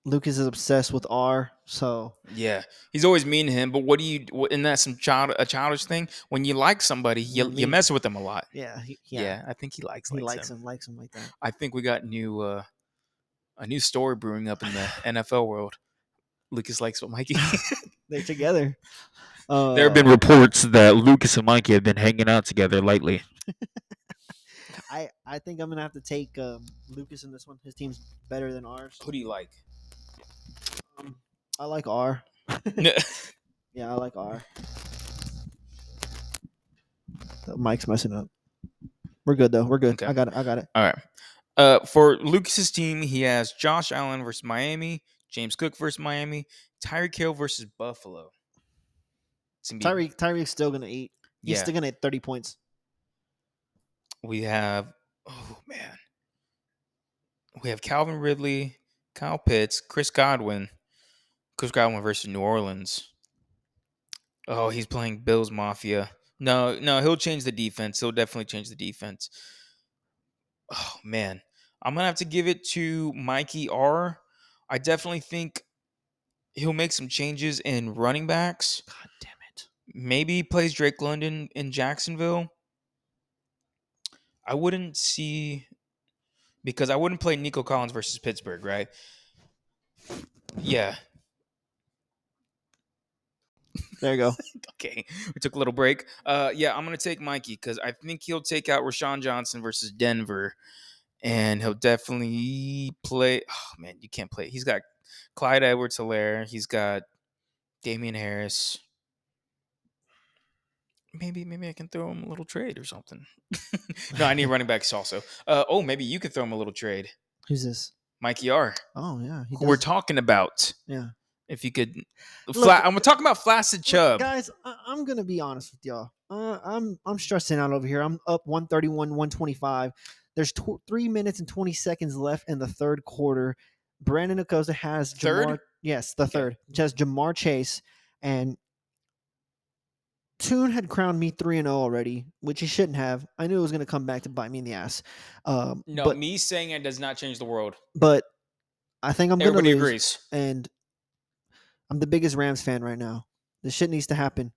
Lucas is obsessed with R, so
Yeah, he's always mean to him. But what do you? what- Isn't that some child a childish thing? When you like somebody, you,
You're
you
mean.
mess with them a lot.
yeah, he, yeah,
Yeah. I think he likes
he
likes,
likes
him.
him. likes him like that.
I think we got new uh a new story brewing up in the NFL world. Lucas likes what Mikey.
They're together. Uh,
reports that Lucas and Mikey have been hanging out together lately.
I I think I'm gonna have to take um, Lucas in this one. His team's better than ours.
Who do you like?
Um, I like R. Yeah, I like R. The mic's messing up. We're good though. We're good.
Okay.
I got it. I got it.
All right. Uh, for Lucas's team, he has Josh Allen versus Miami, James Cook versus Miami, Tyreek Hill versus Buffalo. It's gonna be-
Tyreek Tyreek's still gonna eat. He's
yeah.
still gonna hit thirty points.
we have oh man, we have Calvin Ridley, Kyle Pitts, Chris Godwin, Chris Godwin versus New Orleans. Oh, he's playing Bills Mafia. No, no, he'll change the defense. He'll definitely change the defense. Oh man, I'm gonna have to give it to Mikey R. I definitely think he'll make some changes in running backs
God damn it.
maybe he plays Drake London in Jacksonville. I wouldn't see because I wouldn't play Nico Collins versus Pittsburgh, right? Yeah.
There you go.
Okay. We took a little break. Uh yeah, I'm gonna take Mikey because I think he'll take out Rashawn Johnson versus Denver. And he'll definitely play oh man, you can't play. He's got Clyde Edwards Hilaire, he's got Damian Harris. Maybe maybe I can throw him a little trade or something. no, I need running backs also. Uh, oh, maybe you could throw him a little trade.
Who's this?
Mikey R.
Oh yeah. he
Who we're
does-
talking about.
Yeah.
If you could
Look,
fla- I'm talking about Flaccid
Look,
Chubb.
Guys, I- I'm gonna be honest with y'all. Uh, I'm I'm stressing out over here. I'm up 131, 125. There's tw- three minutes and 20 seconds left in the third quarter. Brandon Acosta has
Third?
Jamar- Yes, the third. Has Jamar Chase and Toon had crowned me three and zero already, which he shouldn't have. I knew it was gonna come back to bite me in the ass. Um,
No,
but
me saying it does not change the world.
but I think I'm gonna
Everybody
lose
agrees.
and I'm the biggest Rams fan right now. This shit needs to happen.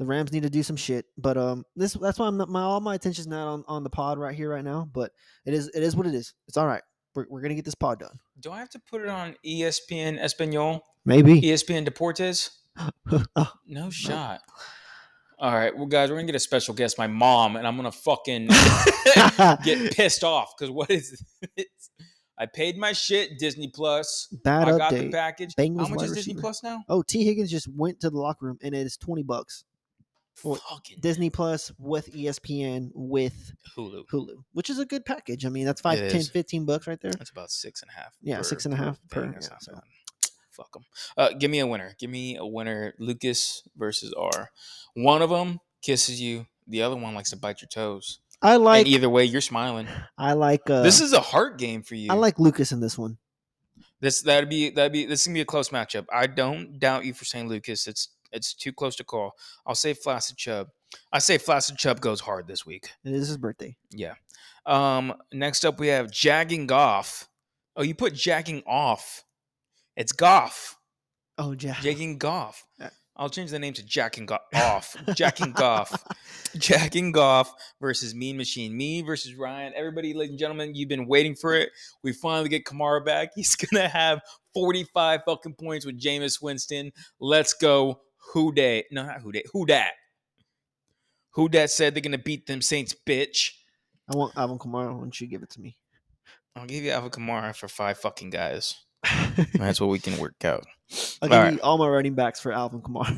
The Rams need to do some shit, but um, this that's why I'm not, my all my attention's not on on the pod right here right now. But it is it is what it is. It's all right. We're we're gonna get this pod done.
Do I have to put it on E ESPN Espanol? E
Maybe.
ESPN Deportes?
Oh,
No shot. All right, well, guys, we're gonna get a special guest, my mom, and I'm gonna fucking get pissed off because what is this? I paid my shit, Disney Plus.
Bad
I got the
update.
package. How
Bengals
much
wide
is Disney
receiver.
Plus now?
Oh, T Higgins just went to the locker room and it is twenty bucks. Well,
Fucking
Disney Plus with E ESPN with
Hulu.
Hulu, which is a good package. I mean, that's five,
It
10,
is.
15 bucks right there.
That's about six and a half.
Yeah, six and a half per,
thing. That's
yeah,
not
so-
bad. Fuck them. Uh, give me a winner. Give me a winner. Lucas versus R. One of them kisses you. The other one likes to bite your toes.
I like
and either way, you're smiling.
I like uh,
this is a heart game for you.
I like Lucas in this one.
This that'd be that'd be this is gonna be a close matchup. I don't doubt you for saying Lucas. It's it's too close to call. I'll say Flaccid Chubb. I say Flaccid Chubb goes hard this week.
It is his birthday.
Yeah. Um. Next up, we have Jagging Goff. Oh, you put jacking off. It's Goff.
Oh, Jack.
Jacking Goff.
Yeah.
I'll change the name to Jacking Go- Off. Jacking Goff. Jacking Goff versus Mean Machine. Me versus Ryan. Everybody, ladies and gentlemen, you've been waiting for it. We finally get Kamara back. He's going to have 45 fucking points with Jameis Winston. Let's go. Who day? No, not who day. Who dat? Who dat said they're going to beat them Saints, bitch.
I want Alvin Kamara. Why don't you give it to me?
I'll give you Alvin Kamara for five fucking guys. That's what we can work out.
I'll give
All right.
you all my running backs for Alvin Kamara.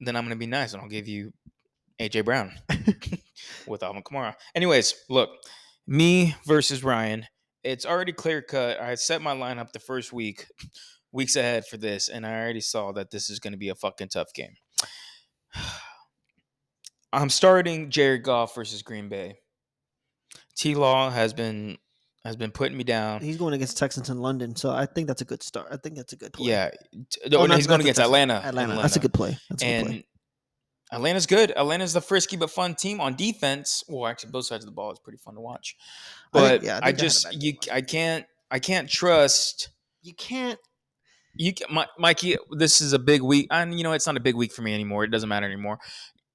then I'm going to be nice and I'll give you AJ Brown with Alvin Kamara. Anyways, look, me versus Ryan. It's already clear cut. I set my lineup the first week, weeks ahead for this, and I already saw that this is going to be a fucking tough game. I'm starting Jared Goff versus Green Bay. T Law has been has been putting me down.
He's going against Texans in London, so I think that's a good start. I think that's a good play.
yeah, t-
Oh,
oh, no,
not-
he's going
not the
against
Texans.
Atlanta. in
Atlanta. That's
Atlanta.
a good play. That's a good play.
and Atlanta's good. Atlanta's the frisky but fun team on defense. Well, actually, both sides of the ball is pretty fun to watch.
I think-
But I,
yeah, I think I had a
just
bad
you,
game last
I can't, I can't trust
You can't.
you, ca- Mi- Mikey. This is a big week, and you know it's not a big week for me anymore. It doesn't matter anymore.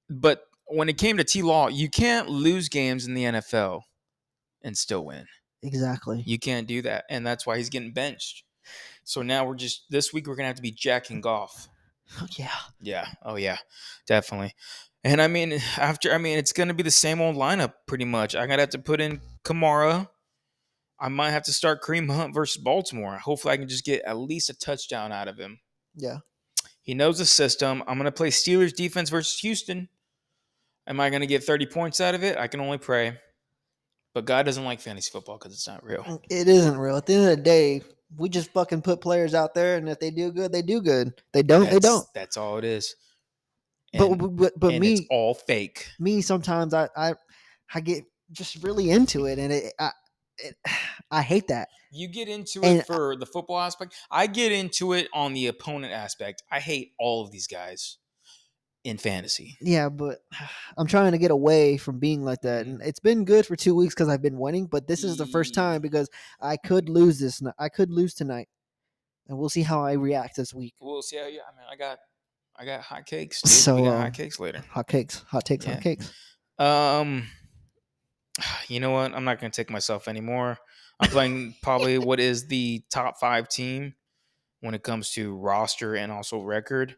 But when it came to T Law, you can't lose games in the NFL and still win.
Exactly.
You can't do that, and that's why he's getting benched. So now we're just this week we're gonna have to be jacking golf.
Yeah.
Yeah. Oh yeah. Definitely. And I mean, after I mean, it's gonna be the same old lineup pretty much. I'm gonna have to put in Kamara. I might have to start Kareem Hunt versus Baltimore. Hopefully, I can just get at least a touchdown out of him.
Yeah.
He knows the system. I'm going to play Steelers defense versus Houston. Am I going to get 30 points out of it? I can only pray. But God doesn't like fantasy football because it's not real.
It isn't real. At the end of the day, we just fucking put players out there, and if they do good, they do good. They don't, they
That's-
don't.
That's all it is.
But
And-
but but
and
me,
it's all fake.
me sometimes I, I I get just really into it, and it I it, I hate that.
You get into
And I-
it for the football aspect. I get into it on the opponent aspect. I hate all of these guys in fantasy.
Yeah, but I'm trying to get away from being like that, and it's been good for two weeks because I've been winning. But this is the first time because I could lose this. n- I could lose tonight, and we'll see how I react this week.
We'll see how you. I mean, I got, I got hot cakes.
So,
So we got
uh,
hot cakes later.
Hot cakes, hot takes,
Yeah.
hot cakes.
Um, you know what? I'm not going to take myself anymore. I'm playing probably what is the top five team when it comes to roster and also record.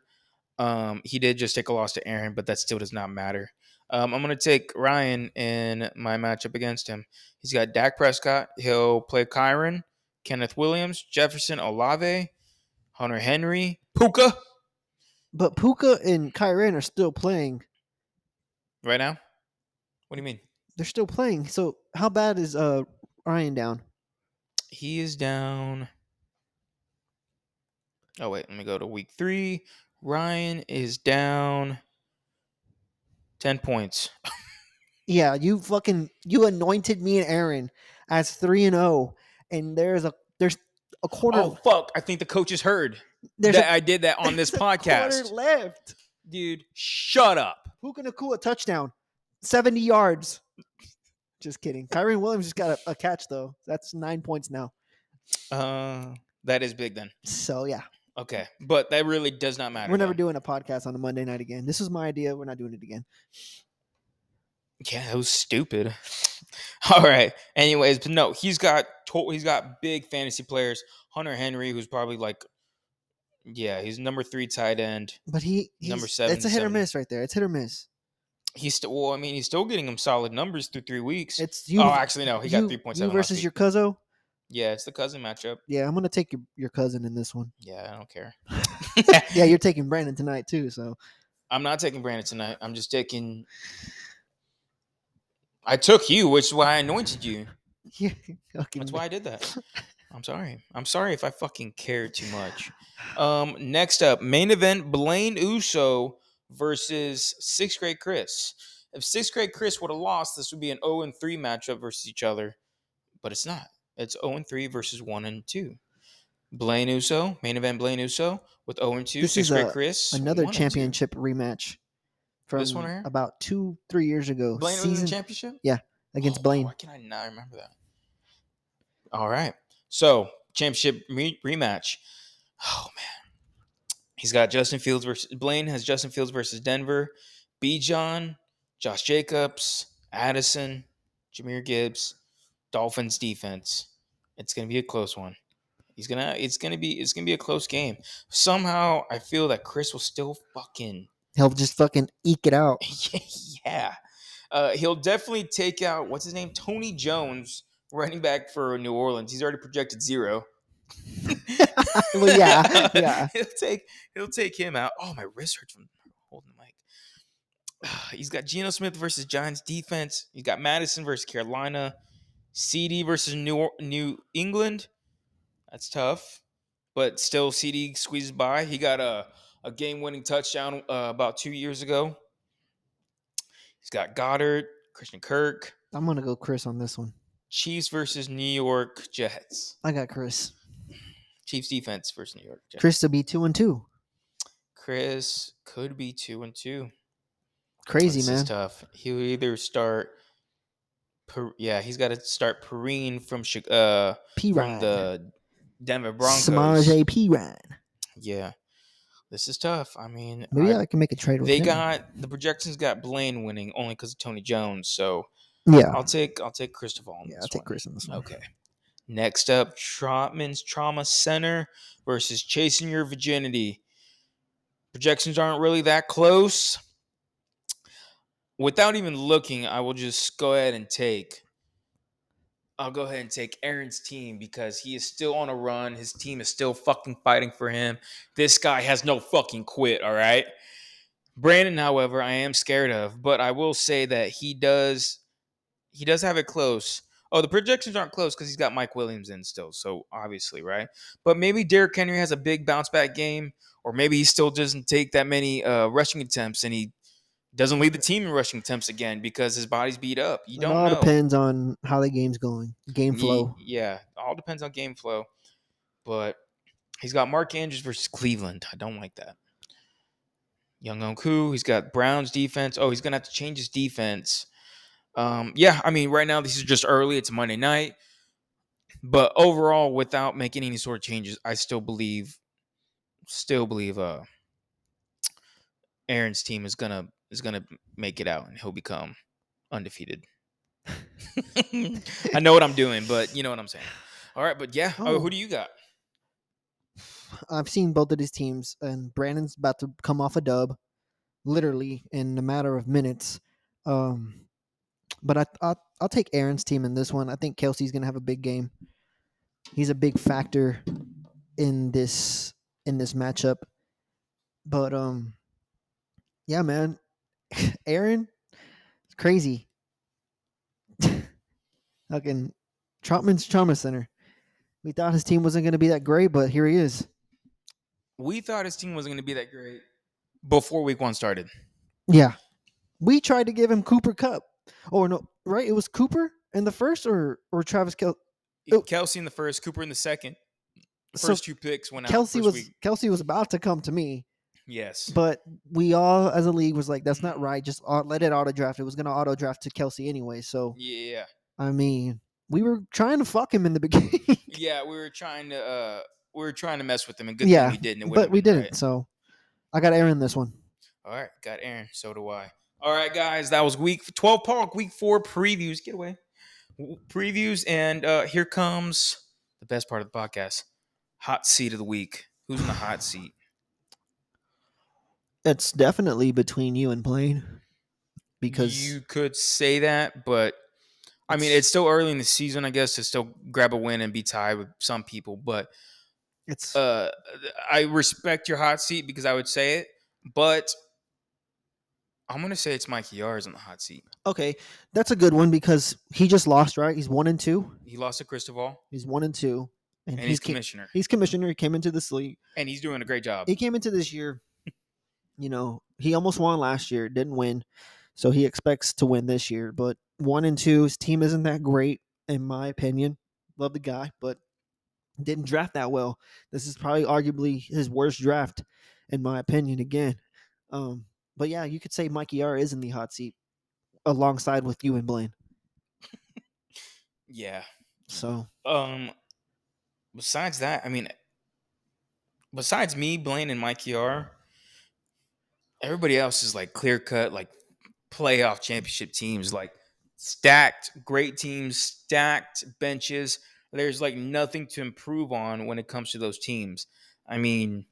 Um, he did just take a loss to Aaron, but that still does not matter. Um, I'm going to take Ryan in my matchup against him. He's got Dak Prescott. He'll play Kyron, Kenneth Williams, Jefferson Olave, Hunter Henry, Puka
But Puka and Kyren are still playing.
right now. What do you mean?
They're still playing. So how bad is uh Ryan down?
He is down. Oh wait, let me go to week three. Ryan is down ten points.
Yeah, you fucking you anointed me and Aaron as three and zero, and there's a there's a quarter
Oh fuck! I think the coaches heard
there's
that
a,
I did that on this
there's a quarter
podcast.
left.
Dude, shut up.
Puka Nakua touchdown, seventy yards. Just kidding. Kyron Williams just got a, a catch though. That's nine points now.
Uh, that is big then.
So yeah,
Okay, but that really does not matter.
we're never
though.
doing a podcast on a Monday night again. This was my idea. We're not doing it again.
Yeah, that was stupid. All right. Anyways, but no, he's got to- he's got big fantasy players. Hunter Henry, who's probably like, yeah, he's number three tight end.
But he he's,
Number
It's a hit
77.
or miss right there. It's hit or miss.
He's still. Well, I mean, he's still getting him solid numbers through three weeks.
It's you.
oh, actually, no, he got
you-
three point
you
seven
versus your cousin.
Yeah, it's the cousin matchup.
Yeah, I'm gonna take your, your cousin in this one.
Yeah, I don't care.
Yeah, you're taking Brandon tonight too. So
I'm not taking Brandon tonight. I'm just taking. I took you, which is why I anointed you.
yeah, fucking
That's why I did that. I'm sorry. I'm sorry if I fucking care too much. Um, next up, main event: Blaine Uso versus sixth grade Chris. If sixth grade Chris would have lost, this would be an 0 and 3 matchup versus each other, but it's not. It's 0 and 3 versus 1 and 2. Blaine Uso, main event Blaine Uso with 0 and 2.
This is
sixth grade
a-
Chris.
another
1 and 2.
championship rematch from
This one right here?
about two, three years ago.
Blaine was in
season
the championship?
against
Oh,
Blaine.
Why can I not remember that? All right. So championship re- rematch. Oh man, he's got Justin Fields versus Blaine has Justin Fields versus Denver. B. John, Josh Jacobs, Addison, Jameer Gibbs, Dolphins defense. It's gonna be a close one. He's gonna. It's gonna be. It's gonna be a close game. Somehow, I feel that Chris will still fucking
He'll just fucking eke it out.
yeah. Uh, he'll definitely take out what's his name? Tony Jones, running back for New Orleans. He's already projected zero.
Well, yeah, yeah.
he'll take he'll take him out. Oh, my wrist hurts from holding the mic. He's got Geno Smith versus Giants defense. He's got Madison versus Carolina. CD versus New or- New England. That's tough, but still CD squeezes by. He got a a game winning touchdown uh, about two years ago. He's got Goddard, Christian Kirk,
I'm gonna go Chris on this one.
Chiefs versus New York Jets.
I got Chris.
Chiefs defense versus New York Jets.
Chris will be two and two.
Chris could be two and two.
Crazy
This is
man.
tough. He'll either start. Per, yeah, he's got to start Perrine from Chi- uh
P
from
Ryan.
the Denver Broncos.
Samaj P Ryan.
Yeah, this is tough. I mean,
Maybe
I-
I, can make a trade with
they
him.
got the projections got Blaine winning only because of Tony Jones. So
yeah.
I'll take I'll take Cristobal. on
Yeah,
this
I'll take
one.
Chris on this one.
Okay. Next up, Trotman's Trauma Center versus Chasing Your Virginity. Projections aren't really that close. Without even looking, I will just go ahead and take I'll go ahead and take Aaron's team because he is still on a run. His team is still fucking fighting for him. This guy has no fucking quit, all right? Brandon, however, I am scared of, but I will say that he does he does have it close. Oh, the projections aren't close because he's got Mike Williams in still, so obviously, right? But maybe Derrick Henry has a big bounce back game, or maybe he still doesn't take that many uh, rushing attempts and he doesn't lead the team in rushing attempts again because his body's beat up. You
it
don't
all
know.
depends on how the game's going. Game
Ye-
flow.
yeah, all depends on game flow. But he's got Mark Andrews versus Cleveland. I don't like that. Young Onku. He's got Browns defense. Oh, he's gonna have to change his defense. Um, yeah, I mean, right now this is just early. It's Monday night, but overall, without making any sort of changes, I still believe, still believe, uh, Aaron's team is gonna is gonna make it out, and he'll become undefeated. I know what I'm doing, but you know what I'm saying. All right, but yeah. Oh,
Oh.
who do you got?
I've seen both of these teams, and Brandon's about to come off a dub, literally in a matter of minutes. Um, but I, I I'll take Aaron's team in this one. I think Kelsey's gonna have a big game. He's a big factor in this in this matchup. But um, yeah, man, Aaron, it's crazy. Fucking Troutman's Trauma Center. We thought his team wasn't gonna be that great, but here he is.
We thought his team wasn't going to be that great before Week One started.
Yeah. We tried to give him Cooper Cup. Or no, right? It was Cooper in the first or or Travis Kel- Oh.
Kelsey in the first, Cooper in the second.
So,
First two picks went out.
Kelsey
first
was
week.
Kelsey was about to come to me,
yes.
but we all as a league was like, that's not right. Just au- let it auto draft. It was gonna auto draft to Kelsey anyway. So
yeah,
I mean, we were trying to fuck him in the beginning,
yeah. We were trying to uh we were trying to mess with him, and good
Yeah,
thing we didn't. It would've
but we
been
didn't.
right.
So I got Aaron this one.
All right, got Aaron. So do I. All right, guys, that was week 12 park, week four previews. Get away. W- Previews, and uh here comes the best part of the podcast. Hot seat of the week. Who's in the hot seat?
It's definitely between you and Blaine because
you could say that, but I mean it's still early in the season, I guess, to still grab a win and be tied with some people. But
it's
uh I respect your hot seat because I would say it, but I'm gonna say it's Mikey Yars on the hot seat.
okay. That's a good one because he just lost, right? He's one and two.
He lost to Cristobal
He's one and two, and,
and
he's
he's
ca-
commissioner.
he's commissioner. He came into this league.
and he's doing a great job.
He came into this year. You know, he almost won last year, didn't win, so he expects to win this year. But one and two, his team isn't that great, in my opinion. Love the guy, but didn't draft that well. This is probably arguably his worst draft, in my opinion. Again, um, but yeah, you could say Mikey R is in the hot seat alongside with you and Blaine.
Yeah.
So
Um. Besides that, I mean, besides me, Blaine, and Mikey R, everybody else is like clear cut, like playoff championship teams, like stacked, great teams, stacked benches. There's like nothing to improve on when it comes to those teams. I mean,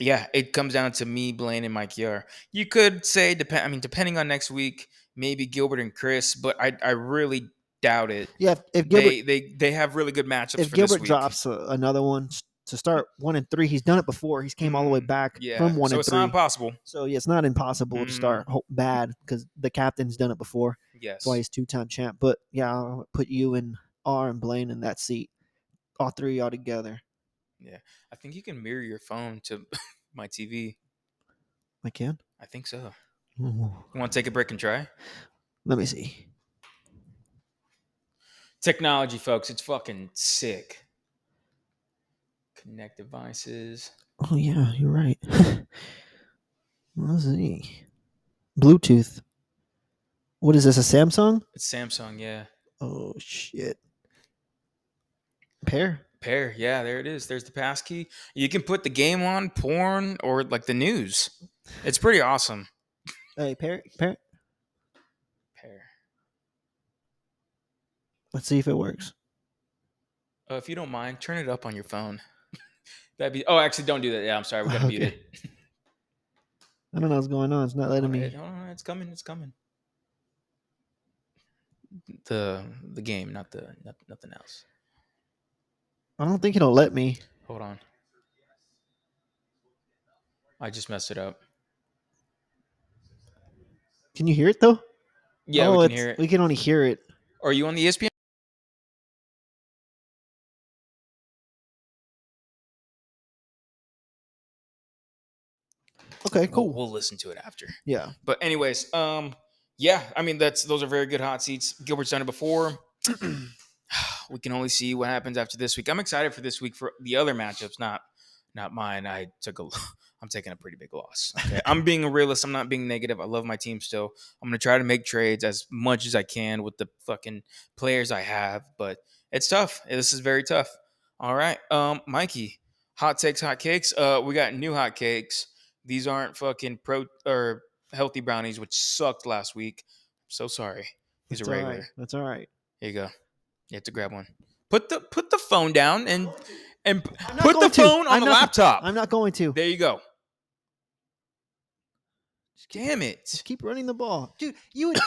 yeah, it comes down to me, Blaine, and Mikey R. You could say, depend. I mean, depending on next week, maybe Gilbert and Chris, but I, I really doubt it
yeah, if, if Gilbert
they, they they have really good matchups.
if
for this
Gilbert
week.
drops a, another one s- to start one and three, he's done it before. He's came all the way
Mhm.
back
yeah,
from one
so
and
it's
three.
not impossible.
so yeah, it's not impossible
Mhm.
to start ho- bad because the captain's done it before.
Yes,
That's why he's two time champ. But yeah, I'll put you and R and Blaine in that seat. All three of y'all together.
I think you can mirror your phone to my TV.
I can.
I think so.
Ooh,
You want to take a break and try
Let me see.
technology, folks? It's fucking sick. Connect devices.
Oh yeah, you're right. Let's see. Bluetooth. What is this? A Samsung?
It's Samsung. Yeah,
Oh shit. Pair.
pair. Yeah, there it is. There's the passkey. You can put the game on, porn, or like the news. It's pretty awesome.
Hey, pair. Pair.
Pair.
Let's see if it works.
Uh, if you don't mind, turn it up on your phone. That'd be. Oh, actually, don't do that. Yeah, I'm sorry. We gotta mute
Okay.
it.
I don't know what's going on. It's not letting
Hold on,
me.
it- hold on, it's coming. It's coming. the the game, not the not, nothing else.
I don't think it'll let me.
Hold on. I just messed it up.
Can you hear it though?
Yeah,
Oh,
we can
it's-
hear it.
We can only hear it.
Are you on the E ESPN?
Okay,
We'll-
cool.
We'll listen to it after.
Yeah.
But anyways, um, yeah, I mean that's those are very good hot seats. Gilbert's done it before. we can only see what happens after this week. I'm excited for this week for the other matchups, not not mine. I took a I'm taking a pretty big loss. Okay? I'm being a realist. I'm not being negative. I love my team still. I'm gonna try to make trades as much as I can with the fucking players I have, but it's tough. This is very tough. All right, um, Mikey, hot takes, hot cakes. Uh, we got new hot cakes. These aren't fucking pro or healthy brownies, which sucked last week. So sorry. These
That's
are
all right.
regular.
That's all right.
Here you go. You have to grab one. Put the put the phone down and and p-
I'm not
put the
going to.
phone on
I'm
the
not-
laptop.
I'm not going to.
There you go. Damn it.
Just keep running the ball, dude. You would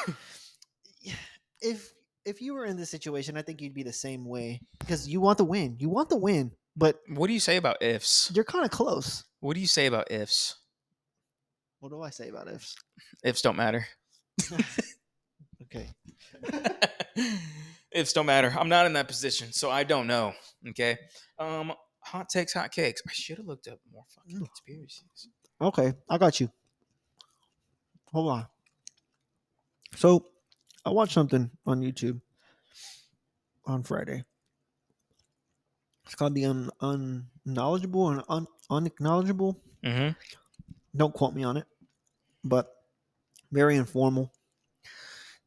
if if you were in this situation, I think you'd be the same way because you want the win. You want the win, but
What do you say about ifs?
you're kind of close.
What do you say about ifs?
What do I say about ifs?
Ifs don't matter.
Okay,
ifs don't matter. I'm not in that position, so I don't know. Okay. Um hot takes, hot cakes. I should have looked up more fucking
Mm.
conspiracies.
okay, I got you. Hold on. So, I watched something on YouTube on Friday. It's called the un- unknowledgeable and un- unacknowledgeable.
Mm-hmm.
don't quote me on it, but very informal.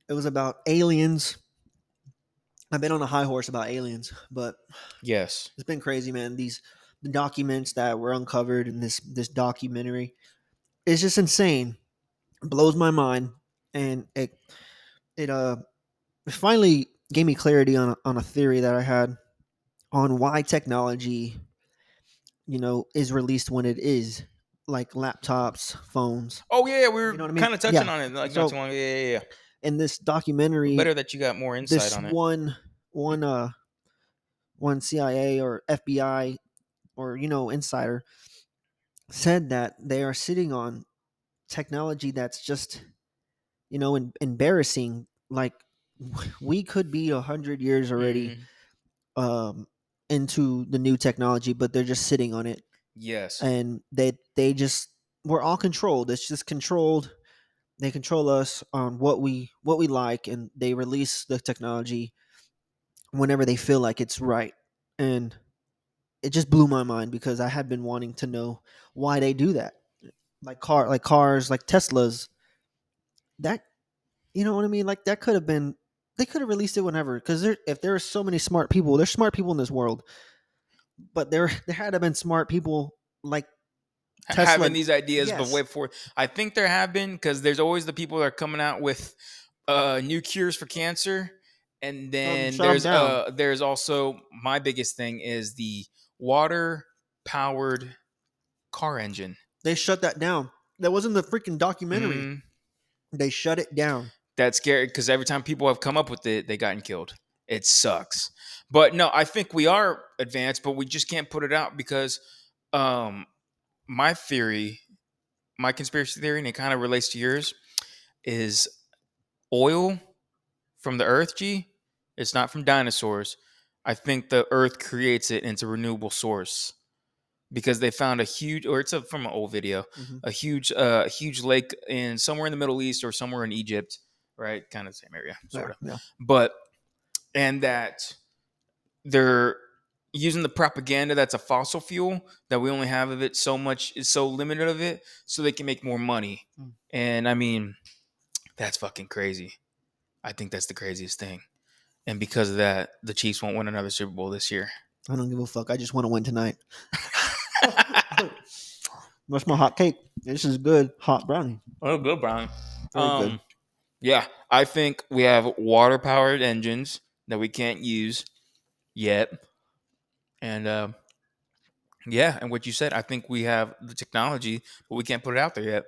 It was about aliens. I've been on a high horse about aliens, but
Yes.
it's been crazy, man. These the documents that were uncovered in this this documentary, it's just insane. It blows my mind, and it it uh it finally gave me clarity on a, on a theory that I had on why technology, you know, is released when it is, like laptops, phones,
Oh yeah, we were
know what I mean?
kind of touching
Yeah.
on it like
So-
not too long. Yeah, yeah, yeah.
and this documentary
Better that you got more insight
this
on it.
one one uh one CIA or FBI or you know insider said that they are sitting on technology that's just you know en- embarrassing like we could be a hundred years already
Mhm.
um into the new technology but they're just sitting on it
Yes.
and they they just we're all controlled it's just controlled they control us on what we what we like and they release the technology whenever they feel like it's right and it just blew my mind because i had been wanting to know why they do that like car like cars like teslas that you know what i mean like that could have been they could have released it whenever because there if there are so many smart people there's smart people in this world but there there had to have been smart people like
Ha-
Tesla-
having these ideas but
Yes.
way before i think there have been because there's always the people that are coming out with
Oh.
uh new cures for cancer and then
shut Oh, 'em
there's
down.
uh there's also my biggest thing is the water powered car engine
they shut that down that wasn't the freaking documentary
Mhm.
they shut it down
that's scary because every time people have come up with it they gotten killed it sucks but no i think we are advanced but we just can't put it out because um my theory my conspiracy theory and it kind of relates to yours is oil from the earth g it's not from dinosaurs i think the earth creates it and it's a renewable source because they found a huge or it's a, from an old video
Mhm.
a huge uh huge lake in somewhere in the middle east or somewhere in egypt right kind of same area sort of
Yeah, yeah.
but and that they're using the propaganda that's a fossil fuel that we only have of it so much is so limited of it so they can make more money
Mm.
and i mean that's fucking crazy i think that's the craziest thing and because of that the chiefs won't win another super bowl this year
i don't give a fuck i just want to win tonight That's my hot cake. This is good hot brownie.
oh good brian
Very
um,
good.
yeah i think we have water powered engines that we can't use yet and uh, yeah and what you said i think we have the technology but we can't put it out there yet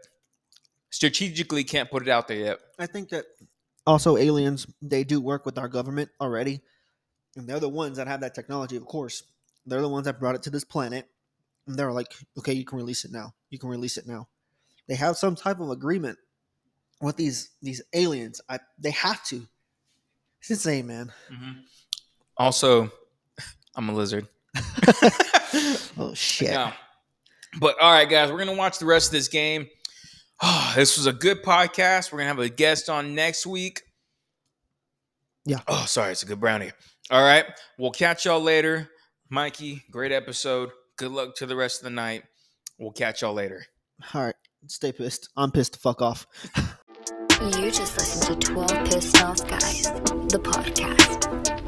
strategically can't put it out there yet
I think that also aliens they do work with our government already and they're the ones that have that technology of course they're the ones that brought it to this planet and they're like okay you can release it now you can release it now they have some type of agreement with these these aliens I, they have to it's insane man
Also, I'm a lizard.
oh shit
No. But all right, guys, we're gonna watch the rest of this game. Ah, this was a good podcast. We're gonna have a guest on next week.
Yeah.
Oh, sorry, it's a good brownie. All right, we'll catch y'all later, Mikey. Great episode. Good luck to the rest of the night. We'll catch y'all later.
all right stay pissed i'm pissed the fuck off
You just listened to 12 Pissed Off Guys, the podcast.